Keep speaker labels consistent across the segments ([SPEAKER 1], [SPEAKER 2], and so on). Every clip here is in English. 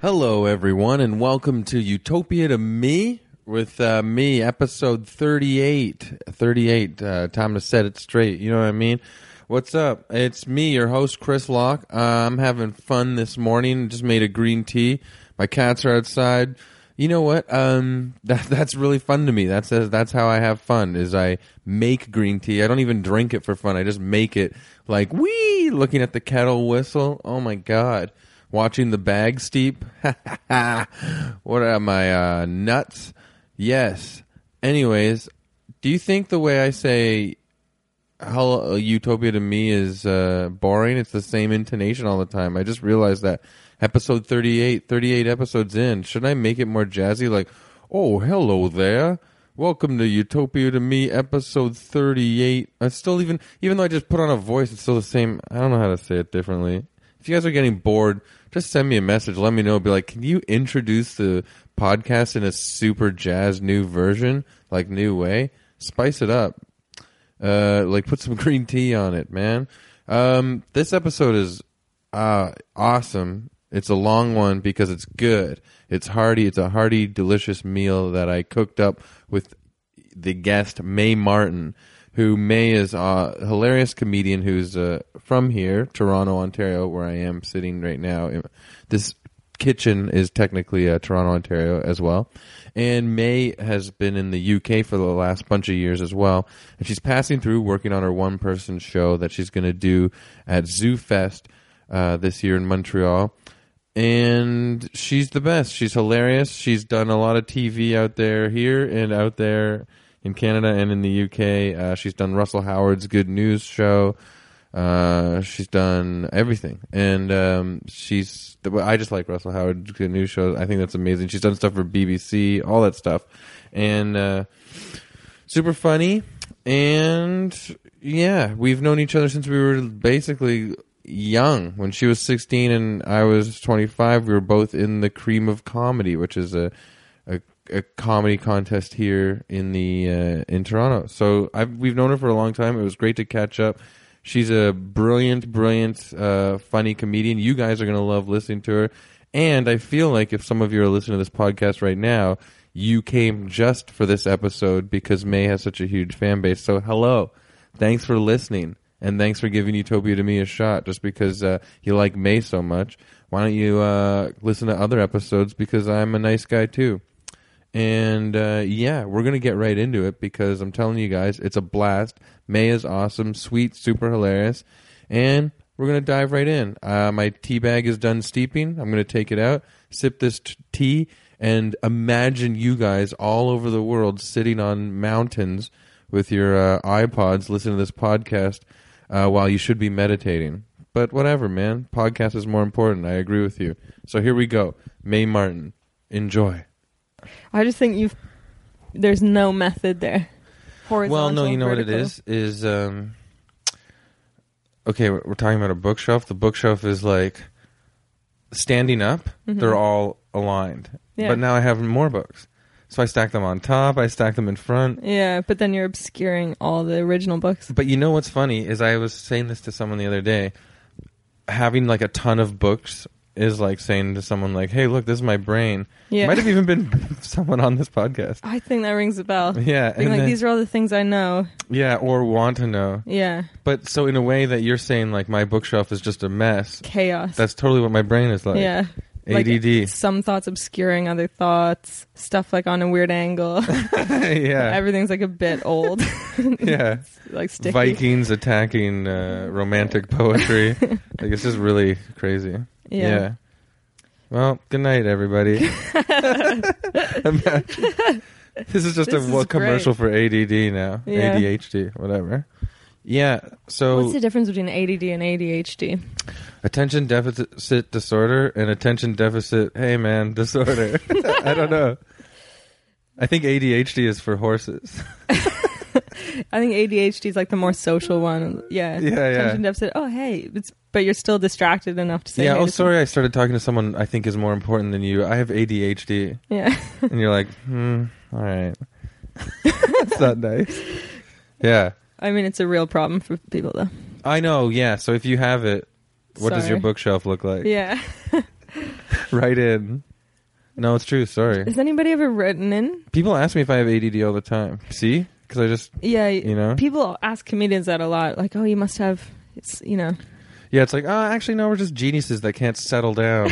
[SPEAKER 1] Hello, everyone, and welcome to Utopia to Me with uh, me, episode 38. 38, uh, time to set it straight. You know what I mean? What's up? It's me, your host, Chris Locke. Uh, I'm having fun this morning. Just made a green tea. My cats are outside. You know what? Um, that that's really fun to me. That's that's how I have fun. Is I make green tea. I don't even drink it for fun. I just make it. Like wee, looking at the kettle whistle. Oh my god! watching the bag steep. what am I uh, nuts? Yes. Anyways, do you think the way I say "hello uh, utopia" to me is uh, boring? It's the same intonation all the time. I just realized that episode 38, 38 episodes in. Should I make it more jazzy? Like, oh, hello there. Welcome to Utopia to Me, episode 38. I still even, even though I just put on a voice, it's still the same. I don't know how to say it differently. If you guys are getting bored, just send me a message. Let me know. Be like, can you introduce the podcast in a super jazz new version, like new way? Spice it up. Uh, like put some green tea on it, man. Um, this episode is uh awesome. It's a long one because it's good. It's hearty. It's a hearty, delicious meal that I cooked up with the guest May Martin, who May is a hilarious comedian who's uh, from here, Toronto, Ontario, where I am sitting right now. This kitchen is technically uh, Toronto, Ontario as well. And May has been in the UK for the last bunch of years as well. And she's passing through working on her one person show that she's going to do at Zoo Fest uh, this year in Montreal. And she's the best. She's hilarious. She's done a lot of TV out there, here and out there in Canada and in the UK. Uh, she's done Russell Howard's Good News show. Uh, she's done everything, and um, she's. I just like Russell Howard's Good News show. I think that's amazing. She's done stuff for BBC, all that stuff, and uh, super funny. And yeah, we've known each other since we were basically young. When she was sixteen and I was twenty-five, we were both in the Cream of Comedy, which is a a, a comedy contest here in the uh, in Toronto. So I've, we've known her for a long time. It was great to catch up. She's a brilliant, brilliant, uh, funny comedian. You guys are gonna love listening to her. And I feel like if some of you are listening to this podcast right now, you came just for this episode because May has such a huge fan base. So hello, thanks for listening, and thanks for giving Utopia to me a shot. Just because uh, you like May so much, why don't you uh, listen to other episodes? Because I'm a nice guy too. And uh, yeah, we're going to get right into it because I'm telling you guys, it's a blast. May is awesome, sweet, super hilarious. And we're going to dive right in. Uh, my tea bag is done steeping. I'm going to take it out, sip this t- tea, and imagine you guys all over the world sitting on mountains with your uh, iPods listening to this podcast uh, while you should be meditating. But whatever, man. Podcast is more important. I agree with you. So here we go. May Martin, enjoy.
[SPEAKER 2] I just think you've there's no method there. Horizontal,
[SPEAKER 1] Well, no, you know what it
[SPEAKER 2] vertical.
[SPEAKER 1] is is um okay, we're we're talking about a bookshelf. The bookshelf is like standing up. They're all aligned.
[SPEAKER 2] Mm-hmm. Yeah.
[SPEAKER 1] But now I have more books. So I stack them on top, I stack them in front.
[SPEAKER 2] Yeah, but then you're obscuring all the original books.
[SPEAKER 1] But you know what's funny is I was saying this to someone the other day. Having like a ton of books is like saying to someone like, "Hey, look, this is my brain."
[SPEAKER 2] Yeah.
[SPEAKER 1] Might have even been someone on this podcast.
[SPEAKER 2] I think that rings a bell.
[SPEAKER 1] Yeah,
[SPEAKER 2] Being
[SPEAKER 1] and
[SPEAKER 2] like
[SPEAKER 1] then-
[SPEAKER 2] these are all the things I know.
[SPEAKER 1] yeah, or want to know.
[SPEAKER 2] Yeah,
[SPEAKER 1] But so in a way that you're saying like my bookshelf is just a mess.
[SPEAKER 2] chaos.
[SPEAKER 1] That's totally what my brain is like.
[SPEAKER 2] yeah, Like,
[SPEAKER 1] ADD.
[SPEAKER 2] some thoughts obscuring other thoughts, stuff like on a weird angle.
[SPEAKER 1] yeah.
[SPEAKER 2] Everything's like a bit old,
[SPEAKER 1] Yeah.
[SPEAKER 2] like sticky.
[SPEAKER 1] Vikings attacking uh, romantic poetry. like it's just really crazy. Yeah.
[SPEAKER 2] Yeah.
[SPEAKER 1] Well, good night, everybody. Imagine- this is just
[SPEAKER 2] This
[SPEAKER 1] a
[SPEAKER 2] is
[SPEAKER 1] wa-
[SPEAKER 2] great.
[SPEAKER 1] commercial for ADD now,
[SPEAKER 2] Yeah.
[SPEAKER 1] ADHD, whatever. Yeah. So
[SPEAKER 2] What's the difference between ADD and ADHD?
[SPEAKER 1] attention deficit disorder and attention deficit hey man disorder. I don't know. I think ADHD is for horses.
[SPEAKER 2] I think ADHD is like the more social one. Yeah.
[SPEAKER 1] Yeah, yeah.
[SPEAKER 2] Attention deficit. Oh, hey, it's, but you're still distracted enough to say.
[SPEAKER 1] yeah.
[SPEAKER 2] hey
[SPEAKER 1] Oh,
[SPEAKER 2] to some-
[SPEAKER 1] sorry. I started talking to someone I think is more important than you. I have ADHD.
[SPEAKER 2] Yeah.
[SPEAKER 1] and you're like, hmm, all right. That's not nice. Yeah.
[SPEAKER 2] I mean, it's a real problem for people though.
[SPEAKER 1] I know, yeah. So if you have it, what does your
[SPEAKER 2] Sorry.
[SPEAKER 1] bookshelf look like?
[SPEAKER 2] Yeah.
[SPEAKER 1] Right in. No, it's true. Sorry.
[SPEAKER 2] Has anybody ever written in?
[SPEAKER 1] People ask me if I have ADD all the time. See? Because I just,
[SPEAKER 2] Yeah.
[SPEAKER 1] you know?
[SPEAKER 2] People ask comedians that a lot. Like, oh, you must have. It's you know,
[SPEAKER 1] Yeah, it's like, oh, actually, no, we're just geniuses that can't settle down.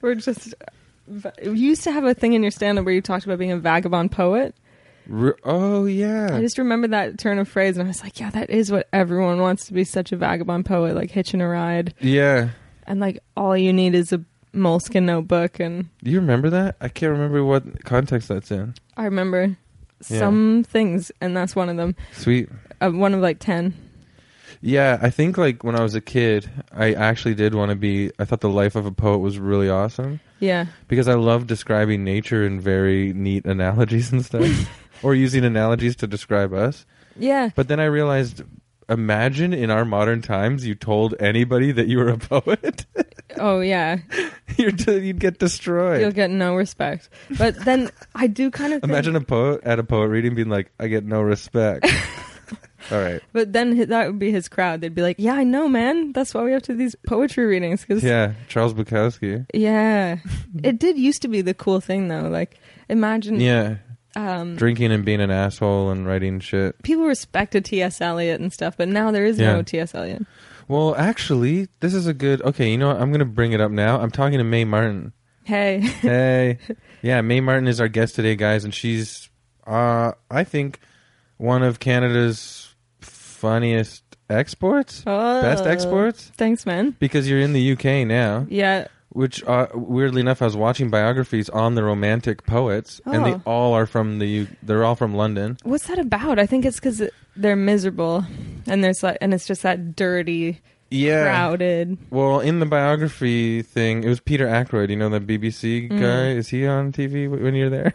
[SPEAKER 2] we're just. You used to have a thing in your stand-up where you talked about being a vagabond poet.
[SPEAKER 1] R- oh,
[SPEAKER 2] I
[SPEAKER 1] yeah.
[SPEAKER 2] just remember that turn of phrase, and I was like, "Yeah, that is what everyone wants to be—such a vagabond poet, like hitching a ride,
[SPEAKER 1] Yeah.
[SPEAKER 2] and like all you need is a moleskin notebook." And
[SPEAKER 1] Do you remember that? I can't remember what context that's in.
[SPEAKER 2] I remember
[SPEAKER 1] Yeah.
[SPEAKER 2] some things, and that's one of them.
[SPEAKER 1] Sweet.
[SPEAKER 2] Uh, one of like ten.
[SPEAKER 1] Yeah, I think like when I was a kid, I actually did want to be. I thought the life of a poet was really awesome
[SPEAKER 2] Yeah,
[SPEAKER 1] because I love describing nature in very neat analogies and stuff, or using analogies to describe us.
[SPEAKER 2] yeah.
[SPEAKER 1] But then I realized, imagine in our modern times, you told anybody that you were a poet,
[SPEAKER 2] Oh yeah.
[SPEAKER 1] you'd, you'd get destroyed.
[SPEAKER 2] You'll get no respect. But then I do kind of think,
[SPEAKER 1] imagine a poet at a poet reading being like, "I get no respect." All right,
[SPEAKER 2] But then hi- that would be his crowd. They'd be like, "Yeah, I know, man. That's why we have to do these poetry readings." 'cause-
[SPEAKER 1] yeah, Charles Bukowski.
[SPEAKER 2] yeah. it did used to be the cool thing though. Like, imagine
[SPEAKER 1] Yeah,
[SPEAKER 2] um,
[SPEAKER 1] drinking and being an asshole and writing shit.
[SPEAKER 2] people respected T.S. Eliot and stuff, but now there is
[SPEAKER 1] Yeah.
[SPEAKER 2] no T.S. Eliot.
[SPEAKER 1] Well, actually, this is a good. Okay, you know what? I'm going to bring it up now. I'm talking to Mae Martin.
[SPEAKER 2] Hey,
[SPEAKER 1] Hey. yeah, Mae Martin is our guest today, guys, and she's, uh, I think, one of Canada's funniest exports,
[SPEAKER 2] oh,
[SPEAKER 1] best exports,
[SPEAKER 2] Thanks, man.
[SPEAKER 1] because you're in the UK now,
[SPEAKER 2] Yeah,
[SPEAKER 1] which, uh, weirdly enough, I was watching biographies on the romantic poets, and they
[SPEAKER 2] Oh.
[SPEAKER 1] all are from the U. They're all from London.
[SPEAKER 2] what's that about? I think it's because they're miserable, and there's like, and it's just that dirty,
[SPEAKER 1] Yeah.
[SPEAKER 2] crowded.
[SPEAKER 1] Well, in the biography thing, it was Peter Ackroyd. You know that BBC
[SPEAKER 2] Mm.
[SPEAKER 1] guy. Is he on TV w- when you're there?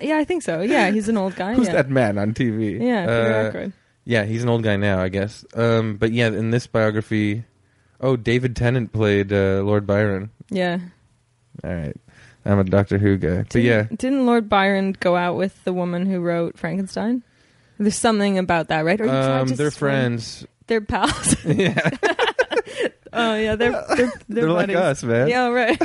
[SPEAKER 2] yeah, I think so. Yeah, he's an old guy.
[SPEAKER 1] Who's
[SPEAKER 2] yeah.
[SPEAKER 1] that man on TV?
[SPEAKER 2] Yeah, Peter
[SPEAKER 1] Uh,
[SPEAKER 2] Ackroyd.
[SPEAKER 1] yeah, he's an old guy now, I guess. Um, but yeah, in this biography, oh, David Tennant played uh, Lord Byron.
[SPEAKER 2] Yeah.
[SPEAKER 1] All right, I'm a Doctor Who guy. But
[SPEAKER 2] Didn't,
[SPEAKER 1] yeah,
[SPEAKER 2] Didn't Lord Byron go out with the woman who wrote Frankenstein? There's something about that, right? Or you tried
[SPEAKER 1] um,
[SPEAKER 2] to
[SPEAKER 1] they're
[SPEAKER 2] swim-
[SPEAKER 1] friends.
[SPEAKER 2] They're pals.
[SPEAKER 1] yeah,
[SPEAKER 2] oh yeah, they're they're, they're,
[SPEAKER 1] they're like
[SPEAKER 2] buddies.
[SPEAKER 1] us, man.
[SPEAKER 2] Yeah, right.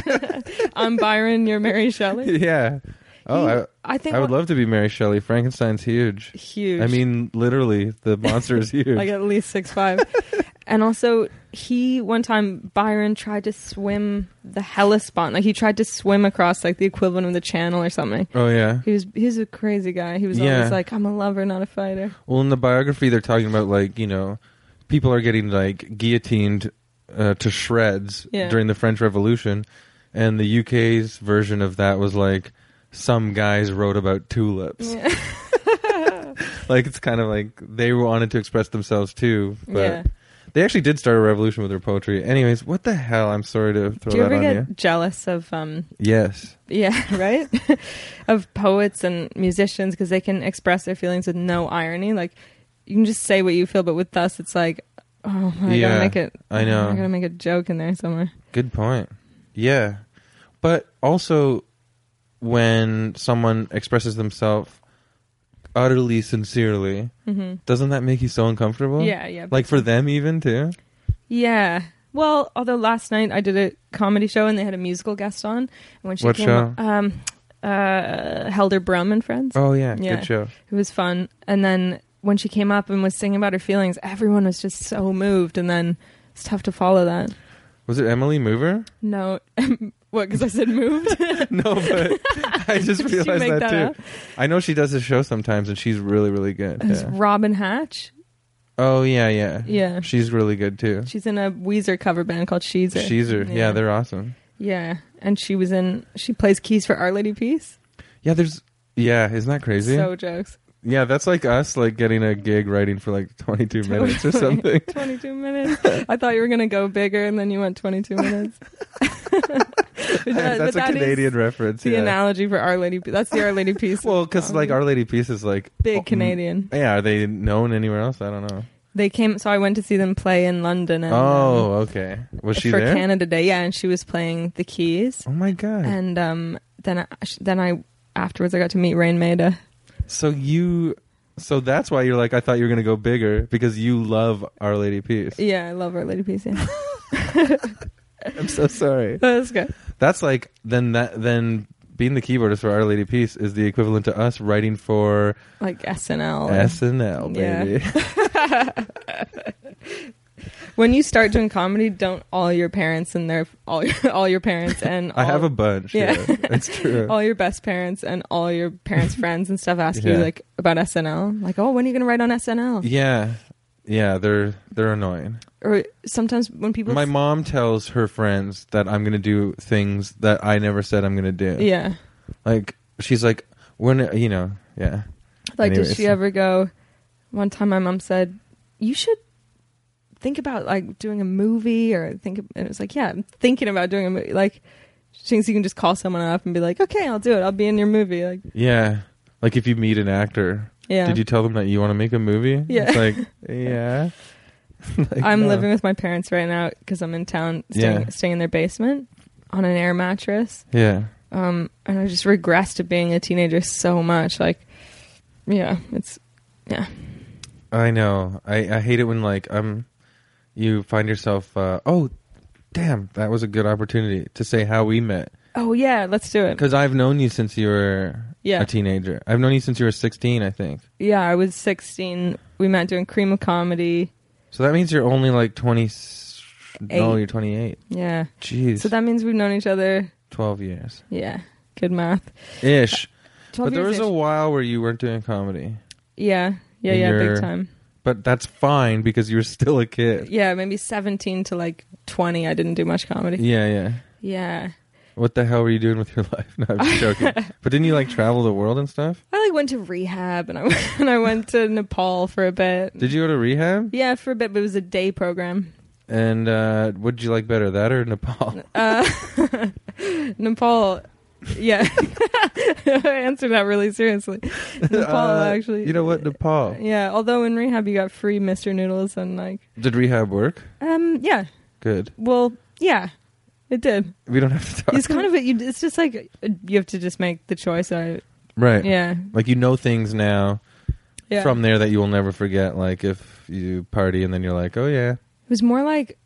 [SPEAKER 2] I'm Byron. You're Mary Shelley.
[SPEAKER 1] Yeah. Oh,
[SPEAKER 2] He-
[SPEAKER 1] I,
[SPEAKER 2] think
[SPEAKER 1] I would
[SPEAKER 2] one-
[SPEAKER 1] love to be Mary Shelley. Frankenstein's huge.
[SPEAKER 2] huge.
[SPEAKER 1] I mean, literally, the monster is huge.
[SPEAKER 2] like at least six five. and also, he one time Byron tried to swim the Hellespont. Like he tried to swim across like the equivalent of the Channel or something.
[SPEAKER 1] oh yeah.
[SPEAKER 2] He was he was a crazy guy. He was
[SPEAKER 1] Yeah.
[SPEAKER 2] always like, "I'm a lover, not a fighter."
[SPEAKER 1] Well, in the biography, they're talking about like you know, people are getting like guillotined uh, to shreds
[SPEAKER 2] Yeah.
[SPEAKER 1] during the French Revolution, and the UK's version of that was like some guys wrote about tulips.
[SPEAKER 2] Yeah.
[SPEAKER 1] Like it's kind of like they wanted to express themselves too, but
[SPEAKER 2] yeah.
[SPEAKER 1] they actually did start a revolution with their poetry. Anyways, what the hell? I'm sorry to throw
[SPEAKER 2] Do you
[SPEAKER 1] that
[SPEAKER 2] ever
[SPEAKER 1] on
[SPEAKER 2] get
[SPEAKER 1] you.
[SPEAKER 2] jealous of um
[SPEAKER 1] Yes.
[SPEAKER 2] yeah, right? of poets and musicians because they can express their feelings with no irony. Like you can just say what you feel, but with us it's like oh I
[SPEAKER 1] Yeah,
[SPEAKER 2] gotta make it
[SPEAKER 1] I know.
[SPEAKER 2] I gotta make a joke in there somewhere.
[SPEAKER 1] Good point. Yeah. But also when someone expresses themselves utterly sincerely,
[SPEAKER 2] hmm
[SPEAKER 1] doesn't that make you so uncomfortable?
[SPEAKER 2] yeah, yeah.
[SPEAKER 1] Like for them even too?
[SPEAKER 2] Yeah. Well, although last night I did a comedy show and they had a musical guest on and when she
[SPEAKER 1] What
[SPEAKER 2] came
[SPEAKER 1] show?
[SPEAKER 2] um uh Helder Brum and Friends.
[SPEAKER 1] Oh yeah,
[SPEAKER 2] Yeah.
[SPEAKER 1] good show.
[SPEAKER 2] It was fun. And then when she came up and was singing about her feelings, everyone was just so moved and then it's tough to follow that.
[SPEAKER 1] Was it Emily Mover?
[SPEAKER 2] No, what? Because I said moved.
[SPEAKER 1] No, but I just
[SPEAKER 2] Did you
[SPEAKER 1] realized
[SPEAKER 2] make
[SPEAKER 1] that,
[SPEAKER 2] that
[SPEAKER 1] too.
[SPEAKER 2] up?
[SPEAKER 1] I know she does a show sometimes, and she's really, really good.
[SPEAKER 2] It's
[SPEAKER 1] Yeah.
[SPEAKER 2] Robin Hatch.
[SPEAKER 1] Oh yeah, yeah,
[SPEAKER 2] Yeah.
[SPEAKER 1] She's really good too.
[SPEAKER 2] She's in a Weezer cover band called Sheezer.
[SPEAKER 1] She's her. Yeah. they're awesome.
[SPEAKER 2] yeah, and she was in. She plays keys for Our Lady Peace.
[SPEAKER 1] Yeah, there's. Yeah, isn't that crazy?
[SPEAKER 2] So jokes.
[SPEAKER 1] yeah, that's like us, like getting a gig writing for like 22 minutes or
[SPEAKER 2] Totally.
[SPEAKER 1] something.
[SPEAKER 2] 22 minutes. I thought you were going to go bigger and then you went 22 minutes. But that- but
[SPEAKER 1] that's a
[SPEAKER 2] that is
[SPEAKER 1] Canadian reference.
[SPEAKER 2] the
[SPEAKER 1] yeah.
[SPEAKER 2] analogy for Our Lady Peace. That's the Our Lady Peace.
[SPEAKER 1] Well, because like Our Lady Peace is like
[SPEAKER 2] Big
[SPEAKER 1] oh, mm,
[SPEAKER 2] Canadian.
[SPEAKER 1] Yeah, are they known anywhere else? I don't know.
[SPEAKER 2] They came, so I went to see them play in London. And,
[SPEAKER 1] oh, okay. Was
[SPEAKER 2] um,
[SPEAKER 1] she
[SPEAKER 2] for
[SPEAKER 1] there?
[SPEAKER 2] Canada Day, yeah, and she was playing the keys.
[SPEAKER 1] oh my god.
[SPEAKER 2] And um, then, I, then I afterwards I got to meet Rain Maida.
[SPEAKER 1] so you, so that's why you're like, I thought you were gonna go bigger because you love Our Lady Peace.
[SPEAKER 2] Yeah, I love Our Lady Peace. Yeah,
[SPEAKER 1] I'm so sorry.
[SPEAKER 2] that's good.
[SPEAKER 1] That's like then that then being the keyboardist for Our Lady Peace is the equivalent to us writing for
[SPEAKER 2] Like SNL.
[SPEAKER 1] SNL,
[SPEAKER 2] Oh, Yeah.
[SPEAKER 1] baby.
[SPEAKER 2] When you start doing comedy, don't all your parents and their all your, all your parents and
[SPEAKER 1] I
[SPEAKER 2] all,
[SPEAKER 1] have a bunch.
[SPEAKER 2] Oh. Yeah. Oh.
[SPEAKER 1] Yeah, it's true.
[SPEAKER 2] all your best parents and all your parents' friends and stuff ask you
[SPEAKER 1] Yeah.
[SPEAKER 2] like about SNL, like, oh, when are you going to write on SNL?
[SPEAKER 1] yeah, yeah. They're they're annoying.
[SPEAKER 2] Or sometimes when people,
[SPEAKER 1] My mom tells her friends that I'm gonna do things that I never said I'm gonna do.
[SPEAKER 2] yeah,
[SPEAKER 1] like she's like, when you know, yeah.
[SPEAKER 2] like,
[SPEAKER 1] Anyways.
[SPEAKER 2] did she ever go? One time, my mom said, "You should think about like doing a movie," or think, and it was like, "Yeah, I'm thinking about doing a movie." Like, she thinks you can just call someone up and be like, "Okay, I'll do it. I'll be in your movie." Like,
[SPEAKER 1] Yeah. Like if you meet an actor,
[SPEAKER 2] yeah,
[SPEAKER 1] did you tell them that you want to make a movie?
[SPEAKER 2] Yeah.
[SPEAKER 1] It's like, yeah. Like,
[SPEAKER 2] I'm
[SPEAKER 1] no.
[SPEAKER 2] living with my parents right now because I'm in town, staying,
[SPEAKER 1] Yeah.
[SPEAKER 2] staying in their basement on an air mattress.
[SPEAKER 1] Yeah.
[SPEAKER 2] um, and I just regress to being a teenager so much. Like, yeah, it's yeah,
[SPEAKER 1] I know. I, I hate it when like um you find yourself uh oh damn, that was a good opportunity to say how we met.
[SPEAKER 2] oh yeah, let's do it.
[SPEAKER 1] Cuz I've known you since you were
[SPEAKER 2] Yeah,
[SPEAKER 1] a teenager. I've known you since you were 16, I think.
[SPEAKER 2] yeah. I was 16. We met doing cream of comedy.
[SPEAKER 1] So that means you're only like 20 s- No,
[SPEAKER 2] Eight.
[SPEAKER 1] you're 28.
[SPEAKER 2] Yeah,
[SPEAKER 1] Jeez.
[SPEAKER 2] so that means we've known each other.
[SPEAKER 1] 12 years.
[SPEAKER 2] Yeah, good math.
[SPEAKER 1] Ish.
[SPEAKER 2] Uh, Twelve
[SPEAKER 1] but there
[SPEAKER 2] years.
[SPEAKER 1] was a while where you weren't doing comedy.
[SPEAKER 2] yeah, yeah,
[SPEAKER 1] in
[SPEAKER 2] yeah,
[SPEAKER 1] your-
[SPEAKER 2] big time.
[SPEAKER 1] But that's fine because you were still a kid.
[SPEAKER 2] Yeah, maybe 17 to like 20. I didn't do much comedy.
[SPEAKER 1] Yeah, yeah.
[SPEAKER 2] Yeah,
[SPEAKER 1] What the hell were you doing with your life? No, I'm just joking. but didn't you like travel the world and stuff?
[SPEAKER 2] I like went to rehab and I went, and I went to Nepal for a bit.
[SPEAKER 1] Did you go to rehab?
[SPEAKER 2] yeah, for a bit, but it was a day program.
[SPEAKER 1] And uh, what did you like better, that or Nepal?
[SPEAKER 2] Uh, Nepal. Yeah, I answered that really seriously. Nepal,
[SPEAKER 1] Uh,
[SPEAKER 2] actually.
[SPEAKER 1] You know what, Nepal.
[SPEAKER 2] Yeah, although in rehab you got free Mr. Noodles and like,
[SPEAKER 1] Did rehab work?
[SPEAKER 2] um, yeah.
[SPEAKER 1] Good.
[SPEAKER 2] Well, yeah, it did.
[SPEAKER 1] We don't have to talk.
[SPEAKER 2] It's kind of a, you, it's just like uh, you have to just make the choice. I
[SPEAKER 1] right.
[SPEAKER 2] yeah
[SPEAKER 1] Like you know things now
[SPEAKER 2] yeah.
[SPEAKER 1] from there that you will never forget. Like if you party and then you're like, oh yeah,
[SPEAKER 2] it was more like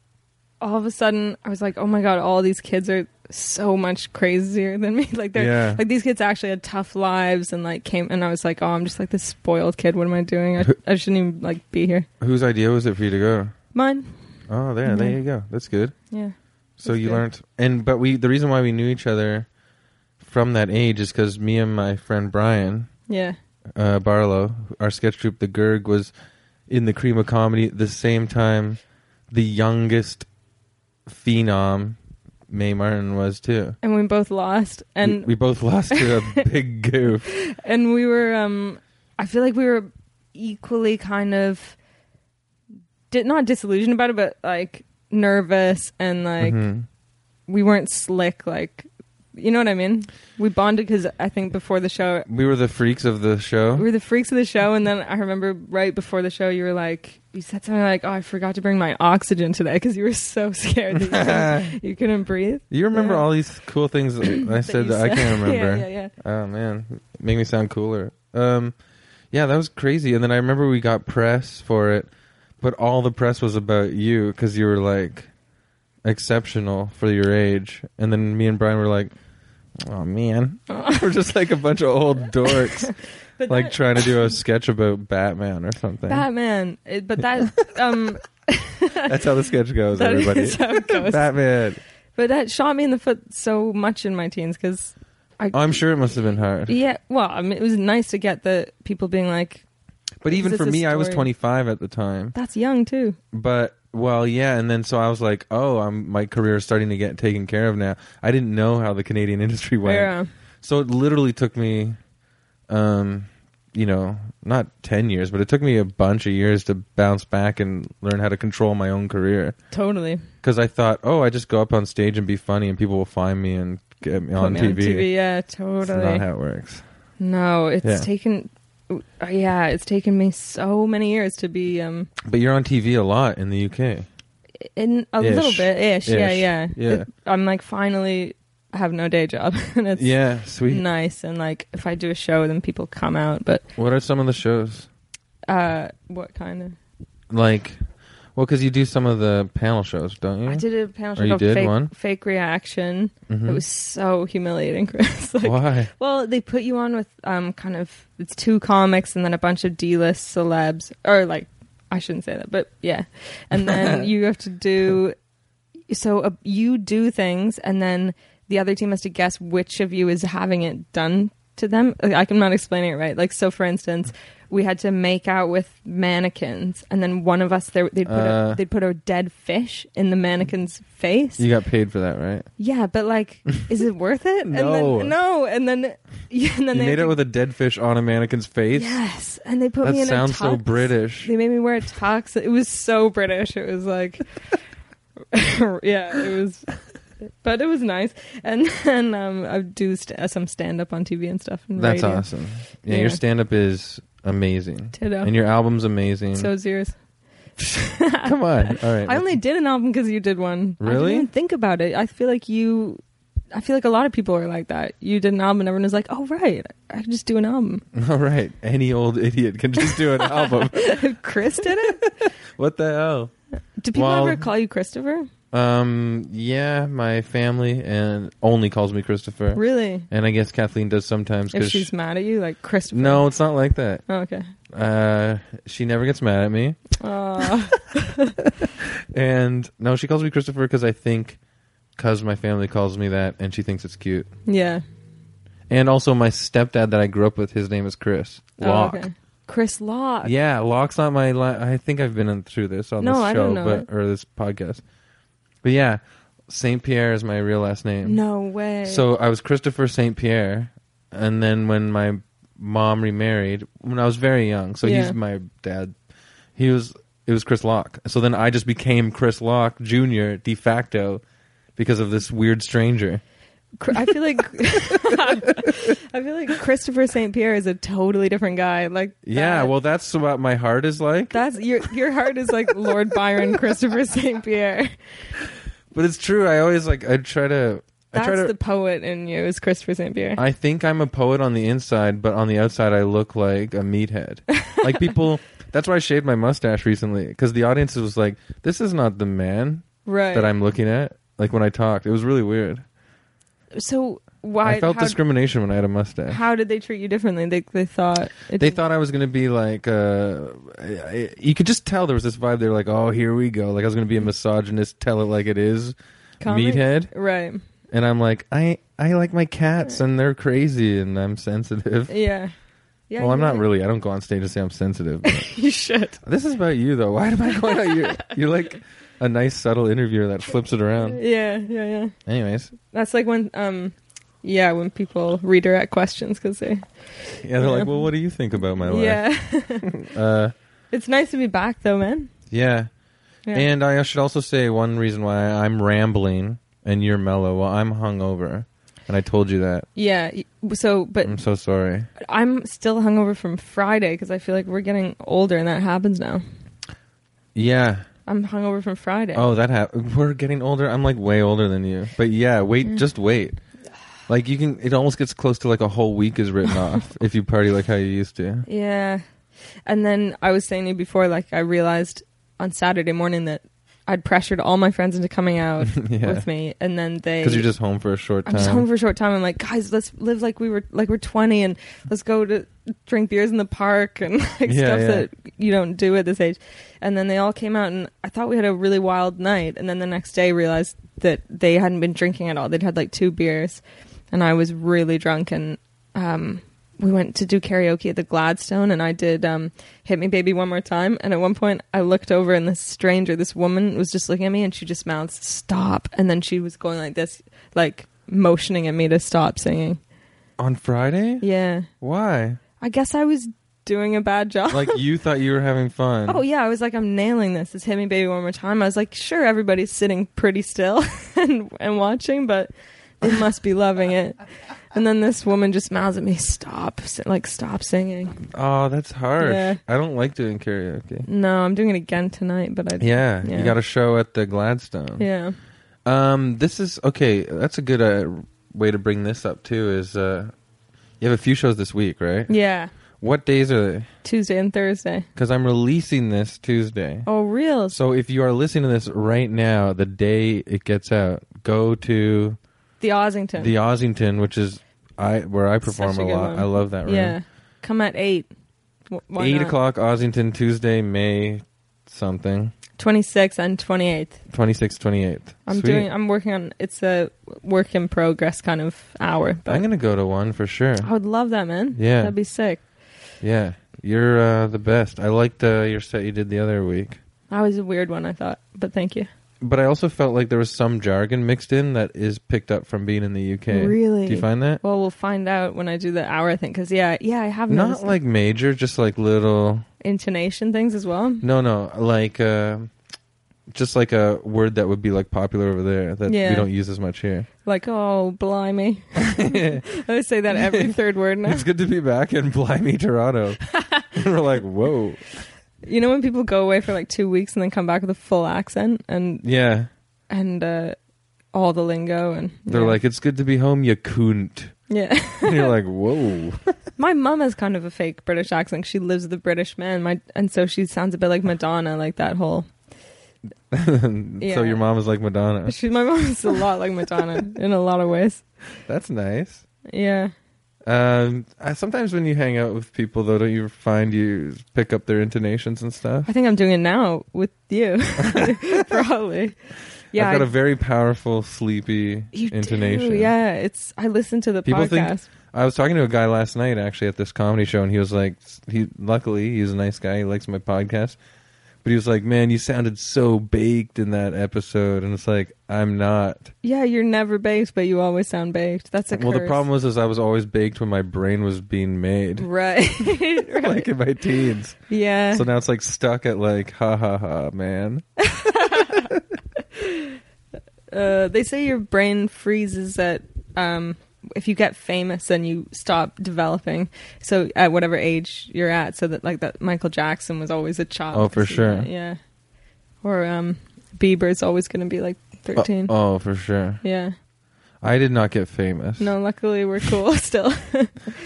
[SPEAKER 2] all of a sudden I was like, oh my god, all these kids are so much crazier than me. Like they're
[SPEAKER 1] yeah.
[SPEAKER 2] like these kids actually had tough lives and like came and i was like oh i'm just like this spoiled kid what am i doing i, I shouldn't even like be here
[SPEAKER 1] Whose idea was it for you to go?
[SPEAKER 2] mine
[SPEAKER 1] Oh, there, there
[SPEAKER 2] Mhm.
[SPEAKER 1] you go. That's good.
[SPEAKER 2] yeah
[SPEAKER 1] So
[SPEAKER 2] That's
[SPEAKER 1] you
[SPEAKER 2] good.
[SPEAKER 1] learned, and but we the reason why we knew each other from that age is because me and my friend Brian
[SPEAKER 2] yeah
[SPEAKER 1] uh, Barlow, our sketch troupe, the Gerg, was in the cream of comedy at the same time. The youngest phenom, Mae Martin, was too.
[SPEAKER 2] and we both lost and
[SPEAKER 1] we, we both lost to a big goof.
[SPEAKER 2] and we were um i feel like we were equally kind of did not disillusioned about it but like nervous and like
[SPEAKER 1] Mhm.
[SPEAKER 2] we weren't slick like you know what i mean we bonded because i think before the show
[SPEAKER 1] We were the freaks of the show.
[SPEAKER 2] We were the freaks of the show, and then I remember right before the show, you were like, you said something like, "Oh, I forgot to bring my oxygen today because you were so scared that you couldn't, you couldn't breathe."
[SPEAKER 1] you remember
[SPEAKER 2] Yeah.
[SPEAKER 1] all these cool things that I said
[SPEAKER 2] you
[SPEAKER 1] that I can't
[SPEAKER 2] Yeah,
[SPEAKER 1] remember.
[SPEAKER 2] yeah, yeah.
[SPEAKER 1] Oh man, make me sound cooler. Um, yeah, that was crazy. And then I remember we got press for it, but all the press was about you because you were like exceptional for your age. And then me and Brian were like, "Oh man, we're just like a bunch of old dorks,
[SPEAKER 2] But
[SPEAKER 1] like
[SPEAKER 2] that-
[SPEAKER 1] trying to do a sketch about Batman or something."
[SPEAKER 2] Batman, it, but that um,
[SPEAKER 1] That's how the sketch goes,
[SPEAKER 2] That is
[SPEAKER 1] everybody.
[SPEAKER 2] how it goes.
[SPEAKER 1] Batman.
[SPEAKER 2] But that shot me in the foot so much in my teens because I.
[SPEAKER 1] I'm sure it must have been hard.
[SPEAKER 2] yeah, well, I mean, it was nice to get the people being like,
[SPEAKER 1] But even
[SPEAKER 2] Because
[SPEAKER 1] for
[SPEAKER 2] it's a
[SPEAKER 1] me, I was
[SPEAKER 2] story.
[SPEAKER 1] 25 at the time.
[SPEAKER 2] "That's young too."
[SPEAKER 1] But well, yeah, and then so I was like, oh, I'm my career is starting to get taken care of now. I didn't know how the Canadian industry went.
[SPEAKER 2] Yeah.
[SPEAKER 1] So it literally took me, um, you know, not 10 years, but it took me a bunch of years to bounce back and learn how to control my own career.
[SPEAKER 2] Totally.
[SPEAKER 1] Because I thought, oh, I just go up on stage and be funny, and people will find me and get me on
[SPEAKER 2] Put me
[SPEAKER 1] TV.
[SPEAKER 2] Yeah,
[SPEAKER 1] That's
[SPEAKER 2] totally.
[SPEAKER 1] not how it works.
[SPEAKER 2] no, it's
[SPEAKER 1] Yeah.
[SPEAKER 2] taken. uh, Yeah, it's taken me so many years to be um
[SPEAKER 1] But you're on TV a lot in the UK.
[SPEAKER 2] in a
[SPEAKER 1] Ish.
[SPEAKER 2] little bit ish. Yeah,
[SPEAKER 1] Ish.
[SPEAKER 2] yeah.
[SPEAKER 1] Yeah.
[SPEAKER 2] It- I'm like finally I have no day job, and it's
[SPEAKER 1] yeah, sweet.
[SPEAKER 2] nice. And like if I do a show, then people come out. But
[SPEAKER 1] What are some of the shows?
[SPEAKER 2] uh, what kind of?
[SPEAKER 1] Like, well, because you do some of the panel shows, don't you?
[SPEAKER 2] I did a panel
[SPEAKER 1] Oh,
[SPEAKER 2] show
[SPEAKER 1] you
[SPEAKER 2] called
[SPEAKER 1] did
[SPEAKER 2] fake,
[SPEAKER 1] one?
[SPEAKER 2] fake reaction.
[SPEAKER 1] Mhm.
[SPEAKER 2] It was so humiliating, Chris. Like,
[SPEAKER 1] Why?
[SPEAKER 2] Well, they put you on with um, kind of it's two comics and then a bunch of D-list celebs, or like I shouldn't say that, but yeah, and then you have to do so uh, you do things, and then the other team has to guess which of you is having it done to them. Like, I- I'm not explaining it right. Like so, for instance, we had to make out with mannequins, and then one of us there they'd put
[SPEAKER 1] Uh.
[SPEAKER 2] a, they'd put a dead fish in the mannequin's face.
[SPEAKER 1] You got paid for that, right?
[SPEAKER 2] Yeah, but like, is it worth it?
[SPEAKER 1] No.
[SPEAKER 2] And then, no. And then, yeah, and then
[SPEAKER 1] you
[SPEAKER 2] they
[SPEAKER 1] made
[SPEAKER 2] have
[SPEAKER 1] it
[SPEAKER 2] to-
[SPEAKER 1] with a dead fish on a mannequin's face.
[SPEAKER 2] yes, and they put
[SPEAKER 1] that
[SPEAKER 2] me in.
[SPEAKER 1] sounds
[SPEAKER 2] a tux.
[SPEAKER 1] so British.
[SPEAKER 2] They made me wear a tux. It was so British. It was like, yeah, it was, but it was nice. And then um, I do st- uh, some stand up on TV and stuff. And
[SPEAKER 1] That's
[SPEAKER 2] radio.
[SPEAKER 1] awesome. Yeah,
[SPEAKER 2] Yeah.
[SPEAKER 1] your stand-up is amazing,
[SPEAKER 2] Ditto.
[SPEAKER 1] and your album's amazing.
[SPEAKER 2] So is yours.
[SPEAKER 1] Come on, all right.
[SPEAKER 2] I only did an album because you did one. I
[SPEAKER 1] Really?
[SPEAKER 2] didn't even think about it. I feel like you. I feel like a lot of people are like that. You did an album, and everyone was like, "Oh, right, I could just do an album."
[SPEAKER 1] all right. Any old idiot can just do an album.
[SPEAKER 2] Chris did it?
[SPEAKER 1] What the hell?
[SPEAKER 2] Do people
[SPEAKER 1] Well-
[SPEAKER 2] ever call you Christopher?
[SPEAKER 1] Um. Yeah, my family and only calls me Christopher,
[SPEAKER 2] Really?
[SPEAKER 1] and I guess Kathleen does sometimes.
[SPEAKER 2] If
[SPEAKER 1] 'cause
[SPEAKER 2] she's
[SPEAKER 1] she-
[SPEAKER 2] mad at you, like Christopher.
[SPEAKER 1] no, it's not like that.
[SPEAKER 2] Oh, okay.
[SPEAKER 1] Uh, she never gets mad at me,
[SPEAKER 2] Uh,
[SPEAKER 1] and no, she calls me Christopher because I think because my family calls me that, and she thinks it's cute.
[SPEAKER 2] yeah.
[SPEAKER 1] And also, my stepdad that I grew up with, his name is Chris
[SPEAKER 2] Oh,
[SPEAKER 1] Locke.
[SPEAKER 2] okay. Chris Locke.
[SPEAKER 1] Yeah, Locke's not my. Li- I think I've been in, through this on
[SPEAKER 2] No,
[SPEAKER 1] this show,
[SPEAKER 2] I don't know
[SPEAKER 1] but or this podcast. But yeah, Saint Pierre is my real last name.
[SPEAKER 2] No way.
[SPEAKER 1] So I was Christopher Saint Pierre, and then when my mom remarried, when I was very young, so
[SPEAKER 2] Yeah.
[SPEAKER 1] he's my dad. He was it was Chris Locke. So then I just became Chris Locke Junior de facto because of this weird stranger.
[SPEAKER 2] Cr- I feel like I feel like Christopher St. Pierre is a totally different guy. Like
[SPEAKER 1] Yeah,
[SPEAKER 2] that-
[SPEAKER 1] well, that's what my heart is like.
[SPEAKER 2] that's your your heart is like Lord Byron Christopher St. Pierre.
[SPEAKER 1] but it's true. I always like I try to. I try
[SPEAKER 2] That's
[SPEAKER 1] to,
[SPEAKER 2] the poet in you is Christopher St. Pierre.
[SPEAKER 1] I think I'm a poet on the inside, but on the outside, I look like a meathead. like people, that's why I shaved my mustache recently because the audience was like, "This is not the man
[SPEAKER 2] right.
[SPEAKER 1] that I'm looking at." Like when I talked, it was really weird.
[SPEAKER 2] so why
[SPEAKER 1] I felt
[SPEAKER 2] how,
[SPEAKER 1] discrimination when I had a mustache.
[SPEAKER 2] how did they treat you differently? They they thought it
[SPEAKER 1] they thought I was going to be like, uh, I- I- you could just tell there was this vibe. They were like, "Oh, here we go!" Like I was going to be a misogynist, tell it like it is,
[SPEAKER 2] Comic?
[SPEAKER 1] meathead.
[SPEAKER 2] Right.
[SPEAKER 1] And I'm like, I I like my cats, and they're crazy, and I'm sensitive.
[SPEAKER 2] Yeah. Yeah.
[SPEAKER 1] well,
[SPEAKER 2] you
[SPEAKER 1] I'm not
[SPEAKER 2] are.
[SPEAKER 1] really. I don't go on stage and say I'm sensitive.
[SPEAKER 2] you should.
[SPEAKER 1] This is about you, though. Why am I going on you? You're like a nice, subtle interviewer that flips it around.
[SPEAKER 2] Yeah, yeah, yeah.
[SPEAKER 1] Anyways,
[SPEAKER 2] That's like when, um, yeah, when people redirect questions because they,
[SPEAKER 1] yeah, they're like, well, what do you think about my life?
[SPEAKER 2] yeah,
[SPEAKER 1] Uh,
[SPEAKER 2] it's nice to be back though, man.
[SPEAKER 1] yeah.
[SPEAKER 2] Yeah.
[SPEAKER 1] And I should also say one reason why I'm rambling and you're mellow. Well, I'm hungover, and I told you that.
[SPEAKER 2] yeah. y- So, but
[SPEAKER 1] I'm so sorry.
[SPEAKER 2] I'm still hungover from Friday because I feel like we're getting older and that happens now.
[SPEAKER 1] Yeah.
[SPEAKER 2] I'm hungover from Friday.
[SPEAKER 1] Oh, that happened. We're getting older. I'm like way older than you. But yeah,
[SPEAKER 2] Mm.
[SPEAKER 1] wait, just wait. Like you can, it almost gets close to like a whole week is written off if you party like how you used to.
[SPEAKER 2] Yeah. And then I was saying to you before, like, I realized on Saturday morning that I'd pressured all my friends into coming out
[SPEAKER 1] Yeah.
[SPEAKER 2] with me. And then they,
[SPEAKER 1] Because you're just home for a short time.
[SPEAKER 2] I'm just home for a short time. I'm like, guys, let's live like we were like we're 20 and let's go to drink beers in the park and like
[SPEAKER 1] Yeah,
[SPEAKER 2] stuff
[SPEAKER 1] yeah.
[SPEAKER 2] that you don't do at this age. And then they all came out, and I thought we had a really wild night. And then the next day, realized that they hadn't been drinking at all. They'd had like two beers, and I was really drunk. And um, we went to do karaoke at the Gladstone, and I did um, "Hit Me, Baby, One More Time." And at one point, I looked over, and this stranger, this woman, was just looking at me, and she just mouths "Stop," and then she was going like this, like motioning at me to stop singing.
[SPEAKER 1] On Friday?
[SPEAKER 2] Yeah.
[SPEAKER 1] Why?
[SPEAKER 2] I guess I was doing a bad job.
[SPEAKER 1] Like you thought you were having fun.
[SPEAKER 2] oh yeah, I was like, I'm nailing this. It's hit me, baby, one more time. I was like, sure, everybody's sitting pretty still and and watching, but they must be loving it. And then this woman just mouths at me, "Stop!" s- Like, stop singing.
[SPEAKER 1] Oh, that's harsh.
[SPEAKER 2] Yeah.
[SPEAKER 1] I don't like doing karaoke.
[SPEAKER 2] No, I'm doing it again tonight, but I
[SPEAKER 1] Yeah,
[SPEAKER 2] Yeah.
[SPEAKER 1] you got a show at the Gladstone.
[SPEAKER 2] yeah.
[SPEAKER 1] Um, this is okay. That's a good uh, way to bring this up too. Is uh, you have a few shows this week, right?
[SPEAKER 2] yeah.
[SPEAKER 1] What days are they?
[SPEAKER 2] Tuesday and Thursday.
[SPEAKER 1] Because I'm releasing this Tuesday.
[SPEAKER 2] Oh, real.
[SPEAKER 1] So if you are listening to this right now, the day it gets out, go to
[SPEAKER 2] The Ossington.
[SPEAKER 1] the Ossington, which is I where I perform
[SPEAKER 2] Such a
[SPEAKER 1] a
[SPEAKER 2] good
[SPEAKER 1] lot.
[SPEAKER 2] one.
[SPEAKER 1] I love that room.
[SPEAKER 2] yeah. Come at eight. Wh- Why
[SPEAKER 1] Eight
[SPEAKER 2] not?
[SPEAKER 1] o'clock Ossington Tuesday, May something.
[SPEAKER 2] 26th and 28th.
[SPEAKER 1] 26th, 28th.
[SPEAKER 2] I'm
[SPEAKER 1] Sweet.
[SPEAKER 2] doing. I'm working on. It's a work in progress kind of hour. But
[SPEAKER 1] I'm gonna go to one for sure.
[SPEAKER 2] I would love that, man.
[SPEAKER 1] Yeah.
[SPEAKER 2] Oh, that'd be sick.
[SPEAKER 1] Yeah, you're uh, the best. I liked uh, your set you did the other week,
[SPEAKER 2] That was a weird one, I thought, but thank you.
[SPEAKER 1] but I also felt like there was some jargon mixed in that is picked up from being in the UK.
[SPEAKER 2] Really?
[SPEAKER 1] Do you find that?
[SPEAKER 2] Well, we'll find out when I do the hour thing, because yeah, yeah, I have
[SPEAKER 1] Not
[SPEAKER 2] noticed
[SPEAKER 1] like major, just like little.
[SPEAKER 2] intonation things as well.
[SPEAKER 1] No, no, like uh, just like a word that would be like popular over there that
[SPEAKER 2] Yeah.
[SPEAKER 1] we don't use as much here.
[SPEAKER 2] Like, oh, blimey, I say that every third word now.
[SPEAKER 1] It's good to be back in Blimey, Toronto. and we're like, whoa,
[SPEAKER 2] You know when people go away for like two weeks and then come back with a full accent and
[SPEAKER 1] yeah.
[SPEAKER 2] and uh, all the lingo and
[SPEAKER 1] They're
[SPEAKER 2] yeah.
[SPEAKER 1] like, it's good to be home, you coont.
[SPEAKER 2] yeah.
[SPEAKER 1] And you're like, whoa.
[SPEAKER 2] My mum has kind of a fake British accent. She lives with a British man, my, and so she sounds a bit like Madonna, like that whole. Yeah.
[SPEAKER 1] So your mom is like Madonna.
[SPEAKER 2] She, my mom is a lot like Madonna in a lot of ways.
[SPEAKER 1] That's nice.
[SPEAKER 2] Yeah,
[SPEAKER 1] Um, I, sometimes when you hang out with people, though, don't you find you pick up their intonations and stuff?
[SPEAKER 2] I think I'm doing it now with you, probably. Yeah,
[SPEAKER 1] I've got
[SPEAKER 2] I-
[SPEAKER 1] a very powerful sleepy
[SPEAKER 2] you do.
[SPEAKER 1] intonation.
[SPEAKER 2] Yeah, it's. I listen to the
[SPEAKER 1] People think-
[SPEAKER 2] podcast.
[SPEAKER 1] I was talking to a guy last night actually at this comedy show, and he was like, he luckily he's a nice guy, he likes my podcast, but he was like, man, you sounded so baked in that episode, and it's like I'm not.
[SPEAKER 2] yeah, you're never baked, but you always sound baked. That's a
[SPEAKER 1] well, the
[SPEAKER 2] curse.
[SPEAKER 1] problem was is I was always baked when my brain was being made,
[SPEAKER 2] right? right.
[SPEAKER 1] like in my teens.
[SPEAKER 2] yeah.
[SPEAKER 1] So now it's like stuck at like ha ha ha man.
[SPEAKER 2] Uh, they say your brain freezes at um, if you get famous and you stop developing. So at whatever age you're at, so that like that Michael Jackson was always a child.
[SPEAKER 1] Oh, for sure.
[SPEAKER 2] yeah. Or um, Bieber's always going to be like thirteen.
[SPEAKER 1] Oh, oh, for sure.
[SPEAKER 2] Yeah.
[SPEAKER 1] I did not get famous.
[SPEAKER 2] No, luckily we're cool still.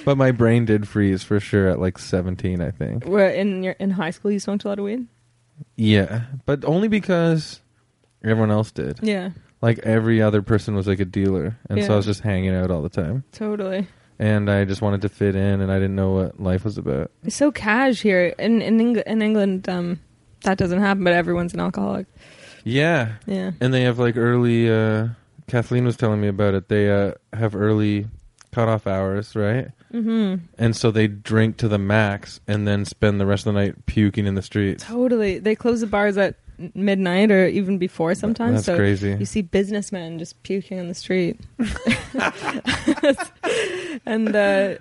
[SPEAKER 1] But my brain did freeze for sure at like 17, I think.
[SPEAKER 2] we're in your in high school. You smoked a lot of weed.
[SPEAKER 1] Yeah. But only because everyone else did.
[SPEAKER 2] Yeah,
[SPEAKER 1] Like every other person was like a dealer. And so
[SPEAKER 2] Yeah.
[SPEAKER 1] I was just hanging out all the time.
[SPEAKER 2] totally.
[SPEAKER 1] And I just wanted to fit in and I didn't know what life was about.
[SPEAKER 2] It's so cash here in in, Eng- in England. Um, that doesn't happen, but everyone's an alcoholic.
[SPEAKER 1] Yeah.
[SPEAKER 2] Yeah.
[SPEAKER 1] And they have like early, uh, Kathleen was telling me about it. They uh, have early cutoff hours, right?
[SPEAKER 2] hmm
[SPEAKER 1] And so they drink to the max and then spend the rest of the night puking in the streets.
[SPEAKER 2] Totally. They close the bars at midnight or even before sometimes.
[SPEAKER 1] That's
[SPEAKER 2] so
[SPEAKER 1] crazy.
[SPEAKER 2] you see businessmen just puking on the street. and uh,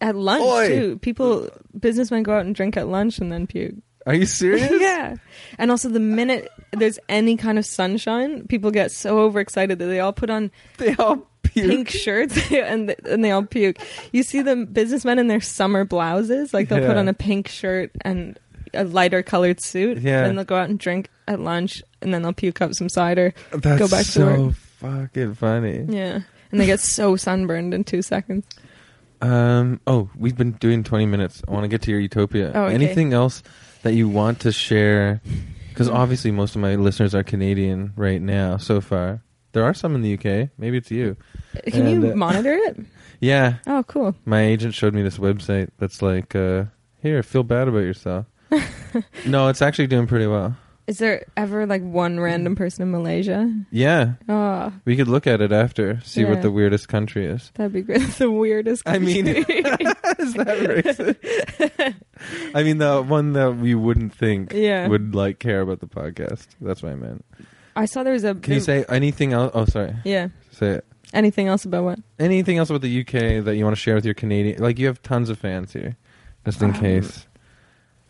[SPEAKER 2] at lunch
[SPEAKER 1] Oi.
[SPEAKER 2] too. People businessmen go out and drink at lunch and then puke.
[SPEAKER 1] Are you serious?
[SPEAKER 2] yeah. And also the minute there's any kind of sunshine, people get so overexcited that they all put on
[SPEAKER 1] They all puke.
[SPEAKER 2] pink shirts and th- and they all puke. You see the businessmen in their summer blouses, like they'll put
[SPEAKER 1] Yeah.
[SPEAKER 2] on a pink shirt and a lighter colored suit,
[SPEAKER 1] Yeah.
[SPEAKER 2] and they'll go out and drink at lunch, and then they'll puke up some cider.
[SPEAKER 1] That's
[SPEAKER 2] Go back to
[SPEAKER 1] so
[SPEAKER 2] work.
[SPEAKER 1] fucking funny.
[SPEAKER 2] Yeah, and they get so sunburned in two seconds.
[SPEAKER 1] Um. Oh, we've been doing twenty minutes. I want to get to your utopia.
[SPEAKER 2] Oh, okay.
[SPEAKER 1] Anything else that you want
[SPEAKER 2] Mm-hmm.
[SPEAKER 1] to share? Because obviously, most of my listeners are Canadian right now so far. There are some in the UK. Maybe it's you.
[SPEAKER 2] Can
[SPEAKER 1] And,
[SPEAKER 2] you
[SPEAKER 1] uh,
[SPEAKER 2] monitor it?
[SPEAKER 1] Yeah,
[SPEAKER 2] Oh, cool.
[SPEAKER 1] my agent showed me this website that's like, uh, here, feel bad about yourself. no, it's actually doing pretty well.
[SPEAKER 2] Is there ever like one random person in Malaysia?
[SPEAKER 1] Yeah,
[SPEAKER 2] Oh,
[SPEAKER 1] we could look at it after, see
[SPEAKER 2] Yeah.
[SPEAKER 1] what the weirdest country is.
[SPEAKER 2] that'd be great. the weirdest.
[SPEAKER 1] I mean-
[SPEAKER 2] country.
[SPEAKER 1] is that racist? I mean, the one that you wouldn't think
[SPEAKER 2] Yeah.
[SPEAKER 1] would like care about the podcast. That's what I meant.
[SPEAKER 2] I saw there was a.
[SPEAKER 1] Can you say anything else? Oh, sorry.
[SPEAKER 2] Yeah.
[SPEAKER 1] Say it.
[SPEAKER 2] Anything else about what?
[SPEAKER 1] Anything else about the UK that you want to share with your Canadian? Like you have tons of fans here, just in
[SPEAKER 2] Um,
[SPEAKER 1] case.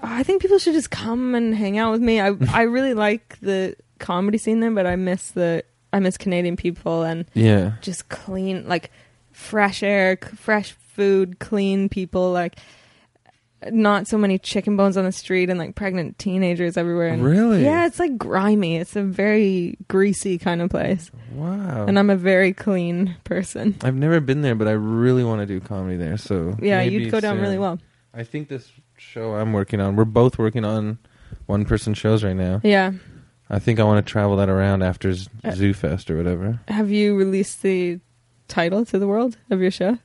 [SPEAKER 2] Oh, I think people should just come and hang out with me. I I really like the comedy scene there, but I miss the I miss Canadian people and
[SPEAKER 1] Yeah.
[SPEAKER 2] just clean like fresh air, c- fresh food, clean people like not so many chicken bones on the street and like pregnant teenagers everywhere. And
[SPEAKER 1] Really?
[SPEAKER 2] Yeah, it's like grimy. It's a very greasy kind of place.
[SPEAKER 1] Wow.
[SPEAKER 2] And I'm a very clean person.
[SPEAKER 1] I've never been there, but I really want to do comedy there. So
[SPEAKER 2] Yeah,
[SPEAKER 1] maybe
[SPEAKER 2] you'd go down
[SPEAKER 1] soon.
[SPEAKER 2] really well.
[SPEAKER 1] I think this show I'm working on. We're both working on one person shows right now.
[SPEAKER 2] Yeah.
[SPEAKER 1] I think I want to travel that around after Z-
[SPEAKER 2] Uh,
[SPEAKER 1] Zoo Fest or whatever.
[SPEAKER 2] Have you released the title to the world of your show?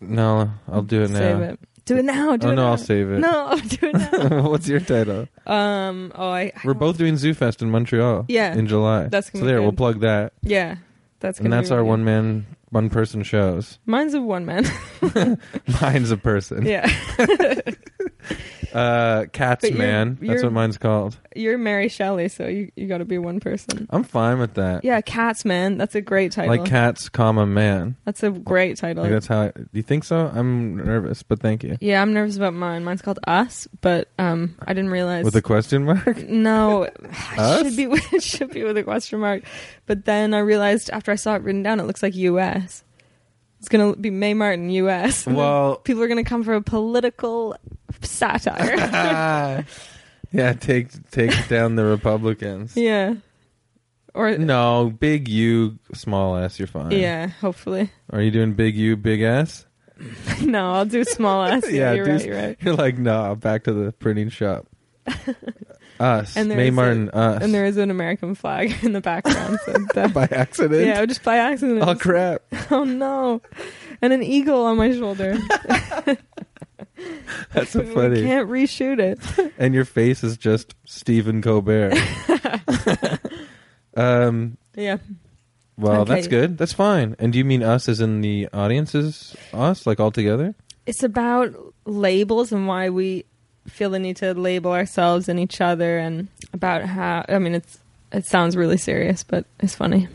[SPEAKER 1] No, I'll do it now.
[SPEAKER 2] Save it. Do it now. Do
[SPEAKER 1] oh
[SPEAKER 2] it
[SPEAKER 1] no,
[SPEAKER 2] now.
[SPEAKER 1] I'll save it.
[SPEAKER 2] No, do it now.
[SPEAKER 1] What's your title?
[SPEAKER 2] um. Oh, I. I
[SPEAKER 1] We're both doing Zoo Fest in Montreal.
[SPEAKER 2] Yeah.
[SPEAKER 1] In July.
[SPEAKER 2] That's gonna
[SPEAKER 1] so
[SPEAKER 2] be
[SPEAKER 1] there.
[SPEAKER 2] good.
[SPEAKER 1] We'll plug that,
[SPEAKER 2] yeah. That's
[SPEAKER 1] and
[SPEAKER 2] gonna
[SPEAKER 1] that's
[SPEAKER 2] be
[SPEAKER 1] our
[SPEAKER 2] really-
[SPEAKER 1] one man, one person shows.
[SPEAKER 2] Mine's a one man.
[SPEAKER 1] Mine's a person.
[SPEAKER 2] yeah.
[SPEAKER 1] Uh, cats
[SPEAKER 2] But you're-
[SPEAKER 1] man. that's
[SPEAKER 2] you're-
[SPEAKER 1] what mine's called.
[SPEAKER 2] You're Mary Shelley, so you you got to be one person.
[SPEAKER 1] I'm fine with that.
[SPEAKER 2] Yeah, cats, man. That's a great title.
[SPEAKER 1] Like cats, comma man.
[SPEAKER 2] that's a great title.
[SPEAKER 1] Like that's how. I, do you think so? I'm nervous, but thank you.
[SPEAKER 2] yeah, I'm nervous about mine. Mine's called Us, but um, I didn't realize.
[SPEAKER 1] With a question mark.
[SPEAKER 2] no,
[SPEAKER 1] Us?
[SPEAKER 2] it should be with- it should be with a question mark. But then I realized after I saw it written down, it looks like U.S. It's gonna be May Martin U.S. And then
[SPEAKER 1] Well.
[SPEAKER 2] people are gonna come for a political satire.
[SPEAKER 1] yeah. Take take down the Republicans.
[SPEAKER 2] yeah, or
[SPEAKER 1] No, big U, small S. You're fine.
[SPEAKER 2] yeah, hopefully.
[SPEAKER 1] Are you doing big U, big S?
[SPEAKER 2] no, I'll do small S.
[SPEAKER 1] Yeah,
[SPEAKER 2] yeah, you're
[SPEAKER 1] do
[SPEAKER 2] right.
[SPEAKER 1] s-
[SPEAKER 2] You're right.
[SPEAKER 1] You're like, nah, back to the printing shop. us,
[SPEAKER 2] And there
[SPEAKER 1] May
[SPEAKER 2] is a-
[SPEAKER 1] Martin, us.
[SPEAKER 2] and there is an American flag in the background. So that,
[SPEAKER 1] by accident.
[SPEAKER 2] yeah, just by accident.
[SPEAKER 1] Oh crap!
[SPEAKER 2] oh no! And an eagle on my shoulder.
[SPEAKER 1] That's so
[SPEAKER 2] We
[SPEAKER 1] funny.
[SPEAKER 2] can't reshoot it.
[SPEAKER 1] And your face is just Stephen Colbert. um.
[SPEAKER 2] Yeah,
[SPEAKER 1] Well,
[SPEAKER 2] Okay.
[SPEAKER 1] that's good. That's fine. And do you mean us as in the audiences, us, like all together?
[SPEAKER 2] it's about labels and why we feel the need to label ourselves and each other, and about how. I mean, it's it sounds really serious, but it's funny.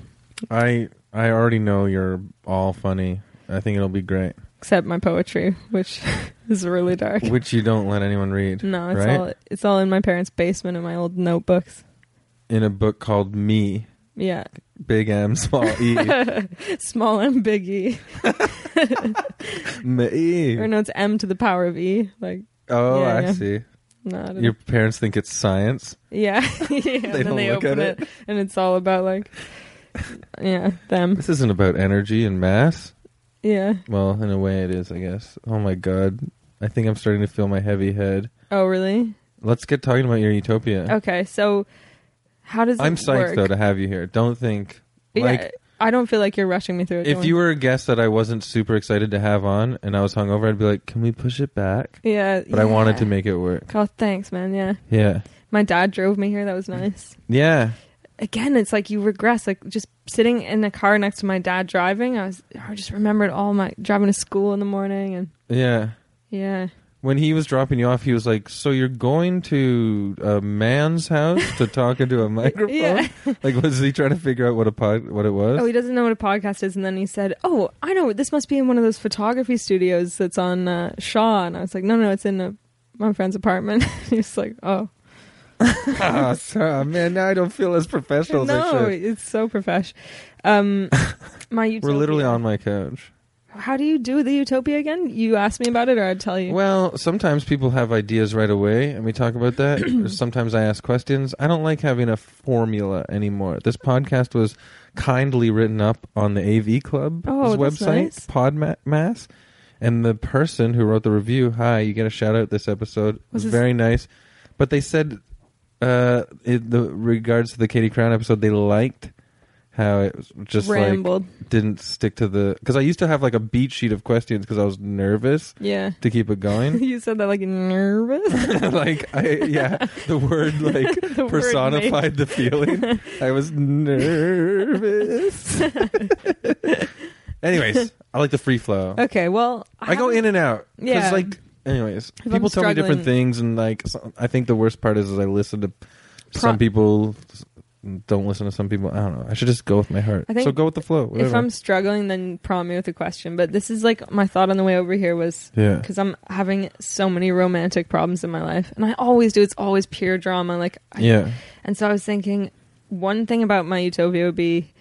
[SPEAKER 1] I I already know you're all funny. I think it'll be great.
[SPEAKER 2] Except my poetry, which is really dark.
[SPEAKER 1] Which you don't let anyone read.
[SPEAKER 2] No, it's
[SPEAKER 1] right?
[SPEAKER 2] all it's all in my parents' basement in my old notebooks.
[SPEAKER 1] In a book called Me,
[SPEAKER 2] Yeah,
[SPEAKER 1] Big M, Small E.
[SPEAKER 2] small and big E.
[SPEAKER 1] Me.
[SPEAKER 2] Or no, it's M to the power of E. Like
[SPEAKER 1] E. Oh,
[SPEAKER 2] Yeah,
[SPEAKER 1] I
[SPEAKER 2] yeah.
[SPEAKER 1] see.
[SPEAKER 2] not.
[SPEAKER 1] Your parents think it's science.
[SPEAKER 2] yeah. yeah. They and
[SPEAKER 1] don't
[SPEAKER 2] then they
[SPEAKER 1] look at
[SPEAKER 2] open
[SPEAKER 1] it.
[SPEAKER 2] it. and it's all about like, yeah, them.
[SPEAKER 1] This isn't about energy and mass.
[SPEAKER 2] Yeah.
[SPEAKER 1] Well, in a way, it is, I guess. Oh my god, I think I'm starting to feel my heavy head.
[SPEAKER 2] Oh, really?
[SPEAKER 1] Let's get talking about your utopia.
[SPEAKER 2] Okay. So, how does
[SPEAKER 1] I'm
[SPEAKER 2] it
[SPEAKER 1] psyched
[SPEAKER 2] work?
[SPEAKER 1] though to have you here. Don't think like
[SPEAKER 2] yeah, I don't feel like you're rushing me through it.
[SPEAKER 1] if
[SPEAKER 2] don't
[SPEAKER 1] you were a guest that I wasn't super excited to have on and I was hungover, I'd be like, "Can we push it back?"
[SPEAKER 2] worry. yeah,
[SPEAKER 1] But I wanted
[SPEAKER 2] yeah.
[SPEAKER 1] to make it work.
[SPEAKER 2] Oh, thanks, man. Yeah,
[SPEAKER 1] Yeah,
[SPEAKER 2] my dad drove me here. That
[SPEAKER 1] Mm-hmm.
[SPEAKER 2] was nice.
[SPEAKER 1] yeah.
[SPEAKER 2] again, it's like you regress. Like just sitting in the car next to my dad driving, I was I just remembered all my driving to school in the morning and
[SPEAKER 1] Yeah.
[SPEAKER 2] yeah,
[SPEAKER 1] When he was dropping you off, he was like, "So you're going to a man's house to talk into a microphone?"
[SPEAKER 2] yeah.
[SPEAKER 1] Like, was he trying to figure out what a pod, what it was?
[SPEAKER 2] Oh, he doesn't know what a podcast is, and then he said, "Oh, I know. This must be in one of those photography studios that's on uh, Shaw." And I was like, "No, no, it's in a, my friend's apartment." He's like, "Oh,
[SPEAKER 1] Ah, sorry, man, now I don't feel as professional as I
[SPEAKER 2] no,
[SPEAKER 1] should.
[SPEAKER 2] it's so profesh." Um, my utopia.
[SPEAKER 1] We're literally on my couch.
[SPEAKER 2] How do you do the utopia again? You asked me about it, or I'd tell you.
[SPEAKER 1] Well, sometimes people have ideas right away, and we talk about that. Or sometimes I ask questions. I don't like having a formula anymore. This podcast was kindly written up on the AV Club's
[SPEAKER 2] Oh, that's
[SPEAKER 1] website,
[SPEAKER 2] nice.
[SPEAKER 1] Podmass. And the person who wrote the review, hi, you get a shout out this episode. It was
[SPEAKER 2] Was this-
[SPEAKER 1] very nice. But they said, uh, in the regards to the Katie Crown episode, they liked how it was just
[SPEAKER 2] Rambled.
[SPEAKER 1] like didn't stick to the because I used to have like a beat sheet of questions because I was nervous
[SPEAKER 2] Yeah.
[SPEAKER 1] to keep it going.
[SPEAKER 2] you said that like nervous.
[SPEAKER 1] like I yeah, the word like
[SPEAKER 2] The word
[SPEAKER 1] personified the feeling. I was nervous. anyways, I like the free flow.
[SPEAKER 2] okay, well,
[SPEAKER 1] I go
[SPEAKER 2] haven't-
[SPEAKER 1] in and out. Yeah.
[SPEAKER 2] Yeah.
[SPEAKER 1] Like, anyways,
[SPEAKER 2] I'm
[SPEAKER 1] people tell me different
[SPEAKER 2] struggling-
[SPEAKER 1] things, and like, so, I think the worst part is, is I listen to some
[SPEAKER 2] Pro-
[SPEAKER 1] people, s- don't listen to some people. I don't know. I should just go with my heart.
[SPEAKER 2] I think
[SPEAKER 1] so go with the flow. Whatever.
[SPEAKER 2] If I'm struggling, then prompt me with a question. But this is like my thought on the way over here was
[SPEAKER 1] yeah.
[SPEAKER 2] because I'm having so many romantic problems in my life, and I always do. It's always pure drama. Like, I,
[SPEAKER 1] Yeah.
[SPEAKER 2] And so I was thinking, one thing about my utopia would be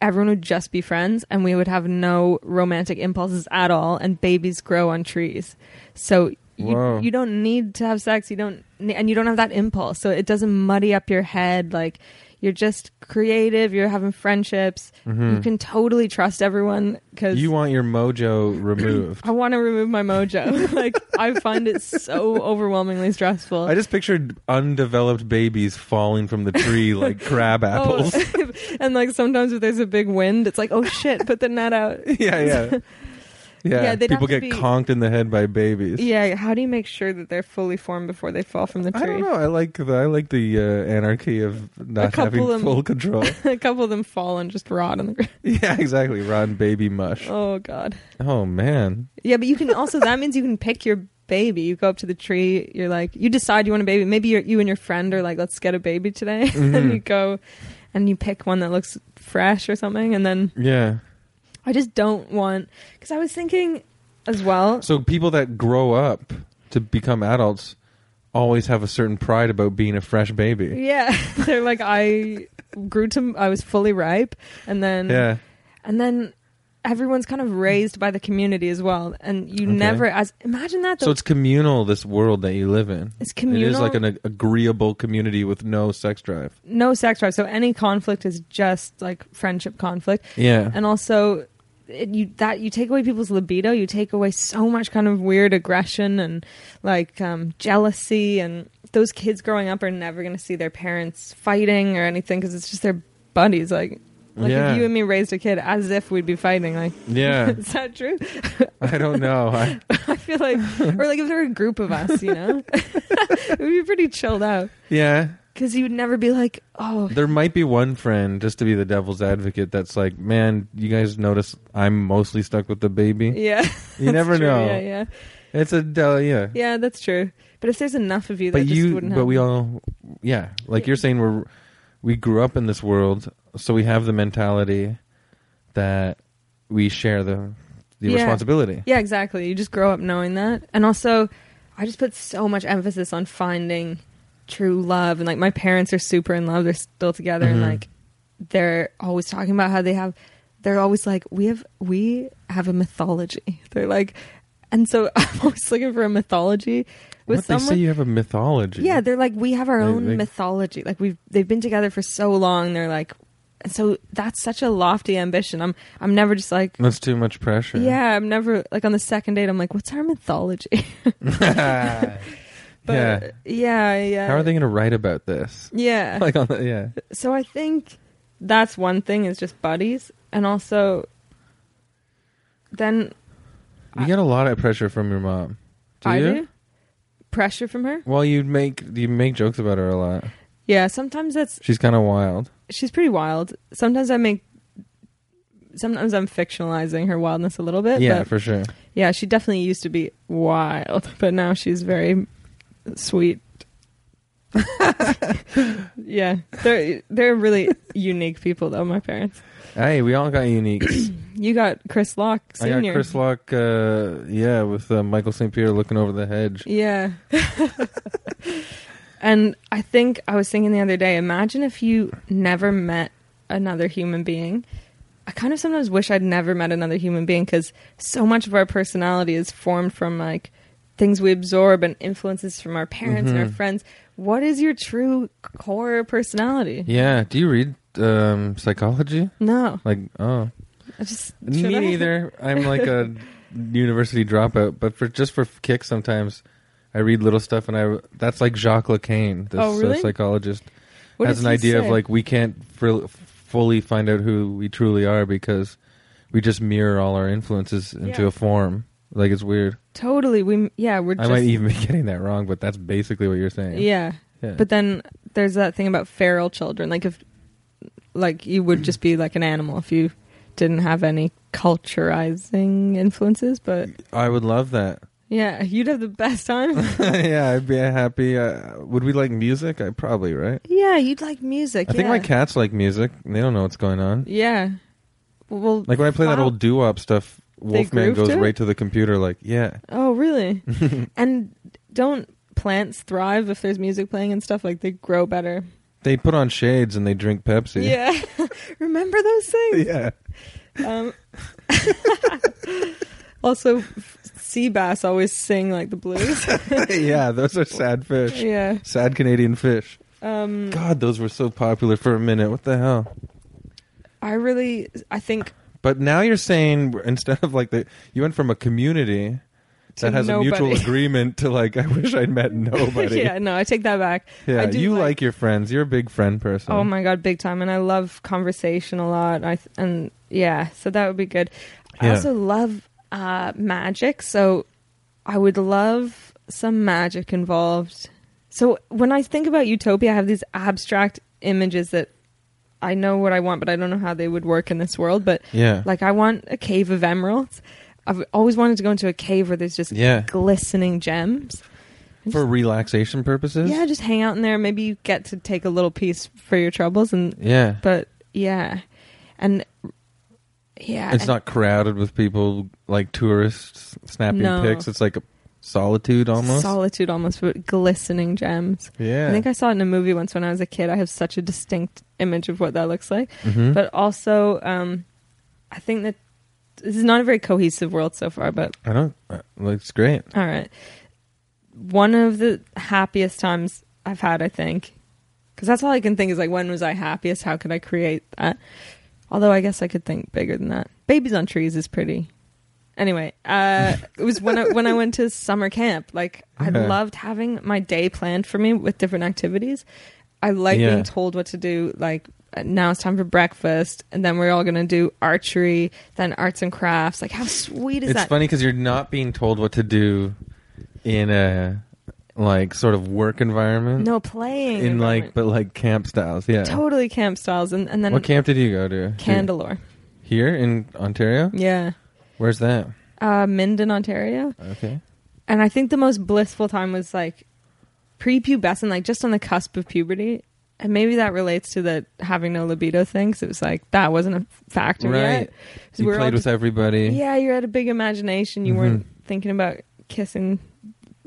[SPEAKER 2] everyone would just be friends, and we would have no romantic impulses at all, and babies grow on trees. So.
[SPEAKER 1] Whoa.
[SPEAKER 2] You, you don't need to have sex. You don't, ne- and you don't have that impulse, so it doesn't muddy up your head. Like you're just creative. You're having friendships. You can totally trust everyone because
[SPEAKER 1] Hmm. Mm-hmm. You want your mojo removed.
[SPEAKER 2] I want to remove my mojo. like I find it so overwhelmingly stressful.
[SPEAKER 1] I just pictured undeveloped babies falling from the tree like crab apples.
[SPEAKER 2] Oh, and like sometimes if there's a big wind, it's like, oh shit, put the net out.
[SPEAKER 1] yeah, yeah. Yeah,
[SPEAKER 2] Yeah, they'd have
[SPEAKER 1] people
[SPEAKER 2] to
[SPEAKER 1] get
[SPEAKER 2] be-
[SPEAKER 1] conked in the head by babies.
[SPEAKER 2] Yeah, how do you make sure that they're fully formed before they fall from the tree?
[SPEAKER 1] I don't know. I like the I like the uh, anarchy of not having
[SPEAKER 2] couple of-
[SPEAKER 1] full control.
[SPEAKER 2] a couple of them fall and just rot on the ground.
[SPEAKER 1] Yeah, exactly. Ron Baby Mush.
[SPEAKER 2] Oh god.
[SPEAKER 1] Oh man.
[SPEAKER 2] Yeah, but you can also that means you can pick your baby. You go up to the tree. You're like, you decide you want a baby. Maybe you're, you and your friend are like, let's get a baby today.
[SPEAKER 1] Mm-hmm.
[SPEAKER 2] and you go and you pick one that looks fresh or something. And then
[SPEAKER 1] Yeah.
[SPEAKER 2] I just don't want because I was thinking as well.
[SPEAKER 1] So people that grow up to become adults always have a certain pride about being a fresh baby.
[SPEAKER 2] Yeah, they're like I grew to I was fully ripe, and then
[SPEAKER 1] Yeah.
[SPEAKER 2] and then everyone's kind of raised by the community as well, and you
[SPEAKER 1] Okay.
[SPEAKER 2] never as imagine that.
[SPEAKER 1] So it's communal this world that you live in.
[SPEAKER 2] It's
[SPEAKER 1] It is
[SPEAKER 2] communal.
[SPEAKER 1] like an ag- agreeable community with no sex drive.
[SPEAKER 2] no sex drive, so any conflict is just like friendship conflict,
[SPEAKER 1] Yeah.
[SPEAKER 2] and also. It, you that you take away people's libido you take away so much kind of weird aggression and like um, jealousy and those kids growing up are never going to see their parents fighting or anything because it's just their buddies like like
[SPEAKER 1] Yeah.
[SPEAKER 2] if you and me raised a kid as if we'd be fighting like
[SPEAKER 1] yeah.
[SPEAKER 2] Is that true?
[SPEAKER 1] I don't know. I,
[SPEAKER 2] I feel like, or like if there were a group of us, you know, it would be pretty chilled out
[SPEAKER 1] yeah.
[SPEAKER 2] because you would never be like, oh,
[SPEAKER 1] There might be one friend, just to be the devil's advocate, that's like, man, you guys notice I'm mostly stuck with the baby.
[SPEAKER 2] yeah.
[SPEAKER 1] You never
[SPEAKER 2] That's true.
[SPEAKER 1] know.
[SPEAKER 2] Yeah, yeah,
[SPEAKER 1] It's a del- yeah.
[SPEAKER 2] yeah. That's true. But if there's enough of you, that
[SPEAKER 1] but
[SPEAKER 2] just
[SPEAKER 1] you
[SPEAKER 2] wouldn't.
[SPEAKER 1] but we
[SPEAKER 2] happen.
[SPEAKER 1] all yeah like
[SPEAKER 2] Yeah.
[SPEAKER 1] you're saying we're we grew up in this world so we have the mentality that we share the the
[SPEAKER 2] Yeah.
[SPEAKER 1] responsibility
[SPEAKER 2] Yeah, exactly. You just grow up knowing that, and also, I just put so much emphasis on finding true love, and like my parents are super in love. They're still together, and
[SPEAKER 1] Mhm.
[SPEAKER 2] like they're always talking about how they have. They're always like, we have we have a mythology. They're like, and so I'm always looking for a mythology with
[SPEAKER 1] what they say
[SPEAKER 2] someone.
[SPEAKER 1] you have a mythology
[SPEAKER 2] Yeah, they're like we have our
[SPEAKER 1] They-
[SPEAKER 2] own
[SPEAKER 1] they-
[SPEAKER 2] mythology. Like we've they've been together for so long. They're like, and so that's such a lofty ambition. I'm I'm never just like
[SPEAKER 1] that's too much pressure
[SPEAKER 2] yeah, I'm never like on the second date. I'm like, what's our mythology?
[SPEAKER 1] yeah
[SPEAKER 2] but yeah, yeah.
[SPEAKER 1] how are they gonna write about this
[SPEAKER 2] Yeah.
[SPEAKER 1] like on the yeah
[SPEAKER 2] so I think that's one thing is just buddies, and also then
[SPEAKER 1] you get a lot of pressure from your mom do
[SPEAKER 2] I
[SPEAKER 1] you
[SPEAKER 2] do pressure from her.
[SPEAKER 1] well you make you make jokes about her a lot
[SPEAKER 2] Yeah, sometimes that's
[SPEAKER 1] she's kind of wild
[SPEAKER 2] she's pretty wild. Sometimes I make. Sometimes I'm fictionalizing her wildness a little bit.
[SPEAKER 1] yeah
[SPEAKER 2] but
[SPEAKER 1] for sure
[SPEAKER 2] yeah, she definitely used to be wild, but now she's very sweet. yeah, they're they're really unique people, though. My parents.
[SPEAKER 1] hey we all got uniques
[SPEAKER 2] You got Chris Locke Senior.
[SPEAKER 1] I got Chris Locke, uh, yeah, with uh, Michael St. Pierre looking over the hedge.
[SPEAKER 2] Yeah. and I think I was thinking the other day, imagine if you never met another human being. I kind of sometimes wish I'd never met another human being because so much of our personality is formed from like things we absorb and influences from our parents
[SPEAKER 1] Mm-hmm.
[SPEAKER 2] and our friends. What is your true core personality?
[SPEAKER 1] Yeah, do you read um, psychology?
[SPEAKER 2] No,
[SPEAKER 1] Like, oh,
[SPEAKER 2] I just should
[SPEAKER 1] me
[SPEAKER 2] I?
[SPEAKER 1] neither. I'm like a university dropout, but for just for kicks, sometimes I read little stuff, and I that's like Jacques Lacan, this
[SPEAKER 2] Oh, really?
[SPEAKER 1] uh, psychologist,
[SPEAKER 2] What
[SPEAKER 1] has
[SPEAKER 2] does
[SPEAKER 1] an
[SPEAKER 2] he
[SPEAKER 1] idea of
[SPEAKER 2] say?
[SPEAKER 1] like we can't fr- fully find out who we truly are because we just mirror all our influences into
[SPEAKER 2] Yeah.
[SPEAKER 1] a form. Like it's weird.
[SPEAKER 2] Totally. We yeah, we're just
[SPEAKER 1] I might even be getting that wrong, but that's basically what you're saying.
[SPEAKER 2] yeah.
[SPEAKER 1] Yeah.
[SPEAKER 2] But then there's that thing about feral children. Like if like you would just be like an animal if you didn't have any culturizing influences, but
[SPEAKER 1] I would love that.
[SPEAKER 2] yeah, you'd have the best time.
[SPEAKER 1] yeah, I'd be happy. Uh, would we like music? I probably right.
[SPEAKER 2] yeah, you'd like music.
[SPEAKER 1] I think
[SPEAKER 2] yeah.
[SPEAKER 1] my cats like music. They don't know what's going on.
[SPEAKER 2] Yeah. Well,
[SPEAKER 1] Like when I play that
[SPEAKER 2] Wow.
[SPEAKER 1] old doo-wop stuff, Wolfman
[SPEAKER 2] groove
[SPEAKER 1] goes
[SPEAKER 2] to it?
[SPEAKER 1] right to the computer. Like, yeah,
[SPEAKER 2] oh, really? and don't plants thrive if there's music playing and stuff like they grow better.
[SPEAKER 1] they put on shades and they drink Pepsi.
[SPEAKER 2] Yeah. Remember those things?
[SPEAKER 1] yeah.
[SPEAKER 2] Um, also, f- sea bass always sing like the blues.
[SPEAKER 1] yeah, those are sad fish.
[SPEAKER 2] yeah.
[SPEAKER 1] Sad Canadian fish.
[SPEAKER 2] Um,
[SPEAKER 1] God, those were so popular for a minute. What the hell?
[SPEAKER 2] I really, I think
[SPEAKER 1] But now you're saying we're- instead of like the you went from a community
[SPEAKER 2] To
[SPEAKER 1] that has a mutual
[SPEAKER 2] nobody.
[SPEAKER 1] agreement to like I wish I'd met nobody.
[SPEAKER 2] yeah, no, I take that back.
[SPEAKER 1] Yeah,
[SPEAKER 2] I do
[SPEAKER 1] you
[SPEAKER 2] like-
[SPEAKER 1] like, your friends. You're a big friend person.
[SPEAKER 2] Oh my god, big time! And I love conversation a lot. I th- and yeah, so that would be good. I
[SPEAKER 1] Yeah.
[SPEAKER 2] also love uh, magic, so I would love some magic involved. So when I think about utopia, I have these abstract images that I know what I want, but I don't know how they would work in this world. But
[SPEAKER 1] Yeah.
[SPEAKER 2] like I want a cave of emeralds. I've always wanted to go into a cave where there's just
[SPEAKER 1] Yeah.
[SPEAKER 2] glistening gems.
[SPEAKER 1] for relaxation purposes.
[SPEAKER 2] Yeah, just hang out in there. Maybe you get to take a little piece for your troubles and
[SPEAKER 1] Yeah.
[SPEAKER 2] but yeah and yeah
[SPEAKER 1] it's not crowded with people like tourists snapping
[SPEAKER 2] No.
[SPEAKER 1] pics. It's like a solitude almost.
[SPEAKER 2] solitude almost but glistening gems
[SPEAKER 1] yeah.
[SPEAKER 2] i think i saw it in a movie once when i was a kid i have such a distinct image of what that looks like
[SPEAKER 1] Mhm.
[SPEAKER 2] but also um i think that this is not a very cohesive world so far but
[SPEAKER 1] I don't. uh, Looks great.
[SPEAKER 2] all right one of the happiest times i've had i think because that's all i can think is like when was i happiest how could i create that although i guess i could think bigger than that babies on trees is pretty anyway uh it was when i when i went to summer camp like i
[SPEAKER 1] Yeah.
[SPEAKER 2] loved having my day planned for me with different activities i like
[SPEAKER 1] Yeah.
[SPEAKER 2] being told what to do like uh, now it's time for breakfast and then we're all gonna do archery then arts and crafts like how sweet is
[SPEAKER 1] it's
[SPEAKER 2] that
[SPEAKER 1] funny because you're not being told what to do in a like sort of work environment.
[SPEAKER 2] no playing
[SPEAKER 1] in like
[SPEAKER 2] environment.
[SPEAKER 1] but like camp styles. Yeah.
[SPEAKER 2] totally camp styles and, and then
[SPEAKER 1] What camp did you go to?
[SPEAKER 2] Candelore.
[SPEAKER 1] Here in Ontario.
[SPEAKER 2] Yeah.
[SPEAKER 1] Where's that?
[SPEAKER 2] Uh, Minden, Ontario.
[SPEAKER 1] Okay.
[SPEAKER 2] And I think the most blissful time was like prepubescent, like just on the cusp of puberty. And maybe that relates to the having no libido thing. 'cause it was like that wasn't a factor
[SPEAKER 1] Right.
[SPEAKER 2] yet. 'Cause
[SPEAKER 1] You
[SPEAKER 2] we were all
[SPEAKER 1] played with
[SPEAKER 2] just-
[SPEAKER 1] everybody.
[SPEAKER 2] Yeah, you had a big imagination. You
[SPEAKER 1] Mhm.
[SPEAKER 2] weren't thinking about kissing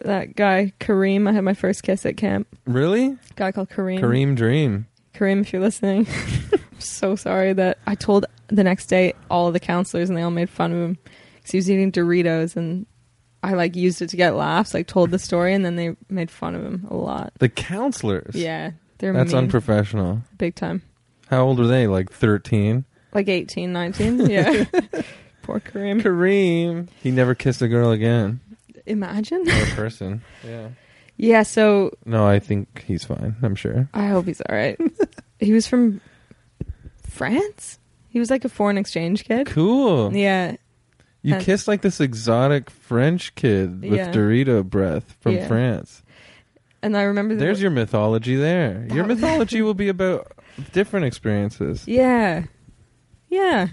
[SPEAKER 2] that guy, Kareem. I had my first kiss at camp.
[SPEAKER 1] Really?
[SPEAKER 2] guy called Kareem.
[SPEAKER 1] Kareem Dream.
[SPEAKER 2] Kareem, if you're listening, I'm so sorry that I told the next day all the counselors and they all made fun of him because he was eating Doritos and I like used it to get laughs. Like told the story and then they made fun of him a lot.
[SPEAKER 1] The counselors.
[SPEAKER 2] Yeah, they're
[SPEAKER 1] That's
[SPEAKER 2] mean,
[SPEAKER 1] unprofessional.
[SPEAKER 2] big time.
[SPEAKER 1] How old were they? Like 13?
[SPEAKER 2] Like 18, 19. Yeah, poor Kareem.
[SPEAKER 1] Kareem. He never kissed a girl again.
[SPEAKER 2] Imagine.
[SPEAKER 1] Or a person. yeah.
[SPEAKER 2] Yeah, so
[SPEAKER 1] No, I think he's fine. I'm sure.
[SPEAKER 2] I hope he's all right. he was from France. He was like a foreign exchange kid.
[SPEAKER 1] Cool.
[SPEAKER 2] Yeah,
[SPEAKER 1] You
[SPEAKER 2] And-
[SPEAKER 1] kissed like this exotic French kid with
[SPEAKER 2] Yeah.
[SPEAKER 1] Dorito breath from
[SPEAKER 2] Yeah.
[SPEAKER 1] France.
[SPEAKER 2] and I remember the-
[SPEAKER 1] There's your mythology there. Your
[SPEAKER 2] That-
[SPEAKER 1] mythology will be about different experiences,
[SPEAKER 2] yeah, yeah.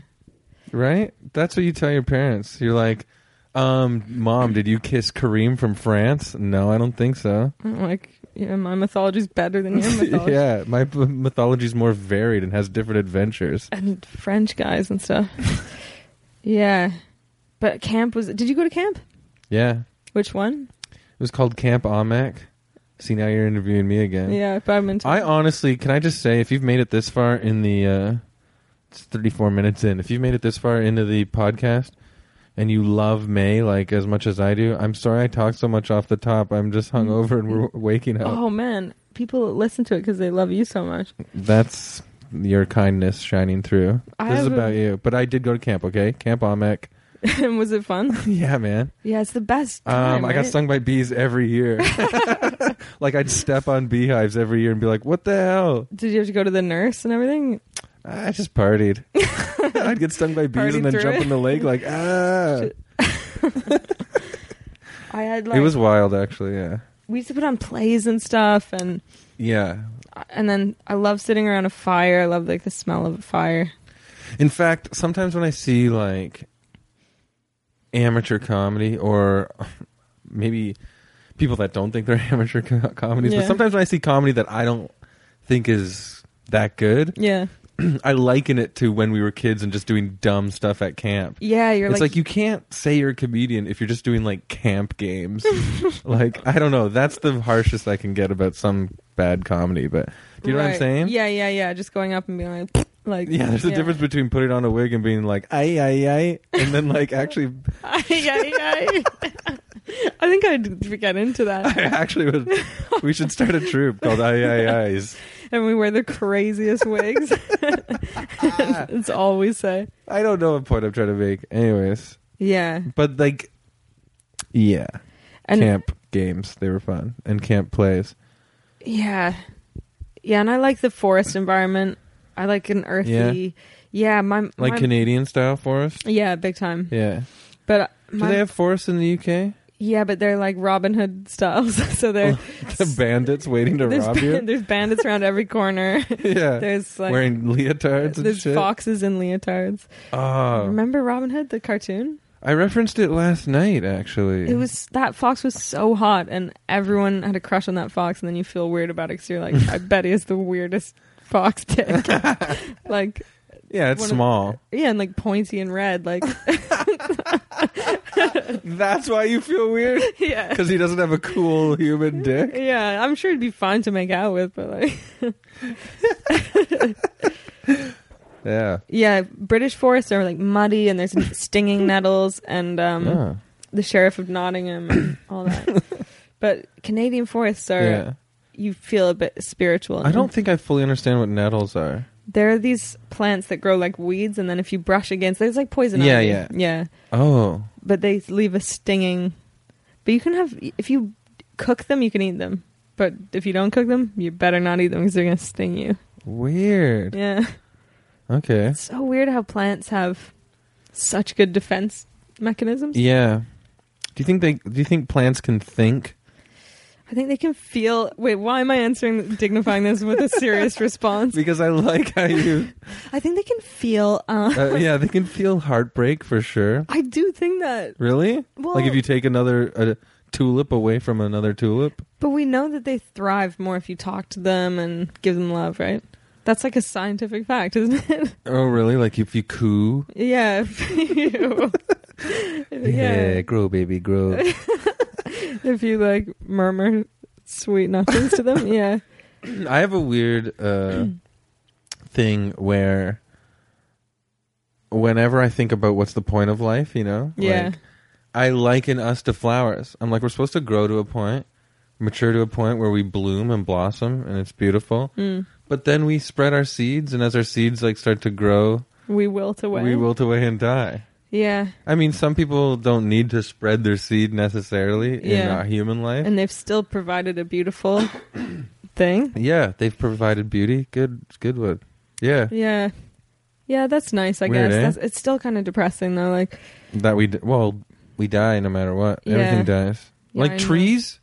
[SPEAKER 1] right? That's what you tell your parents. You're like, um, Mom, did you kiss Kareem from France? No, I don't think so.
[SPEAKER 2] I'm like, you know, my mythology's better than your mythology.
[SPEAKER 1] yeah, my p- mythology's more varied and has different adventures.
[SPEAKER 2] And French guys and stuff. yeah. But camp was. Did you go to camp?
[SPEAKER 1] Yeah. It
[SPEAKER 2] Which one?
[SPEAKER 1] was called Camp Amek. See, now you're interviewing me again.
[SPEAKER 2] Yeah, badminton.
[SPEAKER 1] I honestly, can I just say, if you've made it this far in the, uh, it's 34 minutes in. If you've made it this far into the podcast and you love May like as much as I do, I'm sorry I talked so much off the top. I'm just
[SPEAKER 2] Mm-hmm.
[SPEAKER 1] hungover and we're waking up.
[SPEAKER 2] oh man, people listen to it because they love you so much.
[SPEAKER 1] That's your kindness shining through.
[SPEAKER 2] I
[SPEAKER 1] this is
[SPEAKER 2] have a-
[SPEAKER 1] about you. But I did go to camp, okay? Camp Amek.
[SPEAKER 2] And was it fun?
[SPEAKER 1] yeah, man.
[SPEAKER 2] Yeah, it's the best.
[SPEAKER 1] Um,
[SPEAKER 2] Time,
[SPEAKER 1] I got
[SPEAKER 2] right?
[SPEAKER 1] stung by bees every year. like I'd step on beehives every year and be like, "What the hell?"
[SPEAKER 2] Did you have to go to the nurse and everything?
[SPEAKER 1] Ah, I just partied. I'd get stung by bees
[SPEAKER 2] Partied
[SPEAKER 1] and then
[SPEAKER 2] through
[SPEAKER 1] jump
[SPEAKER 2] it.
[SPEAKER 1] in the lake like ah.
[SPEAKER 2] I had like
[SPEAKER 1] It was wild, actually. Yeah,
[SPEAKER 2] we used to put on plays and stuff, and
[SPEAKER 1] yeah.
[SPEAKER 2] and then I love sitting around a fire. I love like the smell of a fire.
[SPEAKER 1] In fact, sometimes when I see like amateur comedy or maybe people that don't think they're amateur co- comedies, but
[SPEAKER 2] Yeah.
[SPEAKER 1] sometimes when I see comedy that I don't think is that good,
[SPEAKER 2] Yeah,
[SPEAKER 1] I liken it to when we were kids and just doing dumb stuff at camp.
[SPEAKER 2] yeah. You're
[SPEAKER 1] it's like,
[SPEAKER 2] like,
[SPEAKER 1] you can't say you're a comedian if you're just doing like camp games. like I don't know, that's the harshest I can get about some bad comedy. But do you know what I'm
[SPEAKER 2] Right.
[SPEAKER 1] saying?
[SPEAKER 2] Yeah, yeah, yeah. Just going up and being like, like
[SPEAKER 1] Yeah, there's a difference between putting on a wig and being like, ay, ay, ay, and then like actually,
[SPEAKER 2] Ay, ay, ay. I think I'd get into
[SPEAKER 1] I
[SPEAKER 2] that.
[SPEAKER 1] actually would. We should start a troupe called Ay, ay, ay's.
[SPEAKER 2] And we wear the craziest wigs. it's all we say.
[SPEAKER 1] I don't know what point I'm trying to make, anyways.
[SPEAKER 2] Yeah.
[SPEAKER 1] But like, yeah,
[SPEAKER 2] And
[SPEAKER 1] camp games they were fun and camp plays.
[SPEAKER 2] yeah. Yeah, and I like the forest environment. I like an earthy. Yeah, my
[SPEAKER 1] Like
[SPEAKER 2] my-
[SPEAKER 1] Canadian style forest.
[SPEAKER 2] Yeah, big time.
[SPEAKER 1] Yeah.
[SPEAKER 2] But
[SPEAKER 1] Do
[SPEAKER 2] my,
[SPEAKER 1] they have forests in the UK?
[SPEAKER 2] yeah, but they're like Robin Hood styles. so they're
[SPEAKER 1] Oh, The bandits waiting to
[SPEAKER 2] there's,
[SPEAKER 1] rob
[SPEAKER 2] ban-
[SPEAKER 1] you.
[SPEAKER 2] there's bandits around every corner.
[SPEAKER 1] Yeah.
[SPEAKER 2] there's like
[SPEAKER 1] Wearing leotards and
[SPEAKER 2] there's
[SPEAKER 1] shit.
[SPEAKER 2] foxes in leotards.
[SPEAKER 1] Oh,
[SPEAKER 2] Remember Robin Hood the cartoon?
[SPEAKER 1] I referenced it last night actually.
[SPEAKER 2] It was that fox was so hot, and everyone had a crush on that fox, and then you feel weird about it because you're like, I bet he is the weirdest fox dick. like,
[SPEAKER 1] yeah, it's
[SPEAKER 2] one of the-
[SPEAKER 1] small.
[SPEAKER 2] yeah, and like pointy and red. Like,
[SPEAKER 1] That's why you feel weird
[SPEAKER 2] yeah.
[SPEAKER 1] because he doesn't have a cool human dick.
[SPEAKER 2] Yeah, I'm sure it'd be fine to make out with, but like,
[SPEAKER 1] Yeah.
[SPEAKER 2] yeah, British forests are like muddy and there's stinging nettles and um,
[SPEAKER 1] Yeah.
[SPEAKER 2] the sheriff of Nottingham and all that. but Canadian forests are,
[SPEAKER 1] Yeah.
[SPEAKER 2] you feel a bit spiritual.
[SPEAKER 1] I don't think I fully understand what nettles are.
[SPEAKER 2] There are these plants that grow like weeds, and then if you brush against, there's like poison.
[SPEAKER 1] Yeah,
[SPEAKER 2] ivy.
[SPEAKER 1] yeah.
[SPEAKER 2] yeah.
[SPEAKER 1] Oh,
[SPEAKER 2] But they leave a stinging. But you can have if you cook them, you can eat them. But if you don't cook them, you better not eat them because they're gonna sting you.
[SPEAKER 1] weird.
[SPEAKER 2] Yeah,
[SPEAKER 1] Okay.
[SPEAKER 2] it's so weird how plants have such good defense mechanisms.
[SPEAKER 1] Yeah. Do you think they? Do you think plants can think?
[SPEAKER 2] I think they can feel. Wait, why am I answering dignifying this with a serious response?
[SPEAKER 1] Because I like how you.
[SPEAKER 2] I think they can feel. Uh,
[SPEAKER 1] Uh, yeah, they can feel heartbreak for sure.
[SPEAKER 2] I do think that.
[SPEAKER 1] Really?
[SPEAKER 2] Well,
[SPEAKER 1] Like if you take another a tulip away from another tulip.
[SPEAKER 2] But we know that they thrive more if you talk to them and give them love, right? That's like a scientific fact, isn't it?
[SPEAKER 1] Oh, really? Like if you coo.
[SPEAKER 2] yeah. If you, yeah.
[SPEAKER 1] grow, baby, grow.
[SPEAKER 2] If you like murmur sweet nothings to them, yeah.
[SPEAKER 1] I have a weird uh, thing where whenever I think about what's the point of life, you know,
[SPEAKER 2] Yeah.
[SPEAKER 1] like, I liken us to flowers. I'm like, we're supposed to grow to a point, mature to a point where we bloom and blossom, and it's beautiful.
[SPEAKER 2] Mm.
[SPEAKER 1] But then we spread our seeds, and as our seeds like start to grow,
[SPEAKER 2] We wilt away.
[SPEAKER 1] we wilt away and die.
[SPEAKER 2] Yeah.
[SPEAKER 1] I mean, some people don't need to spread their seed necessarily in
[SPEAKER 2] Yeah.
[SPEAKER 1] our human life.
[SPEAKER 2] And they've still provided a beautiful thing.
[SPEAKER 1] yeah, they've provided beauty. Good, good one. Yeah,
[SPEAKER 2] Yeah. Yeah, that's nice, I
[SPEAKER 1] Weird,
[SPEAKER 2] guess.
[SPEAKER 1] eh?
[SPEAKER 2] That's, it's still kind of depressing, though. Like,
[SPEAKER 1] That we d- well, we die no matter what.
[SPEAKER 2] Yeah.
[SPEAKER 1] Everything dies.
[SPEAKER 2] Yeah, I
[SPEAKER 1] like
[SPEAKER 2] know.
[SPEAKER 1] trees.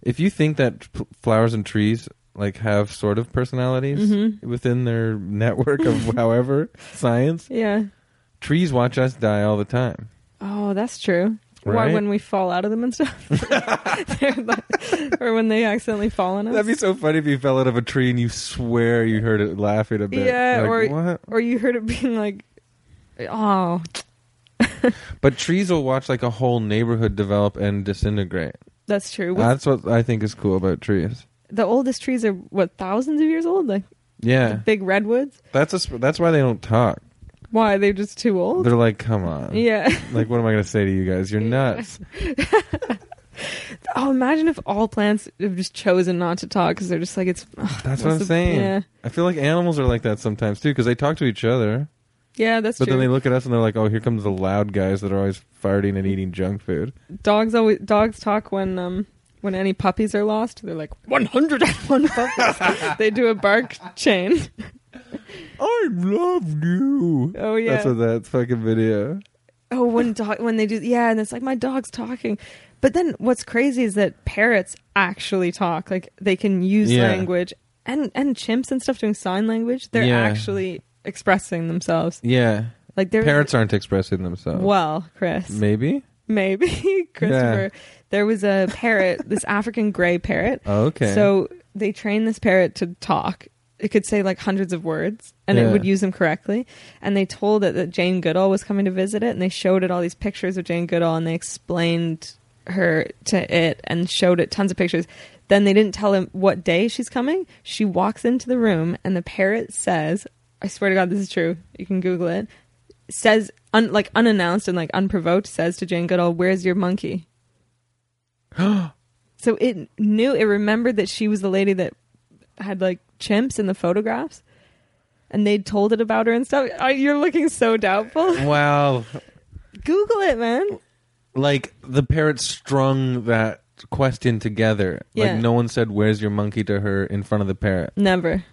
[SPEAKER 1] If you think that p- flowers and trees like have sort of personalities
[SPEAKER 2] Mhm.
[SPEAKER 1] within their network of however science,
[SPEAKER 2] yeah.
[SPEAKER 1] trees watch us die all the time.
[SPEAKER 2] Oh, that's true. Why
[SPEAKER 1] Right?
[SPEAKER 2] when we fall out of them and stuff, They're like- or when they accidentally fall on us,
[SPEAKER 1] That'd be so funny if you fell out of a tree and you swear you heard it laughing a bit.
[SPEAKER 2] Yeah,
[SPEAKER 1] Like,
[SPEAKER 2] or-
[SPEAKER 1] what?
[SPEAKER 2] or you heard it being like, "Oh,
[SPEAKER 1] But trees will watch like a whole neighborhood develop and disintegrate.
[SPEAKER 2] that's true." What's-
[SPEAKER 1] That's what I think is cool about trees.
[SPEAKER 2] the oldest trees are what thousands of years old, like the
[SPEAKER 1] Yeah,
[SPEAKER 2] big redwoods.
[SPEAKER 1] that's a, sp- that's why they don't talk.
[SPEAKER 2] Why they're just too old?
[SPEAKER 1] They're like, come on.
[SPEAKER 2] yeah.
[SPEAKER 1] Like, what am I going to say to you guys? You're nuts.
[SPEAKER 2] Oh, imagine if all plants have just chosen not to talk because they're just like it's. ugh,
[SPEAKER 1] That's
[SPEAKER 2] what's
[SPEAKER 1] what I'm
[SPEAKER 2] the-
[SPEAKER 1] saying.
[SPEAKER 2] Yeah,
[SPEAKER 1] I feel like animals are like that sometimes too, because they talk to each other,
[SPEAKER 2] yeah, that's
[SPEAKER 1] but
[SPEAKER 2] true.
[SPEAKER 1] then they look at us and they're like, "Oh, here comes the loud guys that are always farting and eating junk food."
[SPEAKER 2] dogs always dogs talk when um when any puppies are lost. They're like 101 puppies. they do a bark chain.
[SPEAKER 1] I love you.
[SPEAKER 2] Oh, yeah.
[SPEAKER 1] That's what that fucking video.
[SPEAKER 2] oh when dog when they do yeah and it's like my dog's talking but then what's crazy is that parrots actually talk like they can use
[SPEAKER 1] Yeah.
[SPEAKER 2] language and and chimps and stuff doing sign language they're
[SPEAKER 1] Yeah.
[SPEAKER 2] actually expressing themselves
[SPEAKER 1] Yeah.
[SPEAKER 2] like they're
[SPEAKER 1] Parents aren't expressing themselves.
[SPEAKER 2] well chris
[SPEAKER 1] Maybe.
[SPEAKER 2] maybe christopher there was a parrot this african gray parrot
[SPEAKER 1] Okay.
[SPEAKER 2] so they trained this parrot to talk. It could say like hundreds of words and
[SPEAKER 1] Yeah.
[SPEAKER 2] it would use them correctly. And they told it that Jane Goodall was coming to visit it and they showed it all these pictures of Jane Goodall and they explained her to it and showed it tons of pictures. Then they didn't tell him what day she's coming. She walks into the room and the parrot says, I swear to God, this is true. You can Google it. Says, un- like unannounced and like unprovoked, says to Jane Goodall, Where's your monkey? So it knew it remembered that she was the lady that had like chimps in the photographs, and they'd told it about her and stuff. I, you're looking so doubtful.
[SPEAKER 1] Wow.
[SPEAKER 2] Google it, man.
[SPEAKER 1] Like the parents strung that question together.
[SPEAKER 2] Yeah.
[SPEAKER 1] Like no one said where's your monkey to her in front of the parrot.
[SPEAKER 2] Never.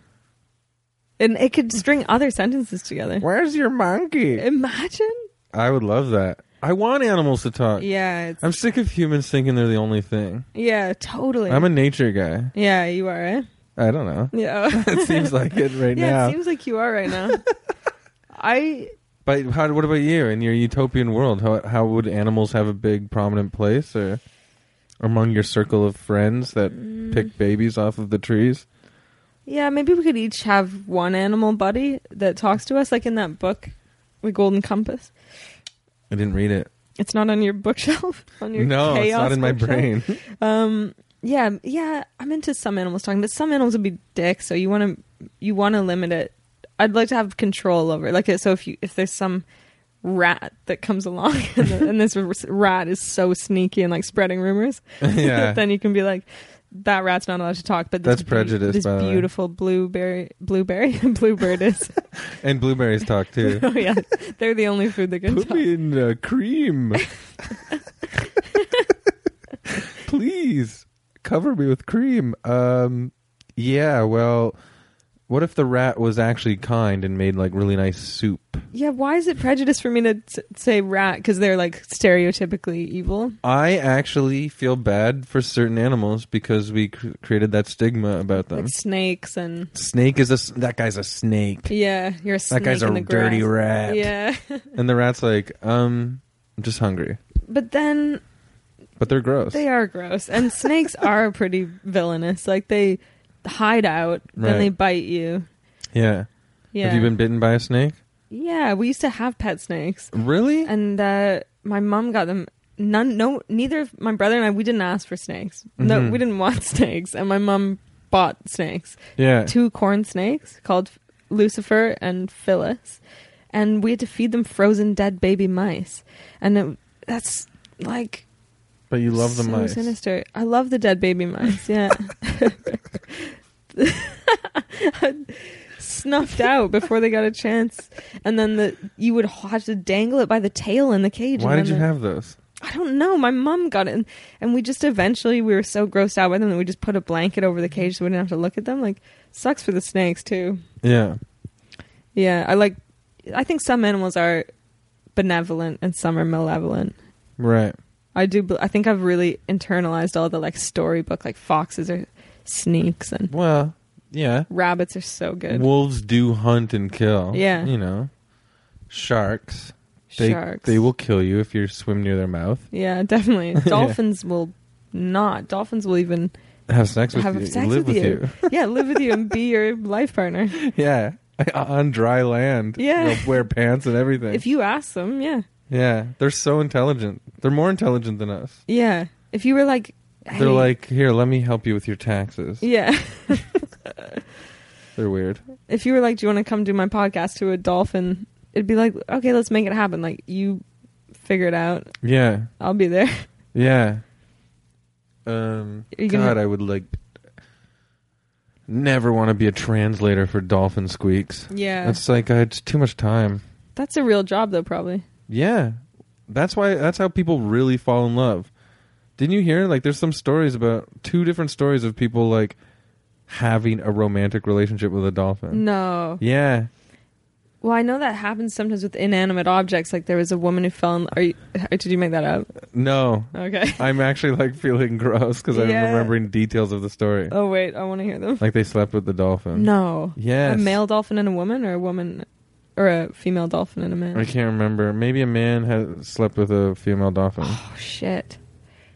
[SPEAKER 2] And it could string other sentences together.
[SPEAKER 1] Where's your monkey?
[SPEAKER 2] Imagine.
[SPEAKER 1] I would love that. I want animals to talk.
[SPEAKER 2] Yeah. It's,
[SPEAKER 1] I'm sick of humans thinking they're the only thing.
[SPEAKER 2] yeah. Totally.
[SPEAKER 1] I'm a nature guy.
[SPEAKER 2] yeah, you are. Eh?
[SPEAKER 1] I don't know.
[SPEAKER 2] Yeah.
[SPEAKER 1] it seems like it right
[SPEAKER 2] yeah.
[SPEAKER 1] now.
[SPEAKER 2] It seems like you are right now. I
[SPEAKER 1] but how, what about you in your utopian world? How how would animals have a big prominent place or among your circle of friends that
[SPEAKER 2] Mm.
[SPEAKER 1] pick babies off of the trees?
[SPEAKER 2] Yeah, maybe we could each have one animal buddy that talks to us, like in that book, The Golden Compass.
[SPEAKER 1] I didn't read it.
[SPEAKER 2] It's not on your bookshelf. On your
[SPEAKER 1] no, it's
[SPEAKER 2] chaos
[SPEAKER 1] not in my
[SPEAKER 2] bookshelf.
[SPEAKER 1] brain.
[SPEAKER 2] Um, yeah, m- yeah, I'm into some animals talking, but some animals would be dicks. So you want to you want to limit it. I'd like to have control over it. Like, so if you if there's some rat that comes along and, the, and this r- rat is so sneaky and like spreading rumors,
[SPEAKER 1] yeah.
[SPEAKER 2] then you can be like. That rat's not allowed to talk, but this
[SPEAKER 1] That's
[SPEAKER 2] beau-
[SPEAKER 1] prejudice,
[SPEAKER 2] This
[SPEAKER 1] by the way.
[SPEAKER 2] beautiful blueberry, blueberry, bluebird is
[SPEAKER 1] and blueberries talk too.
[SPEAKER 2] oh yeah, they're the only food that can
[SPEAKER 1] Put
[SPEAKER 2] talk.
[SPEAKER 1] me in uh, cream. Please cover me with cream. Um, yeah, well, what if the rat was actually kind and made like really nice soup?
[SPEAKER 2] Yeah, why is it prejudice for me to t- say rat because they're like stereotypically evil?
[SPEAKER 1] I actually feel bad for certain animals because we cr- created that stigma about them.
[SPEAKER 2] Like snakes and
[SPEAKER 1] snake is a s- that guy's a snake,
[SPEAKER 2] yeah, you're a snake
[SPEAKER 1] guy's a
[SPEAKER 2] in the
[SPEAKER 1] dirty
[SPEAKER 2] grass.
[SPEAKER 1] rat.
[SPEAKER 2] Yeah,
[SPEAKER 1] and the rat's like, um, I'm just hungry,
[SPEAKER 2] but then
[SPEAKER 1] but they're gross.
[SPEAKER 2] they are gross, and snakes are pretty villainous. Like they hide out,
[SPEAKER 1] Right.
[SPEAKER 2] then they bite you.
[SPEAKER 1] yeah.
[SPEAKER 2] Yeah,
[SPEAKER 1] Have you been bitten by a snake?
[SPEAKER 2] yeah, we used to have pet snakes,
[SPEAKER 1] Really?
[SPEAKER 2] and uh, my mom got them. None, no, neither of my brother and I. We didn't ask for snakes. No,
[SPEAKER 1] Mhm.
[SPEAKER 2] we didn't want snakes, and my mom bought snakes.
[SPEAKER 1] yeah.
[SPEAKER 2] two corn snakes called Lucifer and Phyllis, and we had to feed them frozen dead baby mice. And it, that's like
[SPEAKER 1] But you love the
[SPEAKER 2] so
[SPEAKER 1] mice.
[SPEAKER 2] Sinister. I love the dead baby mice. Yeah. snuffed out before they got a chance and then the you would have to dangle it by the tail in the cage
[SPEAKER 1] Why
[SPEAKER 2] and
[SPEAKER 1] did you
[SPEAKER 2] then the-
[SPEAKER 1] have those?
[SPEAKER 2] I don't know. My mom got it, and, and we just eventually we were so grossed out by them that we just put a blanket over the cage so we didn't have to look at them. Like sucks for the snakes too.
[SPEAKER 1] Yeah.
[SPEAKER 2] Yeah, I like. I think some animals are benevolent and some are malevolent.
[SPEAKER 1] Right.
[SPEAKER 2] I do. bel- I think I've really internalized all the like storybook like foxes are sneaks and
[SPEAKER 1] Well, yeah.
[SPEAKER 2] rabbits are so good.
[SPEAKER 1] Wolves do hunt and kill.
[SPEAKER 2] Yeah.
[SPEAKER 1] You know. Sharks. They,
[SPEAKER 2] Sharks.
[SPEAKER 1] They will kill you if you swim near their mouth.
[SPEAKER 2] Yeah, definitely.
[SPEAKER 1] Yeah.
[SPEAKER 2] Dolphins will not. Dolphins will even
[SPEAKER 1] Have sex with
[SPEAKER 2] Have
[SPEAKER 1] you.
[SPEAKER 2] sex
[SPEAKER 1] live
[SPEAKER 2] with
[SPEAKER 1] with
[SPEAKER 2] you. yeah live with you and be your life partner
[SPEAKER 1] you. yeah. On dry land.
[SPEAKER 2] Yeah.
[SPEAKER 1] They'll wear pants and everything.
[SPEAKER 2] if you ask them. Yeah.
[SPEAKER 1] yeah. They're so intelligent. They're more intelligent than us.
[SPEAKER 2] Yeah. If you were like, hey-
[SPEAKER 1] They're like, here, let me help you with your taxes.
[SPEAKER 2] yeah.
[SPEAKER 1] They're weird.
[SPEAKER 2] If you were like, do you want to come do my podcast to a dolphin? It'd be like, okay, let's make it happen. Like you figure it out.
[SPEAKER 1] Yeah.
[SPEAKER 2] I'll be there.
[SPEAKER 1] Yeah. Um,
[SPEAKER 2] Are you
[SPEAKER 1] God,
[SPEAKER 2] gonna-
[SPEAKER 1] I would like never want to be a translator for dolphin squeaks.
[SPEAKER 2] Yeah. That's,
[SPEAKER 1] That's like uh, it's too much time.
[SPEAKER 2] a real job though, probably.
[SPEAKER 1] Yeah, that's why. That's how people really fall in love. Didn't you hear? Like, there's some stories about two different stories of people like having a romantic relationship with a dolphin.
[SPEAKER 2] No.
[SPEAKER 1] Yeah.
[SPEAKER 2] Well, I know that happens sometimes with inanimate objects. Like there was a woman who fell in. Are you, did you make that up?
[SPEAKER 1] No.
[SPEAKER 2] Okay.
[SPEAKER 1] I'm actually like feeling gross because I'm
[SPEAKER 2] Yeah.
[SPEAKER 1] remembering details of the story.
[SPEAKER 2] Oh wait, I want to hear them.
[SPEAKER 1] Like they slept with the dolphin.
[SPEAKER 2] No.
[SPEAKER 1] Um, Yes.
[SPEAKER 2] A male dolphin and a woman, or a woman, or a female dolphin and a man.
[SPEAKER 1] I can't remember. Maybe a man has slept with a female dolphin.
[SPEAKER 2] Oh shit.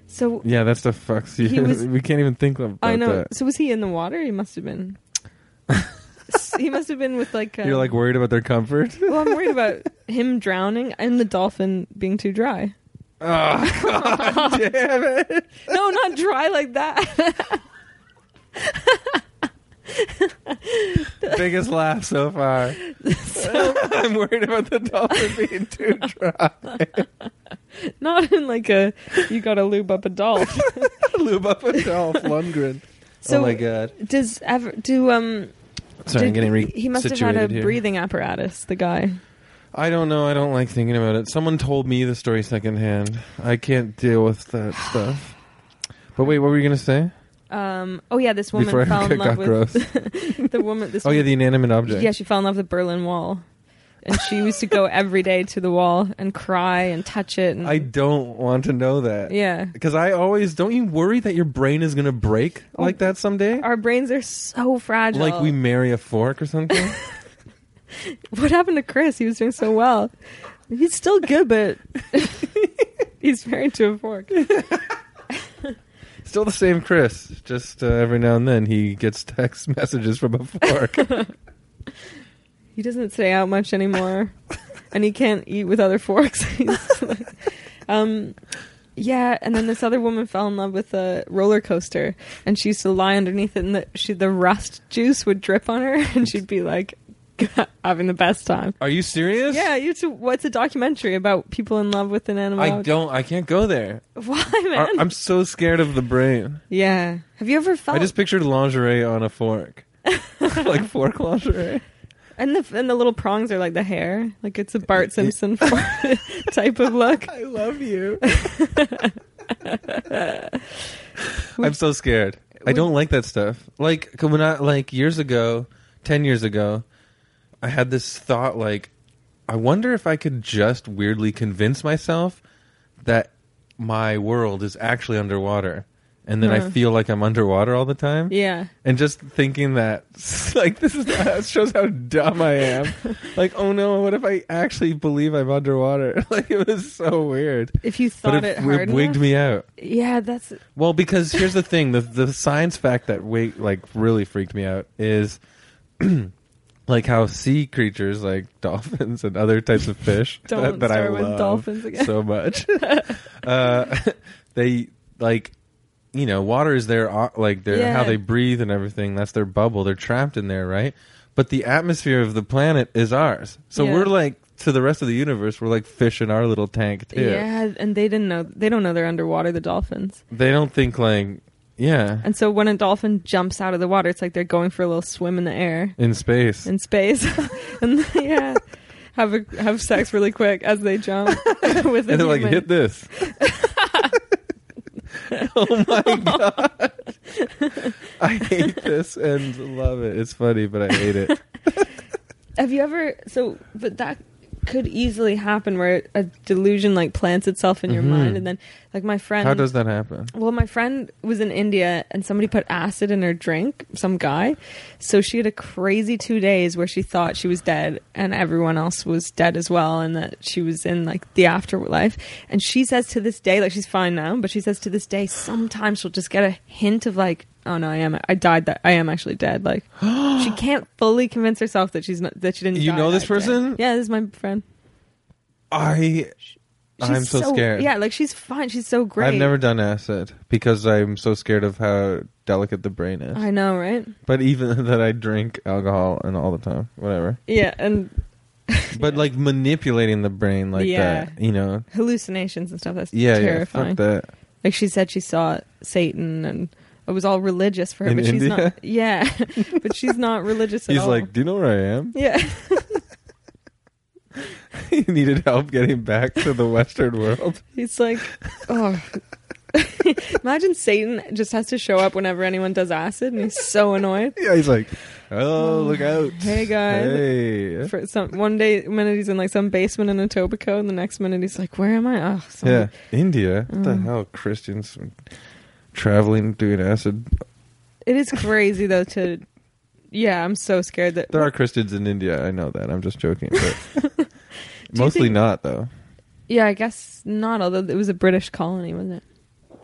[SPEAKER 2] So
[SPEAKER 1] yeah, that's the fucks.
[SPEAKER 2] He was-
[SPEAKER 1] we can't even think about
[SPEAKER 2] I know.
[SPEAKER 1] that.
[SPEAKER 2] So was he in the water? He must have been. S- he must have been with like. A,
[SPEAKER 1] You're like worried about their comfort.
[SPEAKER 2] well, I'm worried about him drowning and the dolphin being too dry.
[SPEAKER 1] Oh, God damn it.
[SPEAKER 2] No, not dry like that.
[SPEAKER 1] Biggest laugh so far. I'm worried about the dolphin being too dry.
[SPEAKER 2] not in like a. You gotta lube up a dolphin.
[SPEAKER 1] Lube up a Dolph Lundgren.
[SPEAKER 2] So
[SPEAKER 1] oh my God.
[SPEAKER 2] does ever do um?
[SPEAKER 1] Sorry, I'm
[SPEAKER 2] did-
[SPEAKER 1] getting re-
[SPEAKER 2] He must have had
[SPEAKER 1] situated
[SPEAKER 2] a
[SPEAKER 1] here.
[SPEAKER 2] breathing apparatus. The guy.
[SPEAKER 1] I don't know. I don't like thinking about it. Someone told me the story secondhand. I can't deal with that stuff. But wait, what were you gonna say?
[SPEAKER 2] Um. Oh yeah, this woman
[SPEAKER 1] Before I
[SPEAKER 2] fell in
[SPEAKER 1] got
[SPEAKER 2] love with
[SPEAKER 1] gross.
[SPEAKER 2] the woman. This
[SPEAKER 1] Oh yeah,
[SPEAKER 2] woman-
[SPEAKER 1] the inanimate object.
[SPEAKER 2] Yeah, she fell in love with the Berlin Wall. And she used to go every day to the wall and cry and touch it. And,
[SPEAKER 1] I don't want to know that.
[SPEAKER 2] yeah.
[SPEAKER 1] Because I always don't you worry that your brain is gonna break like that someday?
[SPEAKER 2] Oh, Our brains are so fragile.
[SPEAKER 1] Like we marry a fork or something?
[SPEAKER 2] What happened to Chris? He was doing so well. He's still good, but he's married to a fork.
[SPEAKER 1] Still the same Chris. Just uh, every now and then he gets text messages from a fork.
[SPEAKER 2] He doesn't stay out much anymore, and he can't eat with other forks. He's like- um, yeah, and then this other woman fell in love with a roller coaster, and she used to lie underneath it, and the, she, the rust juice would drip on her, and she'd be like having the best time.
[SPEAKER 1] Are you serious?
[SPEAKER 2] Yeah, you two. What's a documentary about people in love with an animal?
[SPEAKER 1] I don't. I can't go there.
[SPEAKER 2] Why,
[SPEAKER 1] I-
[SPEAKER 2] man?
[SPEAKER 1] I'm so scared of the brain.
[SPEAKER 2] yeah. Have you ever felt?
[SPEAKER 1] I just pictured lingerie on a fork, like fork lingerie.
[SPEAKER 2] and the and the little prongs are like the hair, like it's a Bart Simpson type of look.
[SPEAKER 1] I love you. I'm so scared. I
[SPEAKER 2] Would-
[SPEAKER 1] don't like that stuff. Like 'cause when I like years ago, ten years ago, I had this thought like, I wonder if I could just weirdly convince myself that my world is actually underwater, and then I
[SPEAKER 2] Huh.
[SPEAKER 1] feel like I'm underwater all the time.
[SPEAKER 2] Hmm. Yeah.
[SPEAKER 1] and just thinking that like this is that shows how dumb i am like oh no what if i actually believe i'm underwater like it was so weird
[SPEAKER 2] If you thought
[SPEAKER 1] but it,
[SPEAKER 2] it, hard
[SPEAKER 1] wigged
[SPEAKER 2] enough,
[SPEAKER 1] me out
[SPEAKER 2] yeah, that's
[SPEAKER 1] well because here's the thing the the science fact that wait like really freaked me out is like how sea creatures like dolphins and other types of fish that,
[SPEAKER 2] Don't
[SPEAKER 1] that i
[SPEAKER 2] start with
[SPEAKER 1] love
[SPEAKER 2] dolphins again.
[SPEAKER 1] so much uh, they like you know water is their o- like their
[SPEAKER 2] Yeah.
[SPEAKER 1] how they breathe and everything that's their bubble they're trapped in there right but the atmosphere of the planet is ours so
[SPEAKER 2] Yeah.
[SPEAKER 1] we're like to the rest of the universe we're like fish in our little tank too
[SPEAKER 2] yeah. And they didn't know they don't know they're underwater, the dolphins.
[SPEAKER 1] they don't think like yeah
[SPEAKER 2] And so when a dolphin jumps out of the water, it's like they're going for a little swim in the air
[SPEAKER 1] in space
[SPEAKER 2] in space, and yeah, have a, have sex really quick as they jump with a
[SPEAKER 1] and they're like
[SPEAKER 2] human.
[SPEAKER 1] hit this oh my god i hate this and love it it's funny but i hate it
[SPEAKER 2] Have you ever? So, but that could easily happen where a delusion like plants itself in your
[SPEAKER 1] Mhm.
[SPEAKER 2] mind, and then like my friend.
[SPEAKER 1] how does that happen
[SPEAKER 2] Well, my friend was in India and somebody put acid in her drink, some guy. So she had a crazy two days where she thought she was dead and everyone else was dead as well and that she was in like the afterlife. And she says to this day, like she's fine now, but she says to this day, sometimes she'll just get a hint of like, oh no, I am, I died that, I am actually dead. Like she can't fully convince herself that she's not, that she didn't
[SPEAKER 1] You
[SPEAKER 2] die
[SPEAKER 1] know this
[SPEAKER 2] that day.
[SPEAKER 1] person?
[SPEAKER 2] Yeah, this is my friend.
[SPEAKER 1] i
[SPEAKER 2] She's
[SPEAKER 1] i'm so, scared
[SPEAKER 2] Yeah, like she's fine. She's so great.
[SPEAKER 1] I've never done acid because I'm so scared of how delicate the brain is.
[SPEAKER 2] I know, right?
[SPEAKER 1] but even that I drink alcohol and all the time, whatever.
[SPEAKER 2] Yeah, and
[SPEAKER 1] But like manipulating the brain like
[SPEAKER 2] Yeah.
[SPEAKER 1] that, you know.
[SPEAKER 2] hallucinations and stuff. That's
[SPEAKER 1] Yeah,
[SPEAKER 2] terrifying.
[SPEAKER 1] yeah, fuck that.
[SPEAKER 2] Like she said, she saw Satan, and it was all religious for her.
[SPEAKER 1] In
[SPEAKER 2] but she's
[SPEAKER 1] India?
[SPEAKER 2] not. Yeah, but she's not religious at
[SPEAKER 1] He's
[SPEAKER 2] all.
[SPEAKER 1] like, "Do you know where I am?"
[SPEAKER 2] yeah,
[SPEAKER 1] he needed help getting back to the western world.
[SPEAKER 2] he's like, oh, Imagine Satan just has to show up whenever anyone does acid, and he's so annoyed.
[SPEAKER 1] Yeah, he's like, oh, look out.
[SPEAKER 2] Hey guys.
[SPEAKER 1] Hey.
[SPEAKER 2] For some one day, minute he's in like some basement in Etobicoke, and the next minute he's like, "Where am I?" Oh, some-
[SPEAKER 1] Yeah. India. What
[SPEAKER 2] Mm.
[SPEAKER 1] the hell? Christians traveling, doing acid.
[SPEAKER 2] It is crazy though. To yeah, I'm so scared that
[SPEAKER 1] There are Christians in India. I know that. I'm just joking. But
[SPEAKER 2] you
[SPEAKER 1] mostly
[SPEAKER 2] think-
[SPEAKER 1] not, though.
[SPEAKER 2] Yeah, I guess not. Although it was a British colony, wasn't it?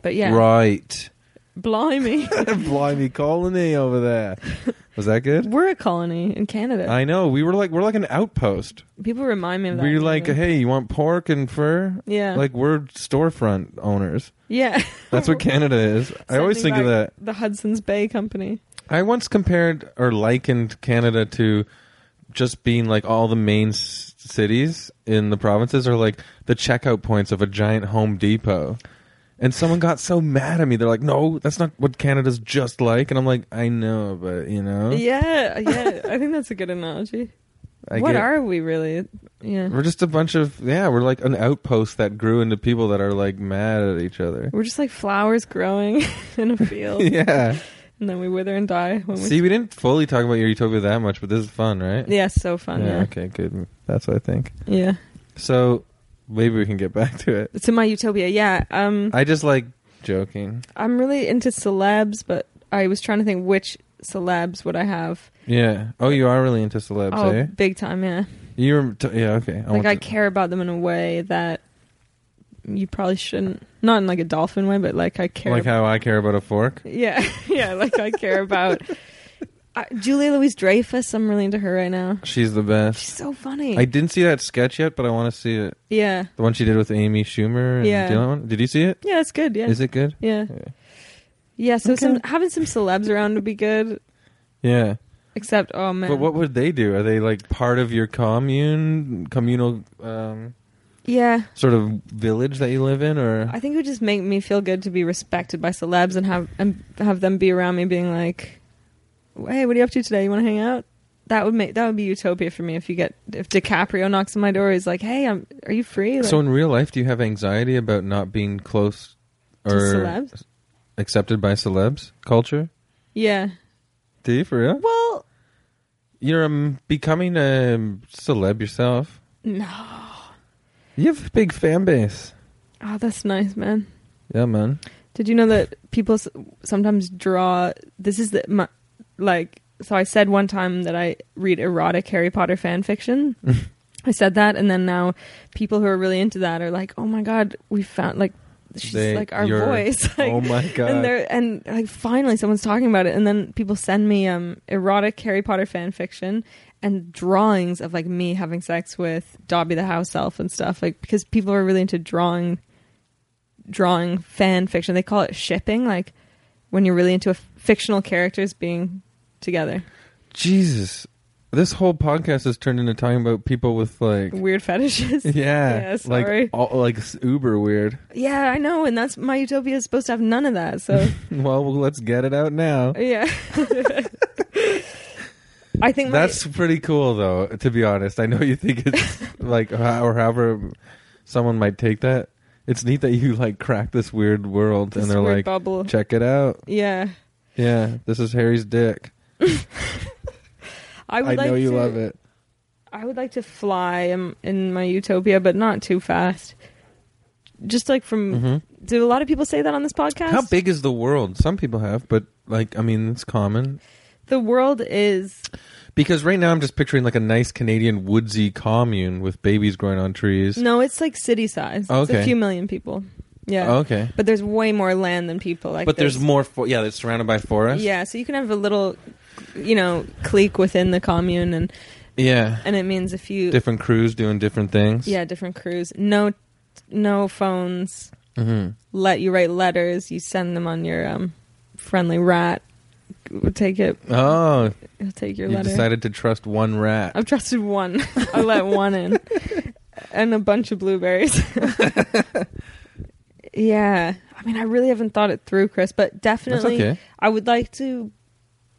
[SPEAKER 2] But yeah,
[SPEAKER 1] Right.
[SPEAKER 2] blimey,
[SPEAKER 1] Blimey colony over there. Was that good?
[SPEAKER 2] we're a colony in Canada.
[SPEAKER 1] I know. We were like we're like an outpost.
[SPEAKER 2] People remind me of that.
[SPEAKER 1] We're like,
[SPEAKER 2] really.
[SPEAKER 1] hey, you want pork and fur?
[SPEAKER 2] yeah,
[SPEAKER 1] Like we're storefront owners.
[SPEAKER 2] yeah.
[SPEAKER 1] That's what Canada is. I always
[SPEAKER 2] Sending
[SPEAKER 1] think of that.
[SPEAKER 2] back The Hudson's Bay Company.
[SPEAKER 1] I once compared or likened Canada to just being like all the main s- cities in the provinces are like the checkout points of a giant Home Depot. And someone got so mad at me. They're like, "No, that's not what Canada's just like." And I'm like, "I know, but you know,
[SPEAKER 2] Yeah, yeah. I think that's a good analogy.
[SPEAKER 1] I
[SPEAKER 2] what
[SPEAKER 1] get-
[SPEAKER 2] are we really? Yeah,
[SPEAKER 1] We're just a bunch of yeah. We're like an outpost that grew into people that are like mad at each other.
[SPEAKER 2] we're just like flowers growing in a field,
[SPEAKER 1] yeah.
[SPEAKER 2] and then we wither and die when we.
[SPEAKER 1] See, we didn't fully talk about your utopia that much, but this is fun, right?
[SPEAKER 2] yeah, so fun.
[SPEAKER 1] Yeah.
[SPEAKER 2] Yeah.
[SPEAKER 1] Okay. Good. That's what I think.
[SPEAKER 2] yeah.
[SPEAKER 1] So maybe we can get back to it.
[SPEAKER 2] To my utopia. Yeah. Um.
[SPEAKER 1] I just like joking.
[SPEAKER 2] I'm really into celebs, but I was trying to think which celebs would I have.
[SPEAKER 1] Yeah. Oh, you are really into celebs,
[SPEAKER 2] oh,
[SPEAKER 1] eh?
[SPEAKER 2] big time, yeah.
[SPEAKER 1] You're t- yeah. Okay.
[SPEAKER 2] like
[SPEAKER 1] want
[SPEAKER 2] I
[SPEAKER 1] to-
[SPEAKER 2] care about them in a way that you probably shouldn't. Not in like a dolphin way, but like I care.
[SPEAKER 1] like how I care about a fork.
[SPEAKER 2] yeah, yeah. Like I care about I, Julia Louise Dreyfus. I'm really into her right now.
[SPEAKER 1] She's the
[SPEAKER 2] She's
[SPEAKER 1] best.
[SPEAKER 2] so funny.
[SPEAKER 1] I didn't see that sketch yet, but I want to see it.
[SPEAKER 2] yeah,
[SPEAKER 1] The one she did with Amy Schumer. And
[SPEAKER 2] Yeah.
[SPEAKER 1] The other one. Did you see it?
[SPEAKER 2] yeah. That's good. Yeah,
[SPEAKER 1] Is it good?
[SPEAKER 2] yeah, yeah. So some having some celebs around would be good.
[SPEAKER 1] Yeah.
[SPEAKER 2] Except, oh man,
[SPEAKER 1] But what would they do? Are they like part of your commune, communal um,
[SPEAKER 2] yeah.
[SPEAKER 1] sort of village that you live in, or
[SPEAKER 2] I think it would just make me feel good to be respected by celebs and have and have them be around me being like, "Hey, what are you up to today? You want to hang out?" That would make that would be utopia for me if you get if DiCaprio knocks on my door, he's like, "Hey, I'm are you free?" Like,
[SPEAKER 1] so in real life, do you have anxiety about not being close
[SPEAKER 2] to
[SPEAKER 1] or
[SPEAKER 2] celebs?
[SPEAKER 1] accepted by celebs culture?
[SPEAKER 2] Yeah.
[SPEAKER 1] Do you for real?
[SPEAKER 2] Well,
[SPEAKER 1] You're um, becoming a celeb yourself.
[SPEAKER 2] no.
[SPEAKER 1] You have a big fan base.
[SPEAKER 2] Oh, that's nice, man.
[SPEAKER 1] Yeah, man.
[SPEAKER 2] Did you know that people s- sometimes draw? This is the my, like. So I said one time that I read erotic Harry Potter fan fiction. I said that, and then now people who are really into that are like, "Oh my god, we found like she's
[SPEAKER 1] They-
[SPEAKER 2] like our
[SPEAKER 1] you're-
[SPEAKER 2] voice." Like,
[SPEAKER 1] oh my god.
[SPEAKER 2] And they're and like finally someone's talking about it, and then people send me um erotic Harry Potter fan fiction and drawings of like me having sex with Dobby the house elf and stuff, like because people are really into drawing drawing fan fiction. They call it shipping, like when you're really into a f- fictional characters being together.
[SPEAKER 1] Jesus, this whole podcast has turned into talking about people with like.
[SPEAKER 2] Weird fetishes.
[SPEAKER 1] Yeah,
[SPEAKER 2] Yeah, sorry.
[SPEAKER 1] like all, like s- uber weird.
[SPEAKER 2] yeah, I know, and that's my utopia is supposed to have none of that. So
[SPEAKER 1] Well, let's get it out now.
[SPEAKER 2] yeah. I think my-
[SPEAKER 1] That's pretty cool, though. To be honest, I know you think it's like ho- or however someone might take that. It's neat that you like crack this weird world,
[SPEAKER 2] This
[SPEAKER 1] and they're
[SPEAKER 2] weird
[SPEAKER 1] like,
[SPEAKER 2] bubble.
[SPEAKER 1] check it out.
[SPEAKER 2] yeah.
[SPEAKER 1] Yeah, this is Harry's dick.
[SPEAKER 2] I
[SPEAKER 1] I,
[SPEAKER 2] would like
[SPEAKER 1] know you
[SPEAKER 2] to,
[SPEAKER 1] love it.
[SPEAKER 2] I would like to fly in, in my utopia, but not too fast. Just like from, do a lot of people say that on this podcast?
[SPEAKER 1] Mm-hmm. How big is the world? Some people have, but like, I mean, it's common
[SPEAKER 2] the world is.
[SPEAKER 1] because right now I'm just picturing like a nice Canadian woodsy commune with babies growing on trees.
[SPEAKER 2] No, it's like city size. It's
[SPEAKER 1] Okay.
[SPEAKER 2] a few million people. Yeah.
[SPEAKER 1] Oh, Okay,
[SPEAKER 2] But there's way more land than people. Like,
[SPEAKER 1] but there's, more. For- yeah, it's surrounded by forest.
[SPEAKER 2] Yeah, so you can have a little, you know, clique within the commune, and
[SPEAKER 1] yeah.
[SPEAKER 2] and it means if you,
[SPEAKER 1] Different crews doing different things.
[SPEAKER 2] yeah, different crews, no, no phones.
[SPEAKER 1] Mm-hmm.
[SPEAKER 2] Let you write letters. You send them on your um, friendly rat. Will Take it.
[SPEAKER 1] Oh,
[SPEAKER 2] He'll take your
[SPEAKER 1] you
[SPEAKER 2] letter.
[SPEAKER 1] decided to trust one rat.
[SPEAKER 2] I've trusted one. I let one in, and a bunch of blueberries. yeah, I mean, I really haven't thought it through, Chris, but definitely,
[SPEAKER 1] okay.
[SPEAKER 2] I would like to.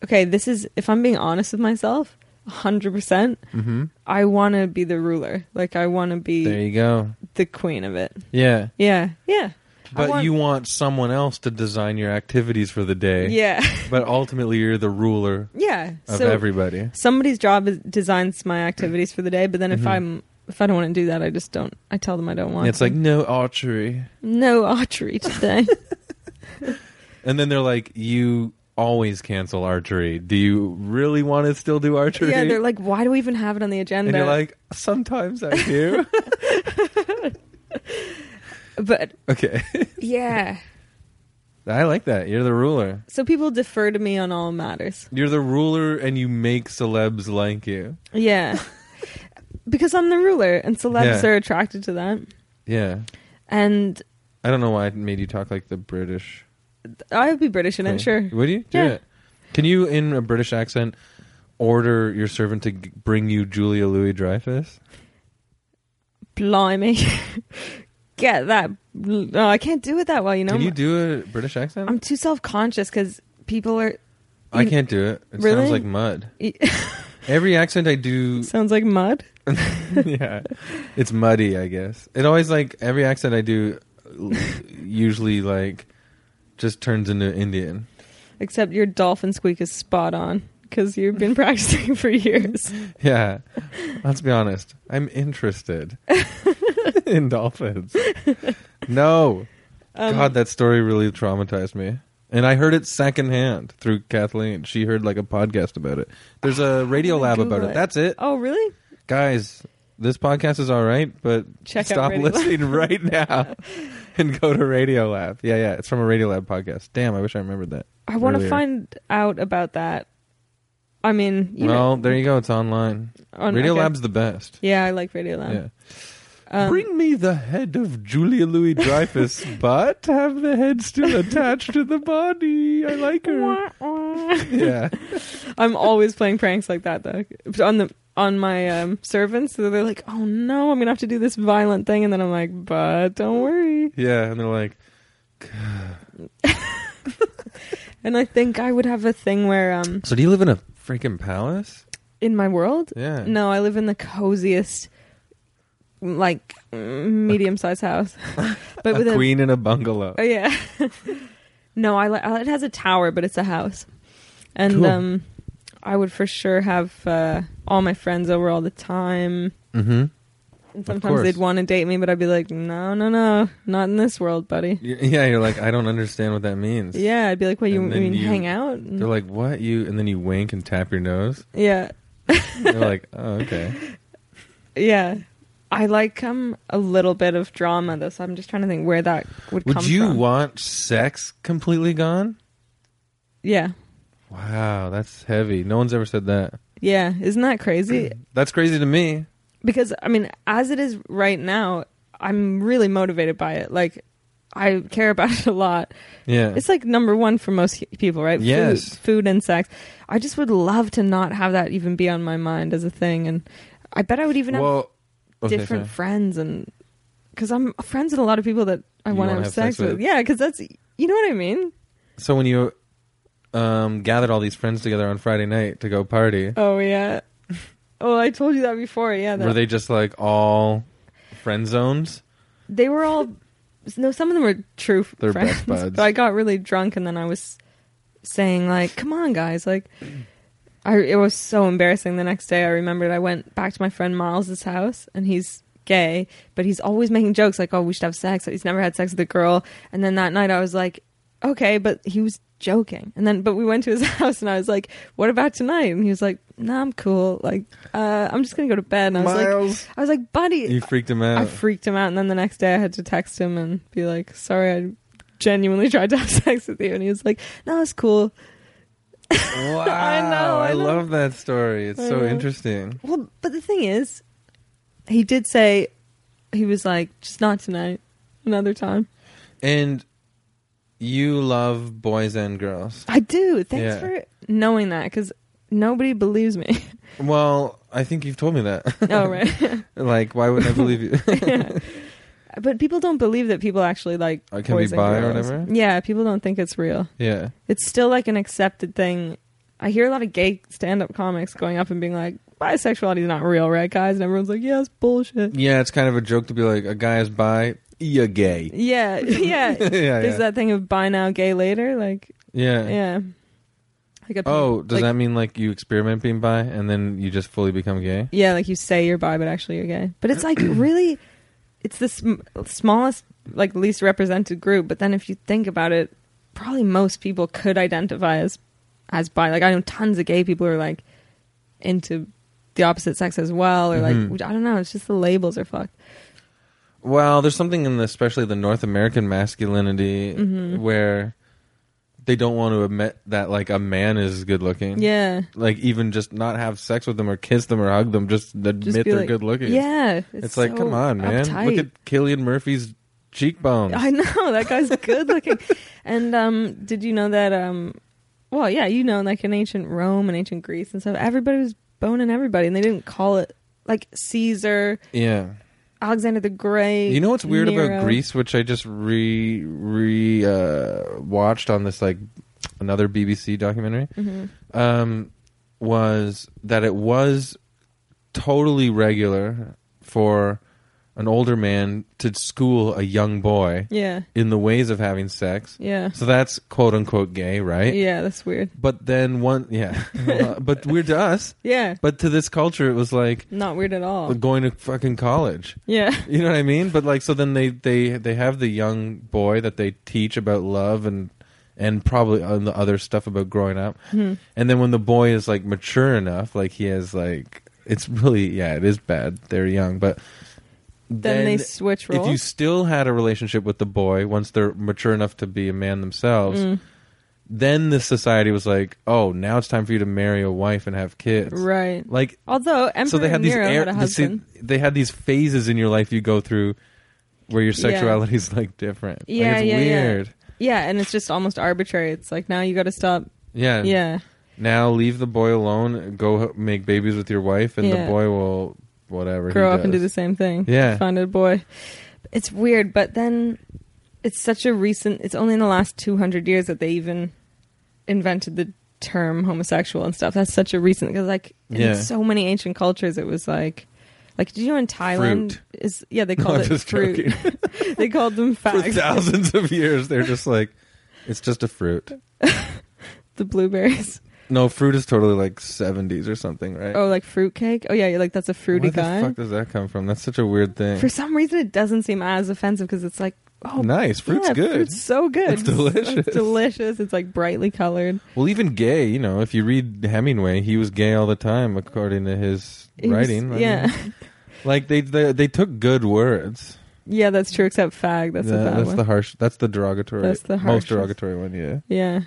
[SPEAKER 2] Okay, this is if I'm being honest with myself, hundred percent.
[SPEAKER 1] Mm-hmm.
[SPEAKER 2] I want to be the ruler. Like I want to be
[SPEAKER 1] There you go.
[SPEAKER 2] the queen of it.
[SPEAKER 1] Yeah.
[SPEAKER 2] Yeah, yeah.
[SPEAKER 1] But
[SPEAKER 2] want-
[SPEAKER 1] you want someone else to design your activities for the day.
[SPEAKER 2] Yeah.
[SPEAKER 1] But ultimately, you're the ruler
[SPEAKER 2] yeah.
[SPEAKER 1] of
[SPEAKER 2] so
[SPEAKER 1] everybody.
[SPEAKER 2] somebody's job is, designs my activities for the day, but then if I'm if I don't want to do that, I just don't. I tell them I don't want.
[SPEAKER 1] Mm-hmm. It's like
[SPEAKER 2] to.
[SPEAKER 1] no archery,
[SPEAKER 2] no archery today.
[SPEAKER 1] and then they're like, you always cancel archery. Do you really want to still do archery?
[SPEAKER 2] yeah, they're like, why do we even have it on the agenda?
[SPEAKER 1] and you're like, sometimes I do.
[SPEAKER 2] but
[SPEAKER 1] okay,
[SPEAKER 2] yeah,
[SPEAKER 1] I like that. You're the ruler.
[SPEAKER 2] so people defer to me on all matters.
[SPEAKER 1] You're the ruler, and you make celebs like you.
[SPEAKER 2] Yeah, because I'm the ruler, and celebs
[SPEAKER 1] Yeah.
[SPEAKER 2] are attracted to that.
[SPEAKER 1] Yeah,
[SPEAKER 2] And
[SPEAKER 1] I don't know why I made you talk like the British.
[SPEAKER 2] I would be British in
[SPEAKER 1] Okay.
[SPEAKER 2] it, sure.
[SPEAKER 1] Would you? Do
[SPEAKER 2] Yeah.
[SPEAKER 1] it. Can you, in a British accent, order your servant to g- bring you Julia Louis Dreyfus?
[SPEAKER 2] Blimey, get that? No, I can't do it that well. You know,
[SPEAKER 1] Can you do a British accent?
[SPEAKER 2] I'm too self conscious because people are.
[SPEAKER 1] I can't do it. It
[SPEAKER 2] Really?
[SPEAKER 1] sounds like mud. Every accent I do,
[SPEAKER 2] Sounds like mud.
[SPEAKER 1] yeah, it's muddy. I guess it always like every accent I do, usually like just turns into Indian.
[SPEAKER 2] Except your dolphin squeak is spot on because you've been practicing for years.
[SPEAKER 1] Yeah, let's be honest. I'm interested in dolphins. No,
[SPEAKER 2] Um,
[SPEAKER 1] God, that story really traumatized me. And I heard it secondhand through Kathleen. She heard like a podcast about it. There's a radio
[SPEAKER 2] gonna
[SPEAKER 1] lab about
[SPEAKER 2] Ah, Google
[SPEAKER 1] it.
[SPEAKER 2] it.
[SPEAKER 1] That's it.
[SPEAKER 2] Oh, really?
[SPEAKER 1] guys this podcast is all right but
[SPEAKER 2] Check out
[SPEAKER 1] stop
[SPEAKER 2] Radio Lab.
[SPEAKER 1] listening right now and go to radio lab yeah yeah it's from a radio lab podcast damn i wish i remembered that
[SPEAKER 2] I want to
[SPEAKER 1] earlier.
[SPEAKER 2] find out about that. I mean, you
[SPEAKER 1] well
[SPEAKER 2] know,
[SPEAKER 1] there you go it's online
[SPEAKER 2] on-
[SPEAKER 1] radio
[SPEAKER 2] I guess-
[SPEAKER 1] lab's the best
[SPEAKER 2] Yeah, I like Radio
[SPEAKER 1] yeah,
[SPEAKER 2] Lab. Um,
[SPEAKER 1] bring me the head of julia louis dreyfus but have the head still attached to the body i like her
[SPEAKER 2] wah, wah.
[SPEAKER 1] yeah
[SPEAKER 2] I'm always playing pranks like that though on the on my um, servants. So they're like, "Oh no, I'm gonna have to do this violent thing," and then I'm like, "But don't worry."
[SPEAKER 1] yeah and they're like
[SPEAKER 2] And I think I would have a thing where um
[SPEAKER 1] so do you live in a freaking palace
[SPEAKER 2] in my world,
[SPEAKER 1] yeah
[SPEAKER 2] No, I live in the coziest, like medium sized house, but with
[SPEAKER 1] a
[SPEAKER 2] a,
[SPEAKER 1] queen in a bungalow
[SPEAKER 2] Oh, yeah. no, I li- I- it has a tower, but it's a house, and
[SPEAKER 1] Cool.
[SPEAKER 2] um, I would for sure have uh, all my friends over all the time.
[SPEAKER 1] mm-hmm
[SPEAKER 2] And
[SPEAKER 1] course.
[SPEAKER 2] sometimes they'd want to date me, but I'd be like, no, no, no, not in this world, buddy.
[SPEAKER 1] yeah you're like i don't understand what that means
[SPEAKER 2] Yeah, I'd be like, what you
[SPEAKER 1] And then
[SPEAKER 2] mean,
[SPEAKER 1] you-
[SPEAKER 2] hang out?
[SPEAKER 1] They're like, "What you?" And then you wink and tap your nose.
[SPEAKER 2] yeah,
[SPEAKER 1] They're like, "Oh, okay."
[SPEAKER 2] yeah. I like um a little bit of drama though, so I'm just trying to think where that would,
[SPEAKER 1] Would
[SPEAKER 2] come
[SPEAKER 1] you
[SPEAKER 2] from.
[SPEAKER 1] want sex completely gone?
[SPEAKER 2] yeah.
[SPEAKER 1] Wow, that's heavy. No one's ever said that.
[SPEAKER 2] Yeah, isn't that crazy?
[SPEAKER 1] That's crazy to me.
[SPEAKER 2] Because I mean, as it is right now, I'm really motivated by it. Like I care about it a lot.
[SPEAKER 1] Yeah,
[SPEAKER 2] It's like number 1 for most people, right?
[SPEAKER 1] Yes.
[SPEAKER 2] Food, food and sex. I just would love to not have that even be on my mind as a thing and I bet I would even have
[SPEAKER 1] well, okay,
[SPEAKER 2] different
[SPEAKER 1] sorry.
[SPEAKER 2] friends and cuz I'm friends with a lot of people that I
[SPEAKER 1] You
[SPEAKER 2] want to
[SPEAKER 1] wanna have
[SPEAKER 2] have, sex,
[SPEAKER 1] sex
[SPEAKER 2] with.
[SPEAKER 1] with.
[SPEAKER 2] Yeah, cuz that's you know what I mean?
[SPEAKER 1] So when you um, gathered all these friends together on Friday night to go party,
[SPEAKER 2] Oh yeah. Oh, I told you that before. Yeah, that,
[SPEAKER 1] were they just like all friend zones?
[SPEAKER 2] they were all no some of them were true
[SPEAKER 1] They're
[SPEAKER 2] friends
[SPEAKER 1] best buds.
[SPEAKER 2] but i got really drunk and then i was saying like come on guys like i it was so embarrassing the next day i remembered i went back to my friend miles's house and he's gay but he's always making jokes like oh we should have sex he's never had sex with a girl and then that night i was like okay but he was joking and then but we went to his house and i was like what about tonight and he was like no i'm cool like uh i'm just gonna go to bed and i was like i was like buddy
[SPEAKER 1] You freaked him
[SPEAKER 2] I
[SPEAKER 1] out.
[SPEAKER 2] freaked him out, and then the next day I had to text him and be like, "Sorry, I genuinely tried to have sex with you," and he was like, "No, it's cool."
[SPEAKER 1] wow,
[SPEAKER 2] I know, I know.
[SPEAKER 1] love that story. It's
[SPEAKER 2] I
[SPEAKER 1] so
[SPEAKER 2] know.
[SPEAKER 1] interesting.
[SPEAKER 2] Well, but the thing is, he did say he was like, "Just not tonight, another time."
[SPEAKER 1] And you love boys and girls.
[SPEAKER 2] I do. Thanks
[SPEAKER 1] Yeah.
[SPEAKER 2] for knowing that, because nobody believes me.
[SPEAKER 1] Well, I think you've told me that.
[SPEAKER 2] oh, right.
[SPEAKER 1] like, why would I believe you?
[SPEAKER 2] Yeah. But people don't believe that people actually like
[SPEAKER 1] Uh, can be
[SPEAKER 2] boys and
[SPEAKER 1] bi or
[SPEAKER 2] girls.
[SPEAKER 1] whatever?
[SPEAKER 2] Yeah, people don't think it's real.
[SPEAKER 1] yeah.
[SPEAKER 2] it's still like an accepted thing. I hear a lot of gay stand up comics going up and being like, bisexuality is not real, right, guys? And everyone's like, yeah, it's bullshit.
[SPEAKER 1] Yeah, it's kind of a joke to be like, a guy is bi, you're gay.
[SPEAKER 2] Yeah, yeah.
[SPEAKER 1] Yeah,
[SPEAKER 2] There's
[SPEAKER 1] yeah.
[SPEAKER 2] that thing of buy now, gay later. Like,
[SPEAKER 1] Yeah.
[SPEAKER 2] yeah. Like a,
[SPEAKER 1] Oh, does
[SPEAKER 2] like-
[SPEAKER 1] that mean like you experiment being bi and then you just fully become gay?
[SPEAKER 2] Yeah, like you say you're bi, but actually you're gay. But it's like really, it's the sm- smallest, like least represented group. But then if you think about it, probably most people could identify as as bi. Like I know tons of gay people who are like into the opposite sex as well, or
[SPEAKER 1] Mm-hmm.
[SPEAKER 2] like I don't know. It's just the labels are fucked.
[SPEAKER 1] Well, there's something in the, especially the North American masculinity
[SPEAKER 2] Mm-hmm.
[SPEAKER 1] where they don't want to admit that like a man is good looking.
[SPEAKER 2] Yeah,
[SPEAKER 1] Like even just not have sex with them or kiss them or hug them, just admit
[SPEAKER 2] just be
[SPEAKER 1] they're
[SPEAKER 2] like-
[SPEAKER 1] good looking.
[SPEAKER 2] Yeah,
[SPEAKER 1] It's, like,
[SPEAKER 2] so
[SPEAKER 1] come on, man.
[SPEAKER 2] uptight.
[SPEAKER 1] Look at Killian Murphy's cheekbones.
[SPEAKER 2] I know that guy's good looking. and um, did you know that? Um, well, yeah, you know, like in ancient Rome and ancient Greece and stuff, everybody was boning everybody, and they didn't call it like Caesar,
[SPEAKER 1] yeah.
[SPEAKER 2] Alexander the Great.
[SPEAKER 1] You know what's weird
[SPEAKER 2] Nero.
[SPEAKER 1] about Greece, which I just re re uh, watched on this like another BBC documentary,
[SPEAKER 2] Mm-hmm.
[SPEAKER 1] um, was that it was totally regular for an older man to school a young boy
[SPEAKER 2] Yeah,
[SPEAKER 1] in the ways of having sex.
[SPEAKER 2] yeah,
[SPEAKER 1] So that's quote unquote gay, right?
[SPEAKER 2] yeah. That's weird.
[SPEAKER 1] But then one, yeah, but weird to us.
[SPEAKER 2] Yeah,
[SPEAKER 1] But to this culture, it was like
[SPEAKER 2] not weird at all.
[SPEAKER 1] going to fucking college.
[SPEAKER 2] Yeah,
[SPEAKER 1] You know what I mean? But like, so then they they they have the young boy that they teach about love and and probably on the other stuff about growing up.
[SPEAKER 2] Hmm.
[SPEAKER 1] And then when the boy is like mature enough, like he has like it's really yeah, it is bad. They're young, but
[SPEAKER 2] then, they switch
[SPEAKER 1] if you
[SPEAKER 2] roles.
[SPEAKER 1] still had a relationship with the boy once they're mature enough to be a man
[SPEAKER 2] Mm,
[SPEAKER 1] themselves.
[SPEAKER 2] Hmm.
[SPEAKER 1] Then the society was like, "Oh, now it's time for you to marry a wife and have kids."
[SPEAKER 2] right.
[SPEAKER 1] Like
[SPEAKER 2] Although Emperor
[SPEAKER 1] so they had these
[SPEAKER 2] Nero
[SPEAKER 1] air-
[SPEAKER 2] had a
[SPEAKER 1] they see-
[SPEAKER 2] husband.
[SPEAKER 1] they had these phases in your life you go through where your
[SPEAKER 2] Yeah.
[SPEAKER 1] sexuality is like different.
[SPEAKER 2] Yeah,
[SPEAKER 1] like, it's
[SPEAKER 2] yeah, yeah.
[SPEAKER 1] weird.
[SPEAKER 2] yeah, and it's just almost arbitrary. It's like now you got to stop.
[SPEAKER 1] Yeah.
[SPEAKER 2] Yeah,
[SPEAKER 1] Now leave the boy alone. Go h- make babies with your wife, and
[SPEAKER 2] Yeah.
[SPEAKER 1] the boy will whatever. he
[SPEAKER 2] grow up and do the
[SPEAKER 1] does.
[SPEAKER 2] same thing.
[SPEAKER 1] Yeah.
[SPEAKER 2] Find a boy. It's weird, but then it's such a recent it's only in the last 200 years that they even invented the term homosexual and stuff. That's such a recent cuz like in
[SPEAKER 1] Yeah.
[SPEAKER 2] so many ancient cultures it was like like did you know in Thailand
[SPEAKER 1] Fruit.
[SPEAKER 2] is yeah they
[SPEAKER 1] No,
[SPEAKER 2] called
[SPEAKER 1] I'm
[SPEAKER 2] it
[SPEAKER 1] just
[SPEAKER 2] fruit. they called them
[SPEAKER 1] For
[SPEAKER 2] fags.
[SPEAKER 1] thousands of years, they're just like, it's just a fruit.
[SPEAKER 2] The blueberries.
[SPEAKER 1] No, fruit is totally like seventies or something, right?
[SPEAKER 2] Oh, like fruitcake. Oh yeah, you're like that's a fruity
[SPEAKER 1] Where the
[SPEAKER 2] guy.
[SPEAKER 1] fuck does that come from? That's such a weird thing.
[SPEAKER 2] For some reason it doesn't seem as offensive cuz it's like oh
[SPEAKER 1] nice, fruit's
[SPEAKER 2] yeah,
[SPEAKER 1] good.
[SPEAKER 2] Fruit's so good.
[SPEAKER 1] It's delicious.
[SPEAKER 2] It's delicious. It's like brightly colored.
[SPEAKER 1] Well, even gay, you know, if you read Hemingway, he was gay all the time, according to his
[SPEAKER 2] It was-
[SPEAKER 1] writing. I mean,
[SPEAKER 2] yeah,
[SPEAKER 1] like they, they they took good words.
[SPEAKER 2] yeah, that's true. Except fag, that's
[SPEAKER 1] That-
[SPEAKER 2] a bad
[SPEAKER 1] that's
[SPEAKER 2] one.
[SPEAKER 1] the harsh. That's the derogatory.
[SPEAKER 2] That's the
[SPEAKER 1] most
[SPEAKER 2] harshest.
[SPEAKER 1] derogatory one. Yeah.
[SPEAKER 2] yeah,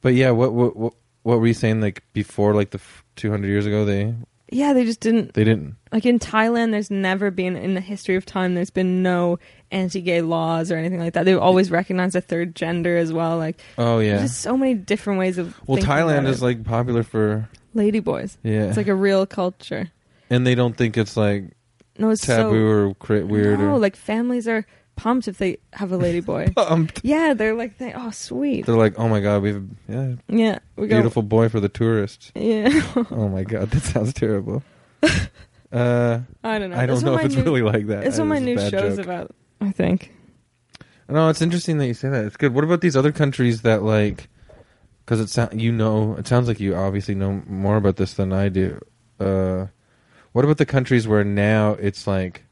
[SPEAKER 1] But yeah, what what what, what were you saying? Like before, like the two hundred years ago, they
[SPEAKER 2] yeah. They just didn't
[SPEAKER 1] they didn't.
[SPEAKER 2] like in Thailand. There's never been in the history of time. There's been no anti-gay laws or anything like that. They've always recognized a third gender as well. Like
[SPEAKER 1] Oh yeah.
[SPEAKER 2] there's just so many different ways of.
[SPEAKER 1] well,
[SPEAKER 2] thinking
[SPEAKER 1] Thailand
[SPEAKER 2] about
[SPEAKER 1] is
[SPEAKER 2] it.
[SPEAKER 1] like popular for
[SPEAKER 2] lady boys.
[SPEAKER 1] yeah,
[SPEAKER 2] It's like a real culture.
[SPEAKER 1] and they don't think it's like
[SPEAKER 2] No, it's
[SPEAKER 1] taboo or cri-
[SPEAKER 2] so
[SPEAKER 1] weird.
[SPEAKER 2] No,
[SPEAKER 1] or,
[SPEAKER 2] like families are pumped if they have a lady boy.
[SPEAKER 1] pumped.
[SPEAKER 2] yeah, they're like, they, oh sweet.
[SPEAKER 1] They're like, oh my god, we have yeah,
[SPEAKER 2] yeah, we go.
[SPEAKER 1] beautiful boy for the tourists.
[SPEAKER 2] Yeah,
[SPEAKER 1] Oh my god, that sounds terrible. Uh,
[SPEAKER 2] I don't know.
[SPEAKER 1] I don't
[SPEAKER 2] That's what
[SPEAKER 1] know if
[SPEAKER 2] my
[SPEAKER 1] it's
[SPEAKER 2] new-
[SPEAKER 1] really like that.
[SPEAKER 2] That's
[SPEAKER 1] That
[SPEAKER 2] what my
[SPEAKER 1] is a
[SPEAKER 2] new
[SPEAKER 1] bad
[SPEAKER 2] show's
[SPEAKER 1] joke.
[SPEAKER 2] about. I think.
[SPEAKER 1] No, it's interesting that you say that. It's good. What about these other countries that like? Because it sound you know it sounds like you obviously know more about this than I do. Uh, what about the countries where now it's like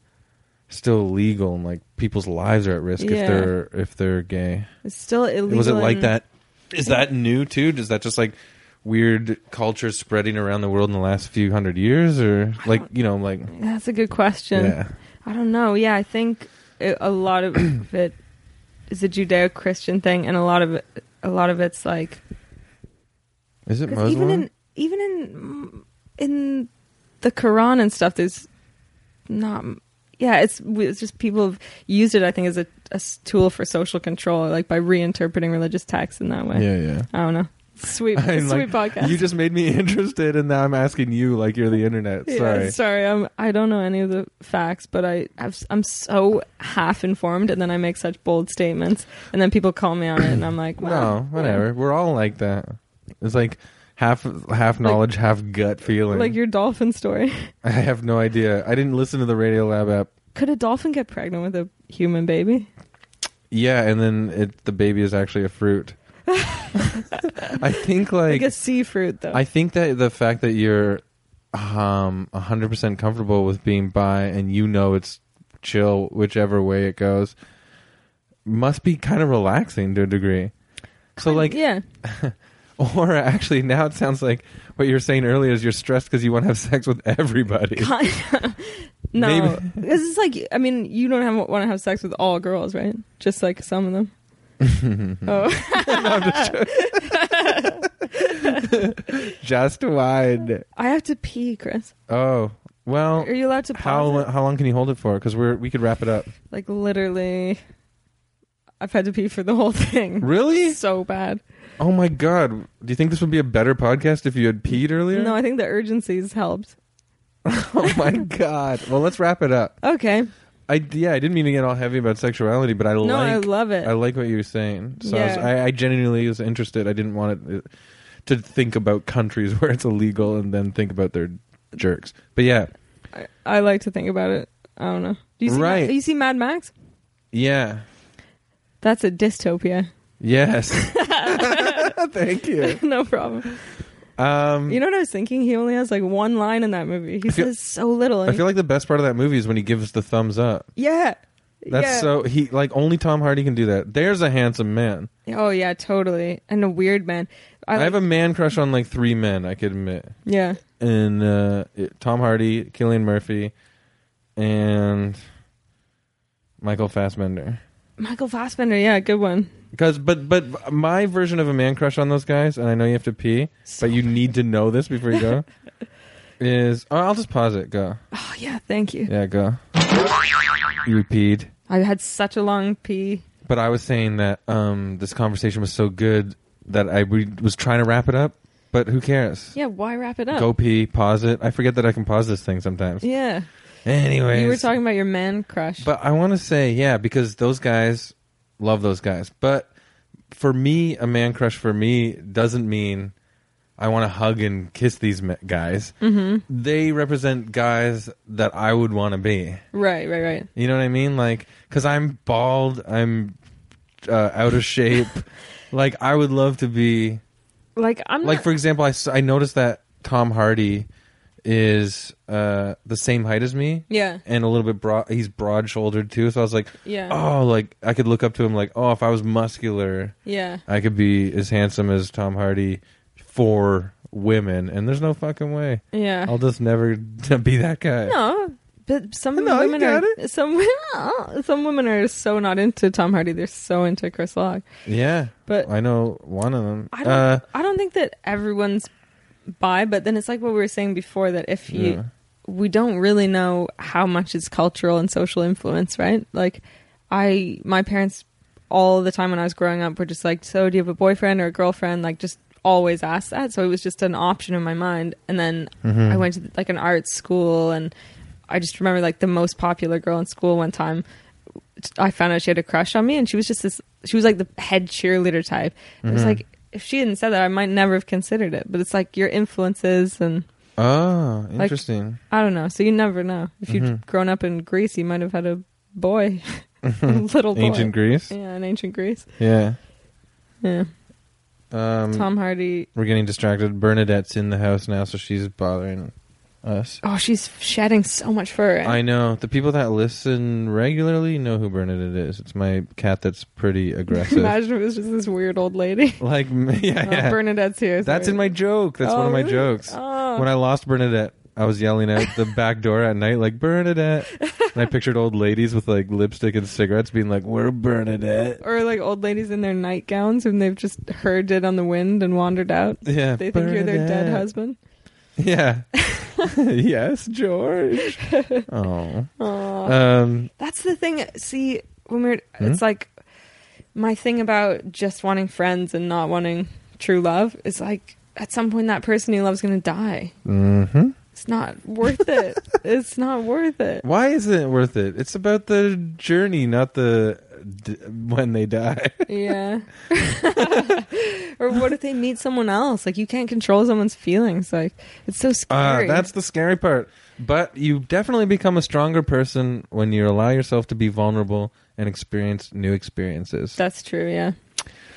[SPEAKER 1] still legal and like people's lives are at risk
[SPEAKER 2] Yeah.
[SPEAKER 1] if they're if they're gay?
[SPEAKER 2] It's still illegal.
[SPEAKER 1] Was it like
[SPEAKER 2] in-
[SPEAKER 1] that? Is that new too? Does that just like weird culture spreading around the world in the last few hundred years, or like
[SPEAKER 2] don't-
[SPEAKER 1] you know like
[SPEAKER 2] That's a good question.
[SPEAKER 1] yeah
[SPEAKER 2] I don't know. Yeah, I think it, a lot of it is a Judeo-Christian thing, and a lot of it, a lot of it's like
[SPEAKER 1] is it
[SPEAKER 2] 'cause
[SPEAKER 1] Muslim?
[SPEAKER 2] even in even in in the Quran and stuff, there's not. Yeah, it's it's just people have used it. I think as a, a s- tool for social control, like by reinterpreting religious texts in that way.
[SPEAKER 1] yeah yeah.
[SPEAKER 2] I don't know. Sweet,
[SPEAKER 1] I'm
[SPEAKER 2] sweet
[SPEAKER 1] like,
[SPEAKER 2] podcast.
[SPEAKER 1] You just made me interested, and now I'm asking you like you're the internet. Sorry.
[SPEAKER 2] Yeah, sorry. I'm, I don't know any of the facts, but I have, I'm so half informed, and then I make such bold statements, and then people call me on it, and I'm like, wow,
[SPEAKER 1] no, whatever. We're all like that. It's like half half knowledge, half gut feeling.
[SPEAKER 2] Like your dolphin story.
[SPEAKER 1] I have no idea. I didn't listen to the Radio Lab app
[SPEAKER 2] Could a dolphin get pregnant with a human baby?
[SPEAKER 1] Yeah, and then it, the baby is actually a fruit. I think
[SPEAKER 2] Like,
[SPEAKER 1] like
[SPEAKER 2] a sea fruit, though.
[SPEAKER 1] I think that the fact that you're um 100% comfortable with being bi and you know it's chill whichever way it goes must be kind of relaxing to a degree. So like
[SPEAKER 2] yeah,
[SPEAKER 1] or actually now it sounds like what you were saying earlier is you're stressed cuz you want to have sex with everybody.
[SPEAKER 2] kind of. No,
[SPEAKER 1] Maybe-
[SPEAKER 2] this is like I mean, you don't have, want to have sex with all girls, right? Just like some of them. oh,
[SPEAKER 1] Just wide.
[SPEAKER 2] I have to pee, Chris.
[SPEAKER 1] Oh. Well,
[SPEAKER 2] Are you allowed to pause?
[SPEAKER 1] how
[SPEAKER 2] it?
[SPEAKER 1] how long can you hold it for cuz we're we could wrap it up.
[SPEAKER 2] Like literally, I've had to pee for the whole thing.
[SPEAKER 1] Really?
[SPEAKER 2] So bad.
[SPEAKER 1] Oh my god. Do you think this would be a better podcast if you had peed earlier?
[SPEAKER 2] No, I think the urgency's helped.
[SPEAKER 1] oh my god. Well, let's wrap it up.
[SPEAKER 2] Okay.
[SPEAKER 1] I yeah, I didn't mean to get all heavy about sexuality, but I
[SPEAKER 2] no,
[SPEAKER 1] like
[SPEAKER 2] I love it.
[SPEAKER 1] I like what you were saying. So I, was,
[SPEAKER 2] Yeah.
[SPEAKER 1] I, I genuinely was interested. I didn't want it uh, to think about countries where it's illegal and then think about their jerks. But yeah,
[SPEAKER 2] I, I like to think about it. I don't know. Do you see
[SPEAKER 1] Right.
[SPEAKER 2] Mad, you see Mad Max?
[SPEAKER 1] yeah,
[SPEAKER 2] That's a dystopia.
[SPEAKER 1] yes. Thank you.
[SPEAKER 2] no problem.
[SPEAKER 1] Um,
[SPEAKER 2] You know what I was thinking? He only has like one line in that movie. He
[SPEAKER 1] I feel-
[SPEAKER 2] says so little.
[SPEAKER 1] I feel like the best part of that movie is when he gives the thumbs up.
[SPEAKER 2] yeah.
[SPEAKER 1] That's
[SPEAKER 2] yeah.
[SPEAKER 1] so he like only Tom Hardy can do that. There's a handsome man.
[SPEAKER 2] Oh yeah, totally. And a weird man. I,
[SPEAKER 1] I,
[SPEAKER 2] like,
[SPEAKER 1] have a man crush on like three men. I could admit.
[SPEAKER 2] yeah.
[SPEAKER 1] and uh, it- Tom Hardy, Killian Murphy, and Michael Fassbender.
[SPEAKER 2] Michael Fassbender. Yeah, good one.
[SPEAKER 1] Because, but, but my version of a man crush on those guys, and I know you have to pee, but you need to know this before you go. is oh, I'll just pause it. Go,
[SPEAKER 2] Oh yeah, thank you.
[SPEAKER 1] yeah, go. You peed,
[SPEAKER 2] I had such a long pee.
[SPEAKER 1] but I was saying that um, this conversation was so good that I we, was trying to wrap it up. But who cares?
[SPEAKER 2] Yeah, why wrap it up?
[SPEAKER 1] Go pee, pause it. I forget that I can pause this thing sometimes.
[SPEAKER 2] Yeah.
[SPEAKER 1] Anyways,
[SPEAKER 2] You were talking about your man crush.
[SPEAKER 1] But I want to say, yeah, because those guys love those guys. But for me, a man crush for me doesn't mean I want to hug and kiss these me- guys. Mm-hmm. They represent guys that I would want to be.
[SPEAKER 2] right, right, right.
[SPEAKER 1] You know what I mean? Like, because I'm bald, I'm uh, out of shape. like, I would love to be
[SPEAKER 2] Like I'm
[SPEAKER 1] like
[SPEAKER 2] not-
[SPEAKER 1] for example I, s- I noticed that tom hardy is uh the same height as me
[SPEAKER 2] Yeah.
[SPEAKER 1] and a little bit broad he's broad shouldered too so i was like
[SPEAKER 2] Yeah.
[SPEAKER 1] oh like i could look up to him like oh if i was muscular
[SPEAKER 2] yeah.
[SPEAKER 1] i could be as handsome as tom hardy for women and there's no fucking way
[SPEAKER 2] Yeah.
[SPEAKER 1] i'll just never be that guy
[SPEAKER 2] No, but some
[SPEAKER 1] No, you
[SPEAKER 2] women
[SPEAKER 1] got
[SPEAKER 2] are some women. Some women are so not into Tom Hardy. They're so into Chris Locke.
[SPEAKER 1] yeah
[SPEAKER 2] But-
[SPEAKER 1] i know one of them
[SPEAKER 2] I don't.
[SPEAKER 1] uh
[SPEAKER 2] I don't think that everyone's bi. But then it's like what we were saying before that if you,
[SPEAKER 1] Yeah.
[SPEAKER 2] we don't really know how much is cultural and social influence, right? Like, I my parents all the time when I was growing up were just like, so do you have a boyfriend or a girlfriend? Like, just always ask that. So it was just an option in my mind. And then
[SPEAKER 1] Mm-hmm.
[SPEAKER 2] I went to like an art school and I just remember like the most popular girl in school one time. I found out she had a crush on me, and she was just this. She was like the head cheerleader type. And
[SPEAKER 1] Mm-hmm.
[SPEAKER 2] It was like if she hadn't said that, I might never have considered it. But it's like your influences, and
[SPEAKER 1] oh interesting
[SPEAKER 2] I don't know. So you never know. If you'd
[SPEAKER 1] Mm-hmm.
[SPEAKER 2] grown up in Greece, you might have had a boy, a little oh, boy.
[SPEAKER 1] Hmm. ancient greece
[SPEAKER 2] yeah, in ancient Greece.
[SPEAKER 1] yeah,
[SPEAKER 2] Yeah,
[SPEAKER 1] um
[SPEAKER 2] Tom Hardy.
[SPEAKER 1] We're getting distracted. Bernadette's in the house now, so she's bothering us.
[SPEAKER 2] Oh, she's shedding so much fur.
[SPEAKER 1] I know. The people that listen regularly know who Bernadette is. It's my cat that's pretty aggressive.
[SPEAKER 2] Imagine if it was just this weird old lady.
[SPEAKER 1] like, yeah,
[SPEAKER 2] Oh,
[SPEAKER 1] yeah.
[SPEAKER 2] Bernadette's here.
[SPEAKER 1] that's
[SPEAKER 2] sorry.
[SPEAKER 1] in my joke. That's one
[SPEAKER 2] Oh,
[SPEAKER 1] of my
[SPEAKER 2] really?
[SPEAKER 1] jokes.
[SPEAKER 2] Oh.
[SPEAKER 1] When I lost Bernadette, I was yelling out the back door at night, like, Bernadette. and I pictured old ladies with, like, lipstick and cigarettes being like, we're Bernadette.
[SPEAKER 2] or like old ladies in their nightgowns and they've just heard it on the wind and wandered out.
[SPEAKER 1] Yeah.
[SPEAKER 2] They think you're their dead
[SPEAKER 1] Bernadette.
[SPEAKER 2] husband.
[SPEAKER 1] Yeah. yes, George. oh.
[SPEAKER 2] Aw.
[SPEAKER 1] Um,
[SPEAKER 2] Uh, That's the thing. See, when we're,
[SPEAKER 1] Hmm?
[SPEAKER 2] it's like my thing about just wanting friends and not wanting true love is like at some point that person you love is going to die.
[SPEAKER 1] mhm.
[SPEAKER 2] It's not worth it. it's not worth it.
[SPEAKER 1] Why isn't it worth it? It's about the journey, not the d- when they die.
[SPEAKER 2] Yeah. or or what if they meet someone else? Like you can't control someone's feelings. Like it's so
[SPEAKER 1] Uh,
[SPEAKER 2] scary.
[SPEAKER 1] that's the scary part. But you definitely become a stronger person when you allow yourself to be vulnerable and experience new experiences.
[SPEAKER 2] that's true. Yeah.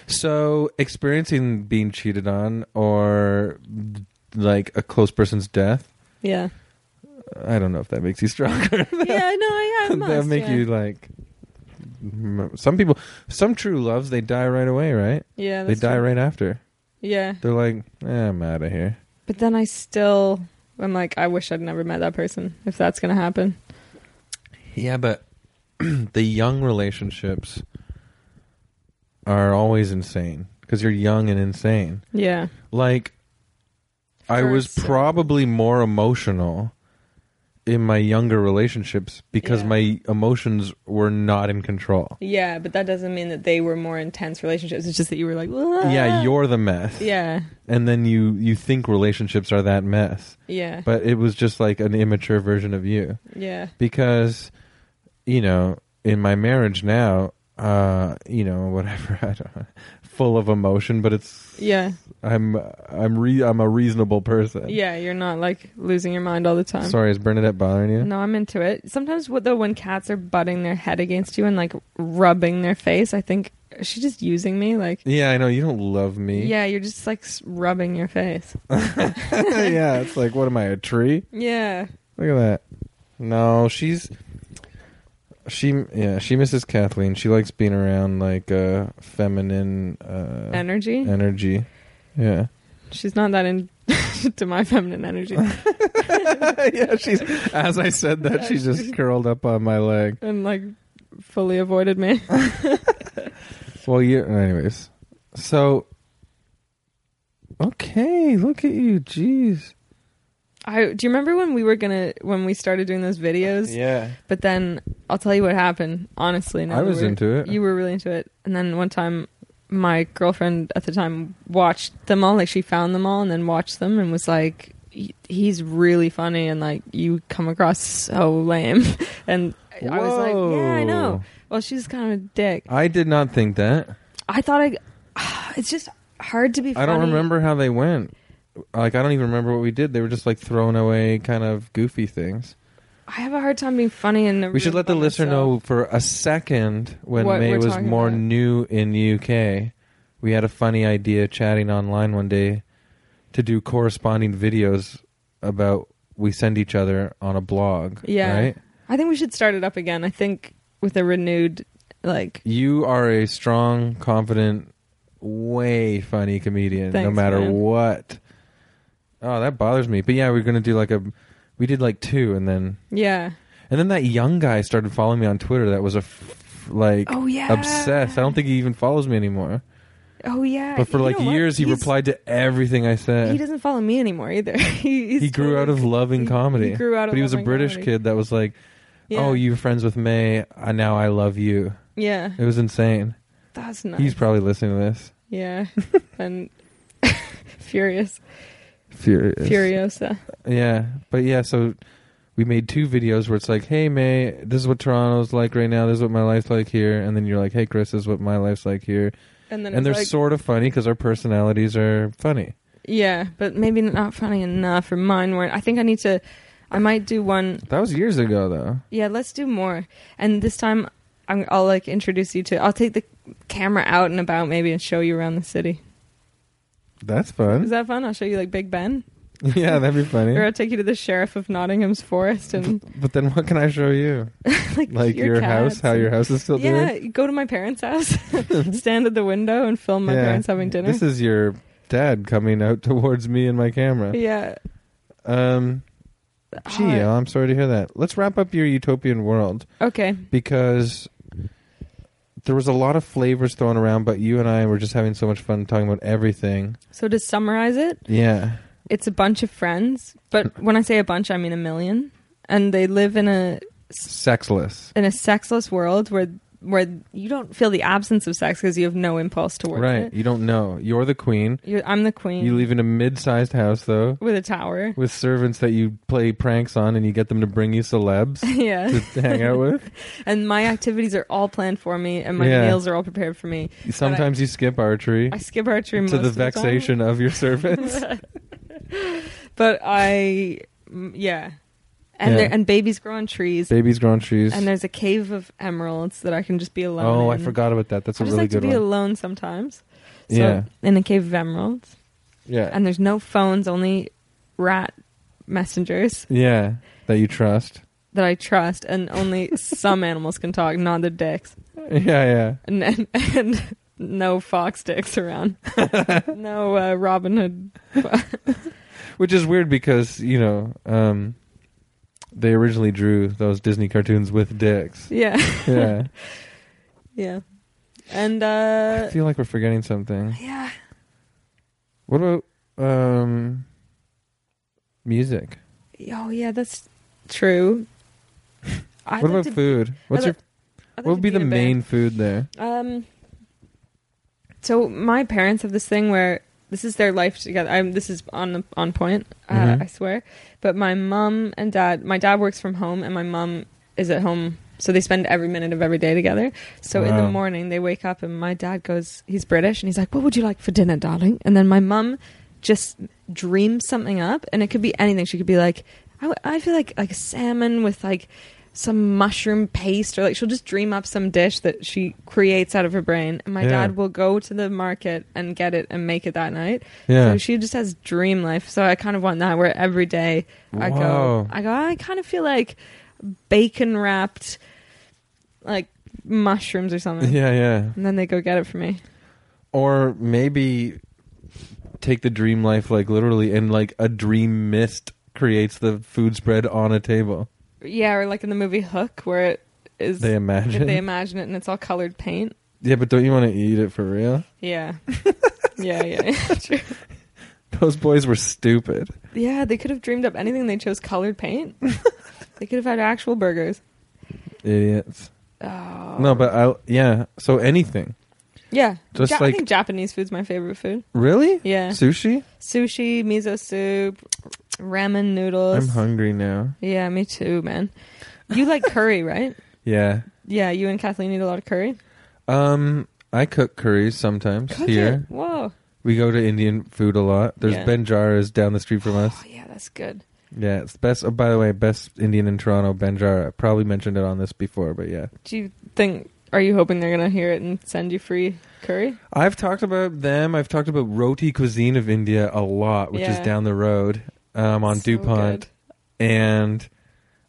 [SPEAKER 1] so, experiencing being cheated on or like a close person's death,
[SPEAKER 2] Yeah.
[SPEAKER 1] I don't know if that makes you stronger.
[SPEAKER 2] yeah. No. Yeah. It
[SPEAKER 1] that
[SPEAKER 2] must,
[SPEAKER 1] make
[SPEAKER 2] yeah.
[SPEAKER 1] you like m- some people, some true loves, they die right away, right?
[SPEAKER 2] Yeah.
[SPEAKER 1] They
[SPEAKER 2] that's
[SPEAKER 1] die
[SPEAKER 2] true.
[SPEAKER 1] right after.
[SPEAKER 2] Yeah.
[SPEAKER 1] They're like, eh, I'm out of here.
[SPEAKER 2] But then I still, I'm like, I wish I'd never met that person. If that's gonna happen.
[SPEAKER 1] Yeah, but the young relationships are always insane because you're young and insane.
[SPEAKER 2] Yeah.
[SPEAKER 1] Like, I was
[SPEAKER 2] First-
[SPEAKER 1] probably more emotional in my younger relationships because
[SPEAKER 2] Yeah.
[SPEAKER 1] my emotions were not in control.
[SPEAKER 2] Yeah, but that doesn't mean that they were more intense relationships. It's just that you were like,
[SPEAKER 1] Yeah, you're the mess.
[SPEAKER 2] Uh-huh. Yeah.
[SPEAKER 1] And then you you think relationships are that mess.
[SPEAKER 2] Yeah.
[SPEAKER 1] But it was just like an immature version of you.
[SPEAKER 2] yeah.
[SPEAKER 1] because you know in my marriage now uh you know whatever i don't full of emotion but it's
[SPEAKER 2] Yeah.
[SPEAKER 1] i'm i'm re i'm a reasonable person
[SPEAKER 2] Yeah. You're not like losing your mind all the time.
[SPEAKER 1] sorry is bernadette bothering you
[SPEAKER 2] No, I'm into it. Sometimes, what though, when cats are butting their head against you and like rubbing their face, I think is she just using me. Like,
[SPEAKER 1] yeah i know you don't love me
[SPEAKER 2] yeah, you're just like s- rubbing your face.
[SPEAKER 1] yeah it's like what am i a tree
[SPEAKER 2] Yeah.
[SPEAKER 1] look at that no she's she yeah she misses kathleen she likes being around like uh feminine uh
[SPEAKER 2] Energy.
[SPEAKER 1] energy yeah
[SPEAKER 2] She's not that in to my feminine energy.
[SPEAKER 1] yeah, she's. As I said that, she just curled up on my leg.
[SPEAKER 2] and like fully avoided me.
[SPEAKER 1] Well, you. Anyways, so. Okay, look at you. Jeez.
[SPEAKER 2] I do you remember when we were gonna when we started doing those videos?
[SPEAKER 1] Yeah.
[SPEAKER 2] But then I'll tell you what happened. Honestly, now
[SPEAKER 1] I
[SPEAKER 2] that
[SPEAKER 1] was
[SPEAKER 2] we're-
[SPEAKER 1] into it.
[SPEAKER 2] You were really into it, and then one time, my girlfriend at the time watched them all. Like she found them all and then watched them and was like, "He- "He's really funny," and like you come across so lame. and I was like, "Yeah, I know." Well, she's kind of a dick.
[SPEAKER 1] I did not think that.
[SPEAKER 2] I thought I. It's just hard to be.
[SPEAKER 1] I don't
[SPEAKER 2] funny.
[SPEAKER 1] remember how they went. Like I don't even remember what we did. They were just like thrown away, kind of goofy things.
[SPEAKER 2] I have a hard time being funny in the.
[SPEAKER 1] We should
[SPEAKER 2] room
[SPEAKER 1] let the
[SPEAKER 2] by
[SPEAKER 1] listener
[SPEAKER 2] myself.
[SPEAKER 1] know for a second when
[SPEAKER 2] What
[SPEAKER 1] May
[SPEAKER 2] we're
[SPEAKER 1] was
[SPEAKER 2] talking
[SPEAKER 1] more
[SPEAKER 2] about.
[SPEAKER 1] new in the UK. We had a funny idea chatting online one day to do corresponding videos about we send each other on a blog.
[SPEAKER 2] Yeah.
[SPEAKER 1] Right?
[SPEAKER 2] I think we should start it up again. I think with a renewed like
[SPEAKER 1] You are a strong, confident, way funny comedian, no
[SPEAKER 2] Thanks,
[SPEAKER 1] matter
[SPEAKER 2] man.
[SPEAKER 1] what. Oh, that bothers me. But yeah, we're gonna do like a we did like two and then
[SPEAKER 2] yeah.
[SPEAKER 1] and then that young guy started following me on Twitter that was a f- like
[SPEAKER 2] Oh yeah.
[SPEAKER 1] obsessed. I don't think he even follows me anymore.
[SPEAKER 2] Oh yeah.
[SPEAKER 1] But for
[SPEAKER 2] You
[SPEAKER 1] like
[SPEAKER 2] know what?
[SPEAKER 1] years, he
[SPEAKER 2] He's-
[SPEAKER 1] replied to everything I
[SPEAKER 2] He
[SPEAKER 1] said.
[SPEAKER 2] doesn't follow me anymore either. he, he's
[SPEAKER 1] He, grew out
[SPEAKER 2] totally-
[SPEAKER 1] of loving
[SPEAKER 2] he-
[SPEAKER 1] comedy.
[SPEAKER 2] He grew out of
[SPEAKER 1] but he was a
[SPEAKER 2] loving
[SPEAKER 1] British
[SPEAKER 2] comedy.
[SPEAKER 1] kid that was like,
[SPEAKER 2] Yeah.
[SPEAKER 1] "Oh, you're friends with May. I, now I love you."
[SPEAKER 2] Yeah.
[SPEAKER 1] It was insane.
[SPEAKER 2] That's nice.
[SPEAKER 1] He's probably listening to this.
[SPEAKER 2] yeah. and furious,
[SPEAKER 1] Furious.
[SPEAKER 2] furiosa.
[SPEAKER 1] Yeah, but yeah. So we made two videos where it's like, "Hey May, this is what Toronto's like right now. This is what my life's like here." And then you're like, "Hey Chris, this is what my life's like here."
[SPEAKER 2] And then
[SPEAKER 1] And, they're
[SPEAKER 2] it's like,
[SPEAKER 1] sort of funny because our personalities are funny.
[SPEAKER 2] yeah, but maybe not funny enough. Or mine weren't. I think I need to. I might do one
[SPEAKER 1] That was years ago though.
[SPEAKER 2] Yeah, let's do more. And this time, I'm, I'll like introduce you to. I'll take the camera out and about maybe and show you around the city.
[SPEAKER 1] That's fun.
[SPEAKER 2] Is that fun? I'll show you like Big Ben,
[SPEAKER 1] yeah, that'd be funny.
[SPEAKER 2] or I'll take you to the sheriff of Nottingham's forest and
[SPEAKER 1] But then what can I show you?
[SPEAKER 2] like
[SPEAKER 1] Like your, house,
[SPEAKER 2] cats
[SPEAKER 1] how your
[SPEAKER 2] and-
[SPEAKER 1] house is still
[SPEAKER 2] yeah,
[SPEAKER 1] doing?
[SPEAKER 2] go to my parents' house, stand at the window, and film my
[SPEAKER 1] Yeah.
[SPEAKER 2] parents having dinner.
[SPEAKER 1] This is your dad coming out towards me and my camera.
[SPEAKER 2] yeah, Uh,
[SPEAKER 1] Um gee, uh,
[SPEAKER 2] Alright.
[SPEAKER 1] Al, I'm sorry to hear that. Let's wrap up your utopian world
[SPEAKER 2] okay,
[SPEAKER 1] because there was a lot of flavors thrown around, but you and I were just having so much fun talking about everything.
[SPEAKER 2] so to summarize it,
[SPEAKER 1] Yeah.
[SPEAKER 2] it's a bunch of friends, but when I say a bunch, I mean a million, and they live in a
[SPEAKER 1] Sexless.
[SPEAKER 2] in a sexless world where where you don't feel the absence of sex because you have no impulse towards
[SPEAKER 1] Right.
[SPEAKER 2] it.
[SPEAKER 1] You don't know. You're the queen.
[SPEAKER 2] You're, I'm the queen
[SPEAKER 1] You live in a mid-sized house though,
[SPEAKER 2] with a tower.
[SPEAKER 1] with servants that you play pranks on, and you get them to bring you celebs
[SPEAKER 2] yeah.
[SPEAKER 1] to hang out with.
[SPEAKER 2] and my activities are all planned for me, and my
[SPEAKER 1] Yeah.
[SPEAKER 2] meals are all prepared for me.
[SPEAKER 1] Sometimes you skip archery
[SPEAKER 2] I skip archery most
[SPEAKER 1] to the
[SPEAKER 2] of time,
[SPEAKER 1] vexation of your servants.
[SPEAKER 2] but I, mm, yeah, and
[SPEAKER 1] Yeah.
[SPEAKER 2] there and babies grow on trees,
[SPEAKER 1] Babies grow on trees.
[SPEAKER 2] and there's a cave of emeralds that I can just be alone.
[SPEAKER 1] oh, I
[SPEAKER 2] in.
[SPEAKER 1] forgot about that. That's
[SPEAKER 2] I
[SPEAKER 1] a
[SPEAKER 2] just
[SPEAKER 1] really
[SPEAKER 2] like to
[SPEAKER 1] good
[SPEAKER 2] be
[SPEAKER 1] one.
[SPEAKER 2] alone sometimes. So
[SPEAKER 1] Yeah.
[SPEAKER 2] in a cave of emeralds,
[SPEAKER 1] yeah.
[SPEAKER 2] and there's no phones, only rat messengers
[SPEAKER 1] yeah. That you trust.
[SPEAKER 2] that I trust, and only some animals can talk, not the dicks,
[SPEAKER 1] Yeah, yeah.
[SPEAKER 2] and and, and no fox dicks around, no uh, Robin Hood.
[SPEAKER 1] Which is weird because, you know, um, they originally drew those Disney cartoons with dicks.
[SPEAKER 2] Yeah,
[SPEAKER 1] Yeah.
[SPEAKER 2] yeah, and
[SPEAKER 1] I
[SPEAKER 2] uh,
[SPEAKER 1] feel like we're forgetting something.
[SPEAKER 2] yeah,
[SPEAKER 1] What about um music?
[SPEAKER 2] oh yeah, that's true. I'd
[SPEAKER 1] what
[SPEAKER 2] like
[SPEAKER 1] about
[SPEAKER 2] to-
[SPEAKER 1] food? What's
[SPEAKER 2] I'd
[SPEAKER 1] your
[SPEAKER 2] like- I'd like
[SPEAKER 1] what would
[SPEAKER 2] to
[SPEAKER 1] be the
[SPEAKER 2] in a
[SPEAKER 1] main food there?
[SPEAKER 2] band. Um, so my parents have this thing where this is their life together. I'm this is on the on point, uh,
[SPEAKER 1] Mhm.
[SPEAKER 2] I swear. But my mom and dad, my dad works from home, and my mom is at home. So they spend every minute of every day together. So in the
[SPEAKER 1] Wow.
[SPEAKER 2] morning they wake up and my dad goes, he's British and he's like, "What would you like for dinner, darling?" And then my mom just dreams something up, and it could be anything. She could be like, "I, w- I feel like like salmon with like some mushroom paste," or like she'll just dream up some dish that she creates out of her brain. And my
[SPEAKER 1] Yeah.
[SPEAKER 2] dad will go to the market and get it and make it that night.
[SPEAKER 1] Yeah.
[SPEAKER 2] So she just has dream life. So I kind of want that where every day I
[SPEAKER 1] Wow.
[SPEAKER 2] go, I go, I kind of feel like bacon wrapped, like mushrooms or something.
[SPEAKER 1] yeah, yeah.
[SPEAKER 2] And then they go get it for me.
[SPEAKER 1] Or maybe take the dream life like literally and like a dream mist creates the food spread on a table.
[SPEAKER 2] Yeah, or like in the movie Hook, where it is
[SPEAKER 1] They imagine.
[SPEAKER 2] they imagine it and it's all colored paint.
[SPEAKER 1] yeah, but don't you want to eat it for real?
[SPEAKER 2] Yeah, yeah, yeah, True.
[SPEAKER 1] Those boys were stupid.
[SPEAKER 2] yeah. They could have dreamed up anything. They chose colored paint. they could have had actual burgers.
[SPEAKER 1] Idiots.
[SPEAKER 2] Oh.
[SPEAKER 1] No, but I ja so anything.
[SPEAKER 2] yeah,
[SPEAKER 1] Just
[SPEAKER 2] Ja- I
[SPEAKER 1] like-
[SPEAKER 2] think Japanese food's my favorite food.
[SPEAKER 1] Really?
[SPEAKER 2] Yeah,
[SPEAKER 1] Sushi?
[SPEAKER 2] sushi, miso soup, ramen noodles.
[SPEAKER 1] I'm hungry now.
[SPEAKER 2] Yeah, me too, man. You like curry, right?
[SPEAKER 1] Yeah.
[SPEAKER 2] Yeah, you and Kathleen eat a lot of curry.
[SPEAKER 1] Um, I cook curries sometimes
[SPEAKER 2] Cook
[SPEAKER 1] here.
[SPEAKER 2] it. Whoa.
[SPEAKER 1] We go to Indian food a lot. There's
[SPEAKER 2] Yeah.
[SPEAKER 1] Benjara's down the street from
[SPEAKER 2] Oh
[SPEAKER 1] us.
[SPEAKER 2] yeah, that's good.
[SPEAKER 1] Yeah, it's best. Oh, by the way, best Indian in Toronto, Benjara. I probably mentioned it on this before, but yeah,
[SPEAKER 2] Do you think? Are you hoping they're gonna hear it and send you free curry?
[SPEAKER 1] I've talked about them. I've talked about roti cuisine of India a lot, which
[SPEAKER 2] Yeah.
[SPEAKER 1] is down the road um, on
[SPEAKER 2] So
[SPEAKER 1] Dupont, and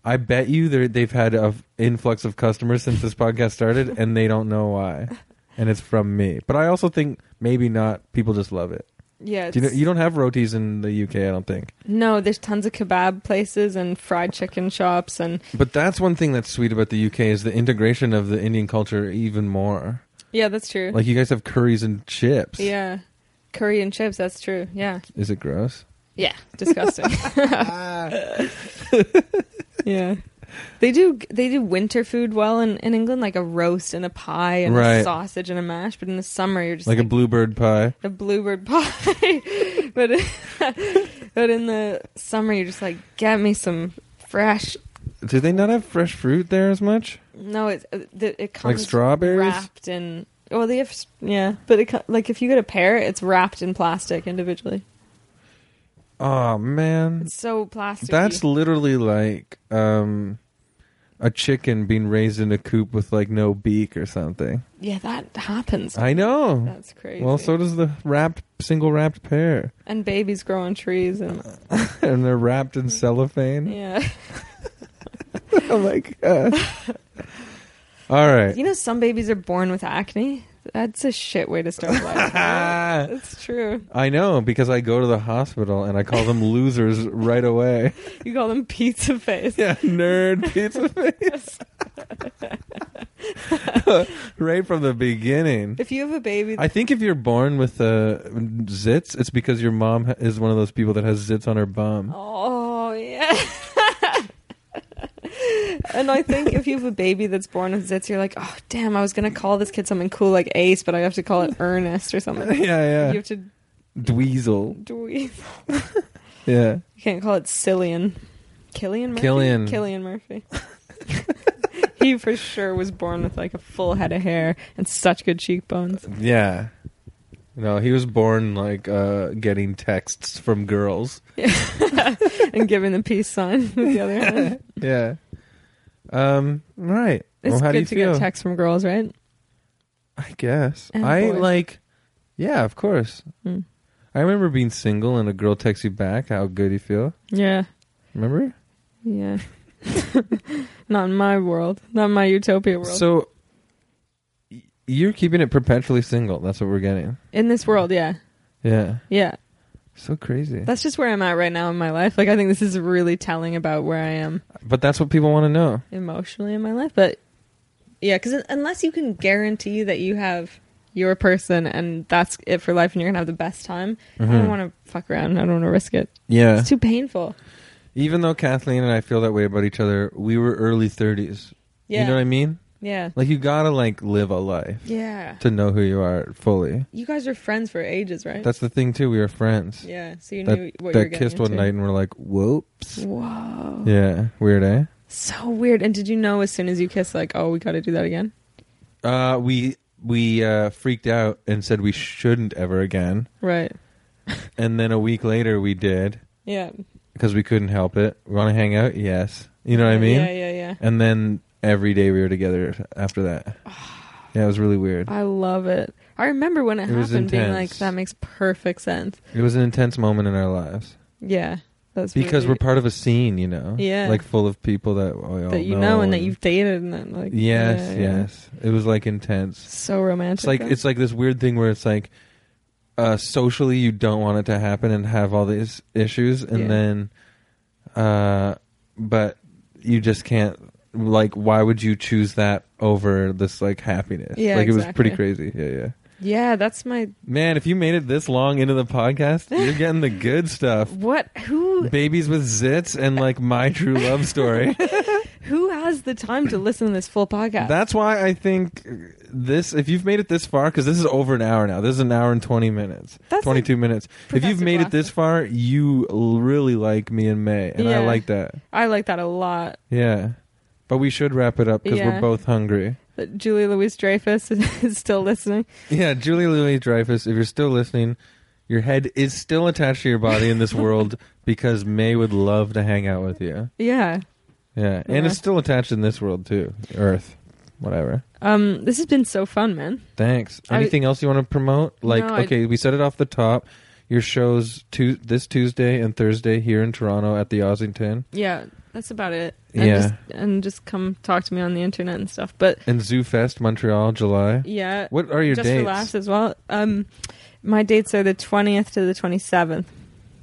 [SPEAKER 1] I bet you they're- they've had a f- influx of customers since this podcast started, and they don't know why. And it's from me, but I also think maybe not. People just love it.
[SPEAKER 2] good. Yeah.
[SPEAKER 1] Do you, know,
[SPEAKER 2] it's-
[SPEAKER 1] you don't have rotis in the UK, I don't think.
[SPEAKER 2] no, there's tons of kebab places and fried chicken shops and
[SPEAKER 1] But that's one thing that's sweet about the UK is the integration of the Indian culture even more.
[SPEAKER 2] yeah, that's true.
[SPEAKER 1] Like you guys have curries and chips.
[SPEAKER 2] yeah, curry and chips. That's true. Yeah.
[SPEAKER 1] Is it gross?
[SPEAKER 2] Yeah. Disgusting. yeah. They do they do winter food well in, in England, like a roast and a pie and a
[SPEAKER 1] Right.
[SPEAKER 2] sausage and a mash. But in the summer, you're just
[SPEAKER 1] Like
[SPEAKER 2] like,
[SPEAKER 1] a bluebird pie.
[SPEAKER 2] a bluebird pie. but but in the summer, you're just like, get me some fresh.
[SPEAKER 1] Do they not have fresh fruit there as much?
[SPEAKER 2] No, it's uh, the- it comes
[SPEAKER 1] strawberries?
[SPEAKER 2] wrapped in. Well, they have s- yeah, but it, co- like if you get a pear, it's wrapped in plastic individually.
[SPEAKER 1] Oh man.
[SPEAKER 2] It's so plastic.
[SPEAKER 1] That's literally like um a chicken being raised in a coop with like no beak or something.
[SPEAKER 2] yeah, that happens.
[SPEAKER 1] I know.
[SPEAKER 2] That's crazy.
[SPEAKER 1] Well, so does the wrapped single wrapped pear.
[SPEAKER 2] and babies grow on trees and
[SPEAKER 1] and they're wrapped in cellophane.
[SPEAKER 2] yeah.
[SPEAKER 1] oh my god. All right.
[SPEAKER 2] You know, some babies are born with acne. That's a shit way to start life. right?
[SPEAKER 1] Ah,
[SPEAKER 2] That's true.
[SPEAKER 1] I know because I go to the hospital and I call them losers right away.
[SPEAKER 2] You call them pizza face.
[SPEAKER 1] Yeah, nerd pizza face. right from the beginning.
[SPEAKER 2] If you have a baby,
[SPEAKER 1] I think if you're born with uh, zits, it's because your mom ha- is one of those people that has zits on her bum.
[SPEAKER 2] oh yeah. And I think if you have a baby that's born with zits, you're like, oh damn, I was gonna call this kid something cool like Ace, but I have to call it Ernest or something.
[SPEAKER 1] yeah, yeah.
[SPEAKER 2] You have to
[SPEAKER 1] Dweezil.
[SPEAKER 2] do. You
[SPEAKER 1] Yeah.
[SPEAKER 2] can't call it Cillian. Killian Murphy.
[SPEAKER 1] Killian.
[SPEAKER 2] Killian Murphy. he for sure was born with like a full head of hair and such good cheekbones.
[SPEAKER 1] Yeah. No, he was born like uh getting texts from girls.
[SPEAKER 2] and giving the peace sign with the other hand.
[SPEAKER 1] Yeah. Um. Right.
[SPEAKER 2] It's
[SPEAKER 1] well, how
[SPEAKER 2] good
[SPEAKER 1] do you
[SPEAKER 2] to
[SPEAKER 1] feel?
[SPEAKER 2] get texts from girls, right?
[SPEAKER 1] I guess.
[SPEAKER 2] And
[SPEAKER 1] I
[SPEAKER 2] boys.
[SPEAKER 1] like. Yeah, of course.
[SPEAKER 2] Mm.
[SPEAKER 1] I remember being single and a girl texts you back how good you feel.
[SPEAKER 2] Yeah.
[SPEAKER 1] Remember?
[SPEAKER 2] Yeah. not in my world. Not in my utopia world.
[SPEAKER 1] So y- you're keeping it perpetually single. That's what we're getting.
[SPEAKER 2] in this world, yeah.
[SPEAKER 1] Yeah.
[SPEAKER 2] Yeah.
[SPEAKER 1] So crazy.
[SPEAKER 2] That's just where I'm at right now in my life. Like I think this is really telling about where I am
[SPEAKER 1] but that's what people want to know.
[SPEAKER 2] emotionally in my life, but yeah, cuz unless you can guarantee that you have your person and that's it for life and you're going to have the best time, I
[SPEAKER 1] Mhm.
[SPEAKER 2] don't want to fuck around. I don't want to risk it.
[SPEAKER 1] Yeah.
[SPEAKER 2] It's too painful.
[SPEAKER 1] Even though Kathleen and I feel that way about each other, we were early 30s.
[SPEAKER 2] Yeah.
[SPEAKER 1] You know what I mean?
[SPEAKER 2] yeah.
[SPEAKER 1] Like you gotta like live a life
[SPEAKER 2] Yeah.
[SPEAKER 1] to know who you are fully.
[SPEAKER 2] You guys were friends for ages, right?
[SPEAKER 1] That's the thing too. We were friends
[SPEAKER 2] yeah. So you
[SPEAKER 1] that-
[SPEAKER 2] knew what you were
[SPEAKER 1] that
[SPEAKER 2] getting
[SPEAKER 1] kissed one
[SPEAKER 2] into.
[SPEAKER 1] night and we're like, "Whoops."
[SPEAKER 2] Whoa.
[SPEAKER 1] Yeah, weird, eh?
[SPEAKER 2] So weird. And did you know as soon as you kissed, like, oh, we got to do that again?
[SPEAKER 1] Uh, we we uh, freaked out and said we shouldn't ever again.
[SPEAKER 2] Right.
[SPEAKER 1] And then a week later, we did
[SPEAKER 2] Yeah. You
[SPEAKER 1] because we couldn't help it. We want to hang out, yes. You know what I mean?
[SPEAKER 2] Yeah, yeah, yeah.
[SPEAKER 1] And then every day we were together after that. Yeah, it was really weird.
[SPEAKER 2] I love it. I remember when it,
[SPEAKER 1] It was
[SPEAKER 2] happened being like,
[SPEAKER 1] intense.
[SPEAKER 2] that makes perfect sense.
[SPEAKER 1] It was an intense moment in our lives
[SPEAKER 2] Yeah. That's
[SPEAKER 1] because we're
[SPEAKER 2] really-
[SPEAKER 1] part of a scene, you know.
[SPEAKER 2] Yeah.
[SPEAKER 1] like full of people that we all
[SPEAKER 2] that you know, and that you've dated and then like
[SPEAKER 1] Yes,
[SPEAKER 2] yeah, yeah.
[SPEAKER 1] yes. It was like intense.
[SPEAKER 2] So romantic.
[SPEAKER 1] It's like
[SPEAKER 2] though.
[SPEAKER 1] it's like this weird thing where it's like uh socially you don't want it to happen and have all these issues and
[SPEAKER 2] Yeah.
[SPEAKER 1] then uh but you just can't like why would you choose that over this like happiness?
[SPEAKER 2] Yeah,
[SPEAKER 1] like it was pretty crazy.
[SPEAKER 2] exactly.
[SPEAKER 1] Yeah, yeah.
[SPEAKER 2] yeah. That's my
[SPEAKER 1] Man, if you made it this long into the podcast, you're getting the good stuff.
[SPEAKER 2] what? Who
[SPEAKER 1] Babies with zits and like my true love story.
[SPEAKER 2] who has the time to listen to this full podcast?
[SPEAKER 1] That's why I think this. If you've made it this far, because this is over an hour now. This is an hour and twenty minutes,
[SPEAKER 2] That's
[SPEAKER 1] twenty-two minutes. If you've
[SPEAKER 2] Professor
[SPEAKER 1] made it
[SPEAKER 2] Blaster.
[SPEAKER 1] this far, you l- really like me and May, and
[SPEAKER 2] Yeah.
[SPEAKER 1] I like that.
[SPEAKER 2] I like that a lot.
[SPEAKER 1] Yeah, but we should wrap it up because
[SPEAKER 2] Yeah.
[SPEAKER 1] we're both hungry.
[SPEAKER 2] That Julie Louise Dreyfus is, is still listening.
[SPEAKER 1] Yeah, Julie Louis Dreyfus, if you're still listening, your head is still attached to your body in this world because May would love to hang out with you.
[SPEAKER 2] Yeah.
[SPEAKER 1] Yeah, and
[SPEAKER 2] Yeah.
[SPEAKER 1] it's still attached in this world too, Earth, whatever.
[SPEAKER 2] Um, this has been so fun, man.
[SPEAKER 1] Thanks.
[SPEAKER 2] I-
[SPEAKER 1] Anything else you want to promote? Like,
[SPEAKER 2] No, I-
[SPEAKER 1] okay, we said it off the top. Your shows tu- this Tuesday and Thursday here in Toronto at the Ossington
[SPEAKER 2] Yeah, that's about it.
[SPEAKER 1] And Yeah.
[SPEAKER 2] just,
[SPEAKER 1] just-
[SPEAKER 2] and just come talk to me on the internet and stuff. But
[SPEAKER 1] and Zoo Fest Montreal July.
[SPEAKER 2] yeah,
[SPEAKER 1] What are your
[SPEAKER 2] just
[SPEAKER 1] dates?
[SPEAKER 2] for laughs as well. Um, my dates are the twentieth to the twenty seventh.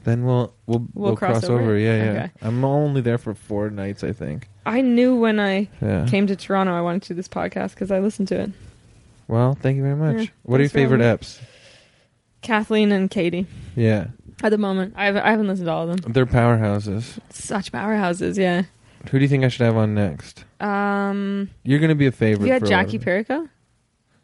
[SPEAKER 1] Then we'll we'll we'll, cross, over. Yeah, yeah.
[SPEAKER 2] Okay.
[SPEAKER 1] I'm only there for four nights, I think.
[SPEAKER 2] I knew when I
[SPEAKER 1] Yeah.
[SPEAKER 2] came to Toronto, I wanted to do this podcast because I listened to it.
[SPEAKER 1] Well, thank you very much.
[SPEAKER 2] Yeah,
[SPEAKER 1] what are your
[SPEAKER 2] thanks for having
[SPEAKER 1] favorite apps?
[SPEAKER 2] Kathleen and Katie.
[SPEAKER 1] Yeah,
[SPEAKER 2] At the moment, I haven't, I haven't listened to all of them.
[SPEAKER 1] they're powerhouses.
[SPEAKER 2] Such powerhouses, yeah.
[SPEAKER 1] Who do you think I should have on next?
[SPEAKER 2] Um,
[SPEAKER 1] You're gonna be a favorite.
[SPEAKER 2] have you had
[SPEAKER 1] for a
[SPEAKER 2] Jackie
[SPEAKER 1] lot of-
[SPEAKER 2] Perico?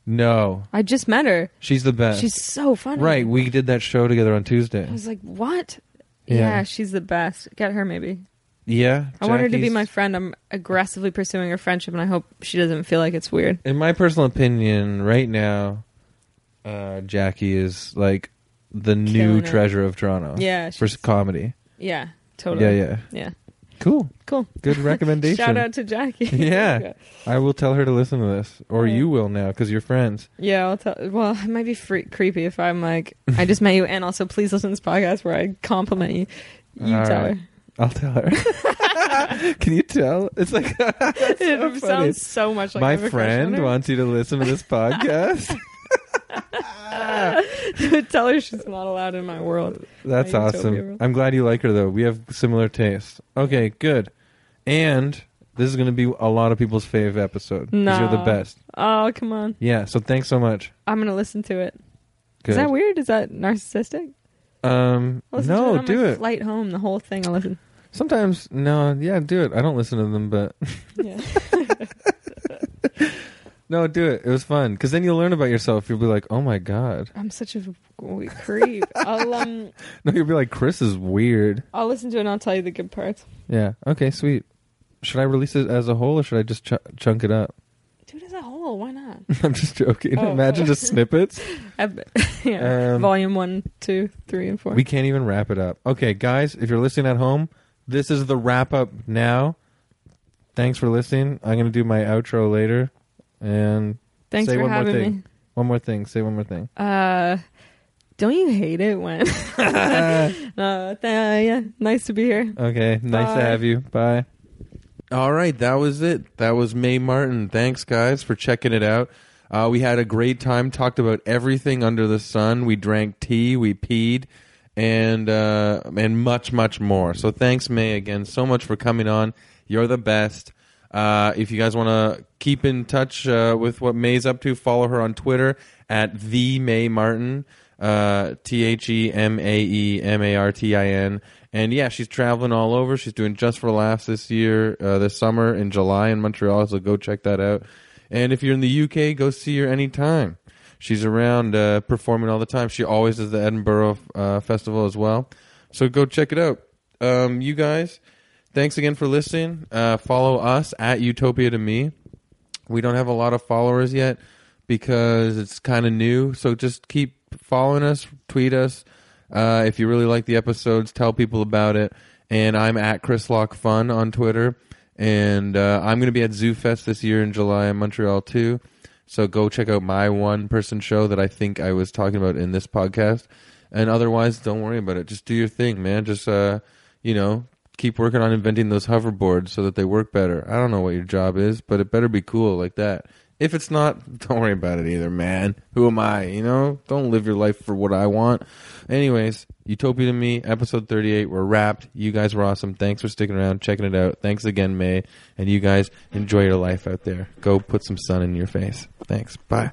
[SPEAKER 1] No,
[SPEAKER 2] I just met her.
[SPEAKER 1] she's the best.
[SPEAKER 2] She's so funny.
[SPEAKER 1] right. We did that show together on Tuesday.
[SPEAKER 2] I was like, what?
[SPEAKER 1] Yeah.
[SPEAKER 2] Yeah. she's the best. Get her maybe.
[SPEAKER 1] Yeah,
[SPEAKER 2] I want her to be
[SPEAKER 1] Jackie's-
[SPEAKER 2] my friend. I'm aggressively pursuing her friendship, and I hope she doesn't feel like it's weird.
[SPEAKER 1] in my personal opinion, right now, uh, Jackie is like the new
[SPEAKER 2] Killing it.
[SPEAKER 1] treasure of Toronto.
[SPEAKER 2] Yeah,
[SPEAKER 1] Uh, For s-
[SPEAKER 2] she's-
[SPEAKER 1] comedy.
[SPEAKER 2] Yeah, totally.
[SPEAKER 1] Yeah, yeah.
[SPEAKER 2] yeah.
[SPEAKER 1] Cool.
[SPEAKER 2] Cool.
[SPEAKER 1] Good recommendation.
[SPEAKER 2] Shout out to Jackie.
[SPEAKER 1] Yeah. I will tell her to listen to this, or
[SPEAKER 2] Yeah.
[SPEAKER 1] you will now because you're friends.
[SPEAKER 2] yeah. I'll tell. Well, it might be free- creepy if I'm like, I just met you, and also please listen to this podcast where I compliment you. You
[SPEAKER 1] All
[SPEAKER 2] tell
[SPEAKER 1] right.
[SPEAKER 2] her.
[SPEAKER 1] I'll tell her. Can you tell? It's like
[SPEAKER 2] it
[SPEAKER 1] so funny.
[SPEAKER 2] sounds so much like I
[SPEAKER 1] my
[SPEAKER 2] have a crush
[SPEAKER 1] friend
[SPEAKER 2] on
[SPEAKER 1] wants you to listen to this podcast.
[SPEAKER 2] her. tell her she's not allowed in my world.
[SPEAKER 1] That's
[SPEAKER 2] My utopia
[SPEAKER 1] awesome.
[SPEAKER 2] world.
[SPEAKER 1] I'm glad you like her though. We have similar tastes. Okay, good. And this is going to be a lot of people's fave episode. 'cause you're the
[SPEAKER 2] No.
[SPEAKER 1] best.
[SPEAKER 2] Oh come on!
[SPEAKER 1] Yeah. So thanks so much.
[SPEAKER 2] I'm gonna listen to it. Is
[SPEAKER 1] Good.
[SPEAKER 2] that weird? Is that narcissistic?
[SPEAKER 1] um,
[SPEAKER 2] I'll listen to
[SPEAKER 1] no,
[SPEAKER 2] it on
[SPEAKER 1] do
[SPEAKER 2] my
[SPEAKER 1] it.
[SPEAKER 2] Flight home, the whole thing. I listen.
[SPEAKER 1] Sometimes no, yeah, do it. I don't listen to them, but
[SPEAKER 2] Yeah.
[SPEAKER 1] no, do it. It was fun because then you'll learn about yourself. You'll be like, oh my god.
[SPEAKER 2] I'm such a w- creep. I'll um,
[SPEAKER 1] No, you'll be like, Chris is weird.
[SPEAKER 2] I'll listen to it and I'll tell you the good parts.
[SPEAKER 1] Yeah. Okay. Sweet. Should I release it as a whole or should I just ch- chunk it up?
[SPEAKER 2] Dude, as a whole, why not?
[SPEAKER 1] I'm just joking.
[SPEAKER 2] Oh.
[SPEAKER 1] Imagine just snippets.
[SPEAKER 2] yeah.
[SPEAKER 1] Um,
[SPEAKER 2] Volume one, two, three, and four.
[SPEAKER 1] We can't even wrap it up. Okay, guys, if you're listening at home, this is the wrap up now. Thanks for listening. I'm going to do my outro later. And
[SPEAKER 2] Thanks
[SPEAKER 1] say
[SPEAKER 2] for
[SPEAKER 1] one more
[SPEAKER 2] having
[SPEAKER 1] thing.
[SPEAKER 2] me.
[SPEAKER 1] one more thing. Say one more thing.
[SPEAKER 2] Uh, don't you hate it when? uh, th- yeah, nice to be here.
[SPEAKER 1] Okay. Nice
[SPEAKER 2] Bye.
[SPEAKER 1] to have you. Bye. All right. That was it. That was Mae Martin. Thanks, guys, for checking it out. Uh, we had a great time, talked about everything under the sun. We drank tea, we peed, and uh, and much, much more. So thanks, May, again, so much for coming on. You're the best. Uh, if you guys want to keep in touch uh, with what May's up to, follow her on Twitter at the May Martin, T H E M A E M A R T I N. And yeah, she's traveling all over. She's doing Just for Laughs this year, uh, this summer in July in Montreal. So go check that out. And if you're in the UK, go see her anytime. She's around uh, performing all the time. She always does the Edinburgh uh, Festival as well. So go check it out. Um, you guys, thanks again for listening. Uh, follow us at Utopia to Me. We don't have a lot of followers yet because it's kind of new. So just keep following us, tweet us. Uh, if you really like the episodes, tell people about it. And I'm at Chris Lock Fun on Twitter. And uh, I'm going to be at Zoo Fest this year in July in Montreal too. So go check out my one person show that I think I was talking about in this podcast. And otherwise, don't worry about it. Just do your thing, man. Just, uh, you know, keep working on inventing those hoverboards so that they work better. I don't know what your job is, but it better be cool like that. If it's not, don't worry about it either, man. Who am I? You know, don't live your life for what I want. Anyways, Utopia to me, episode 38. We're wrapped. You guys were awesome. Thanks for sticking around, checking it out. Thanks again, May. And you guys enjoy your life out there. Go put some sun in your face. Thanks. Bye.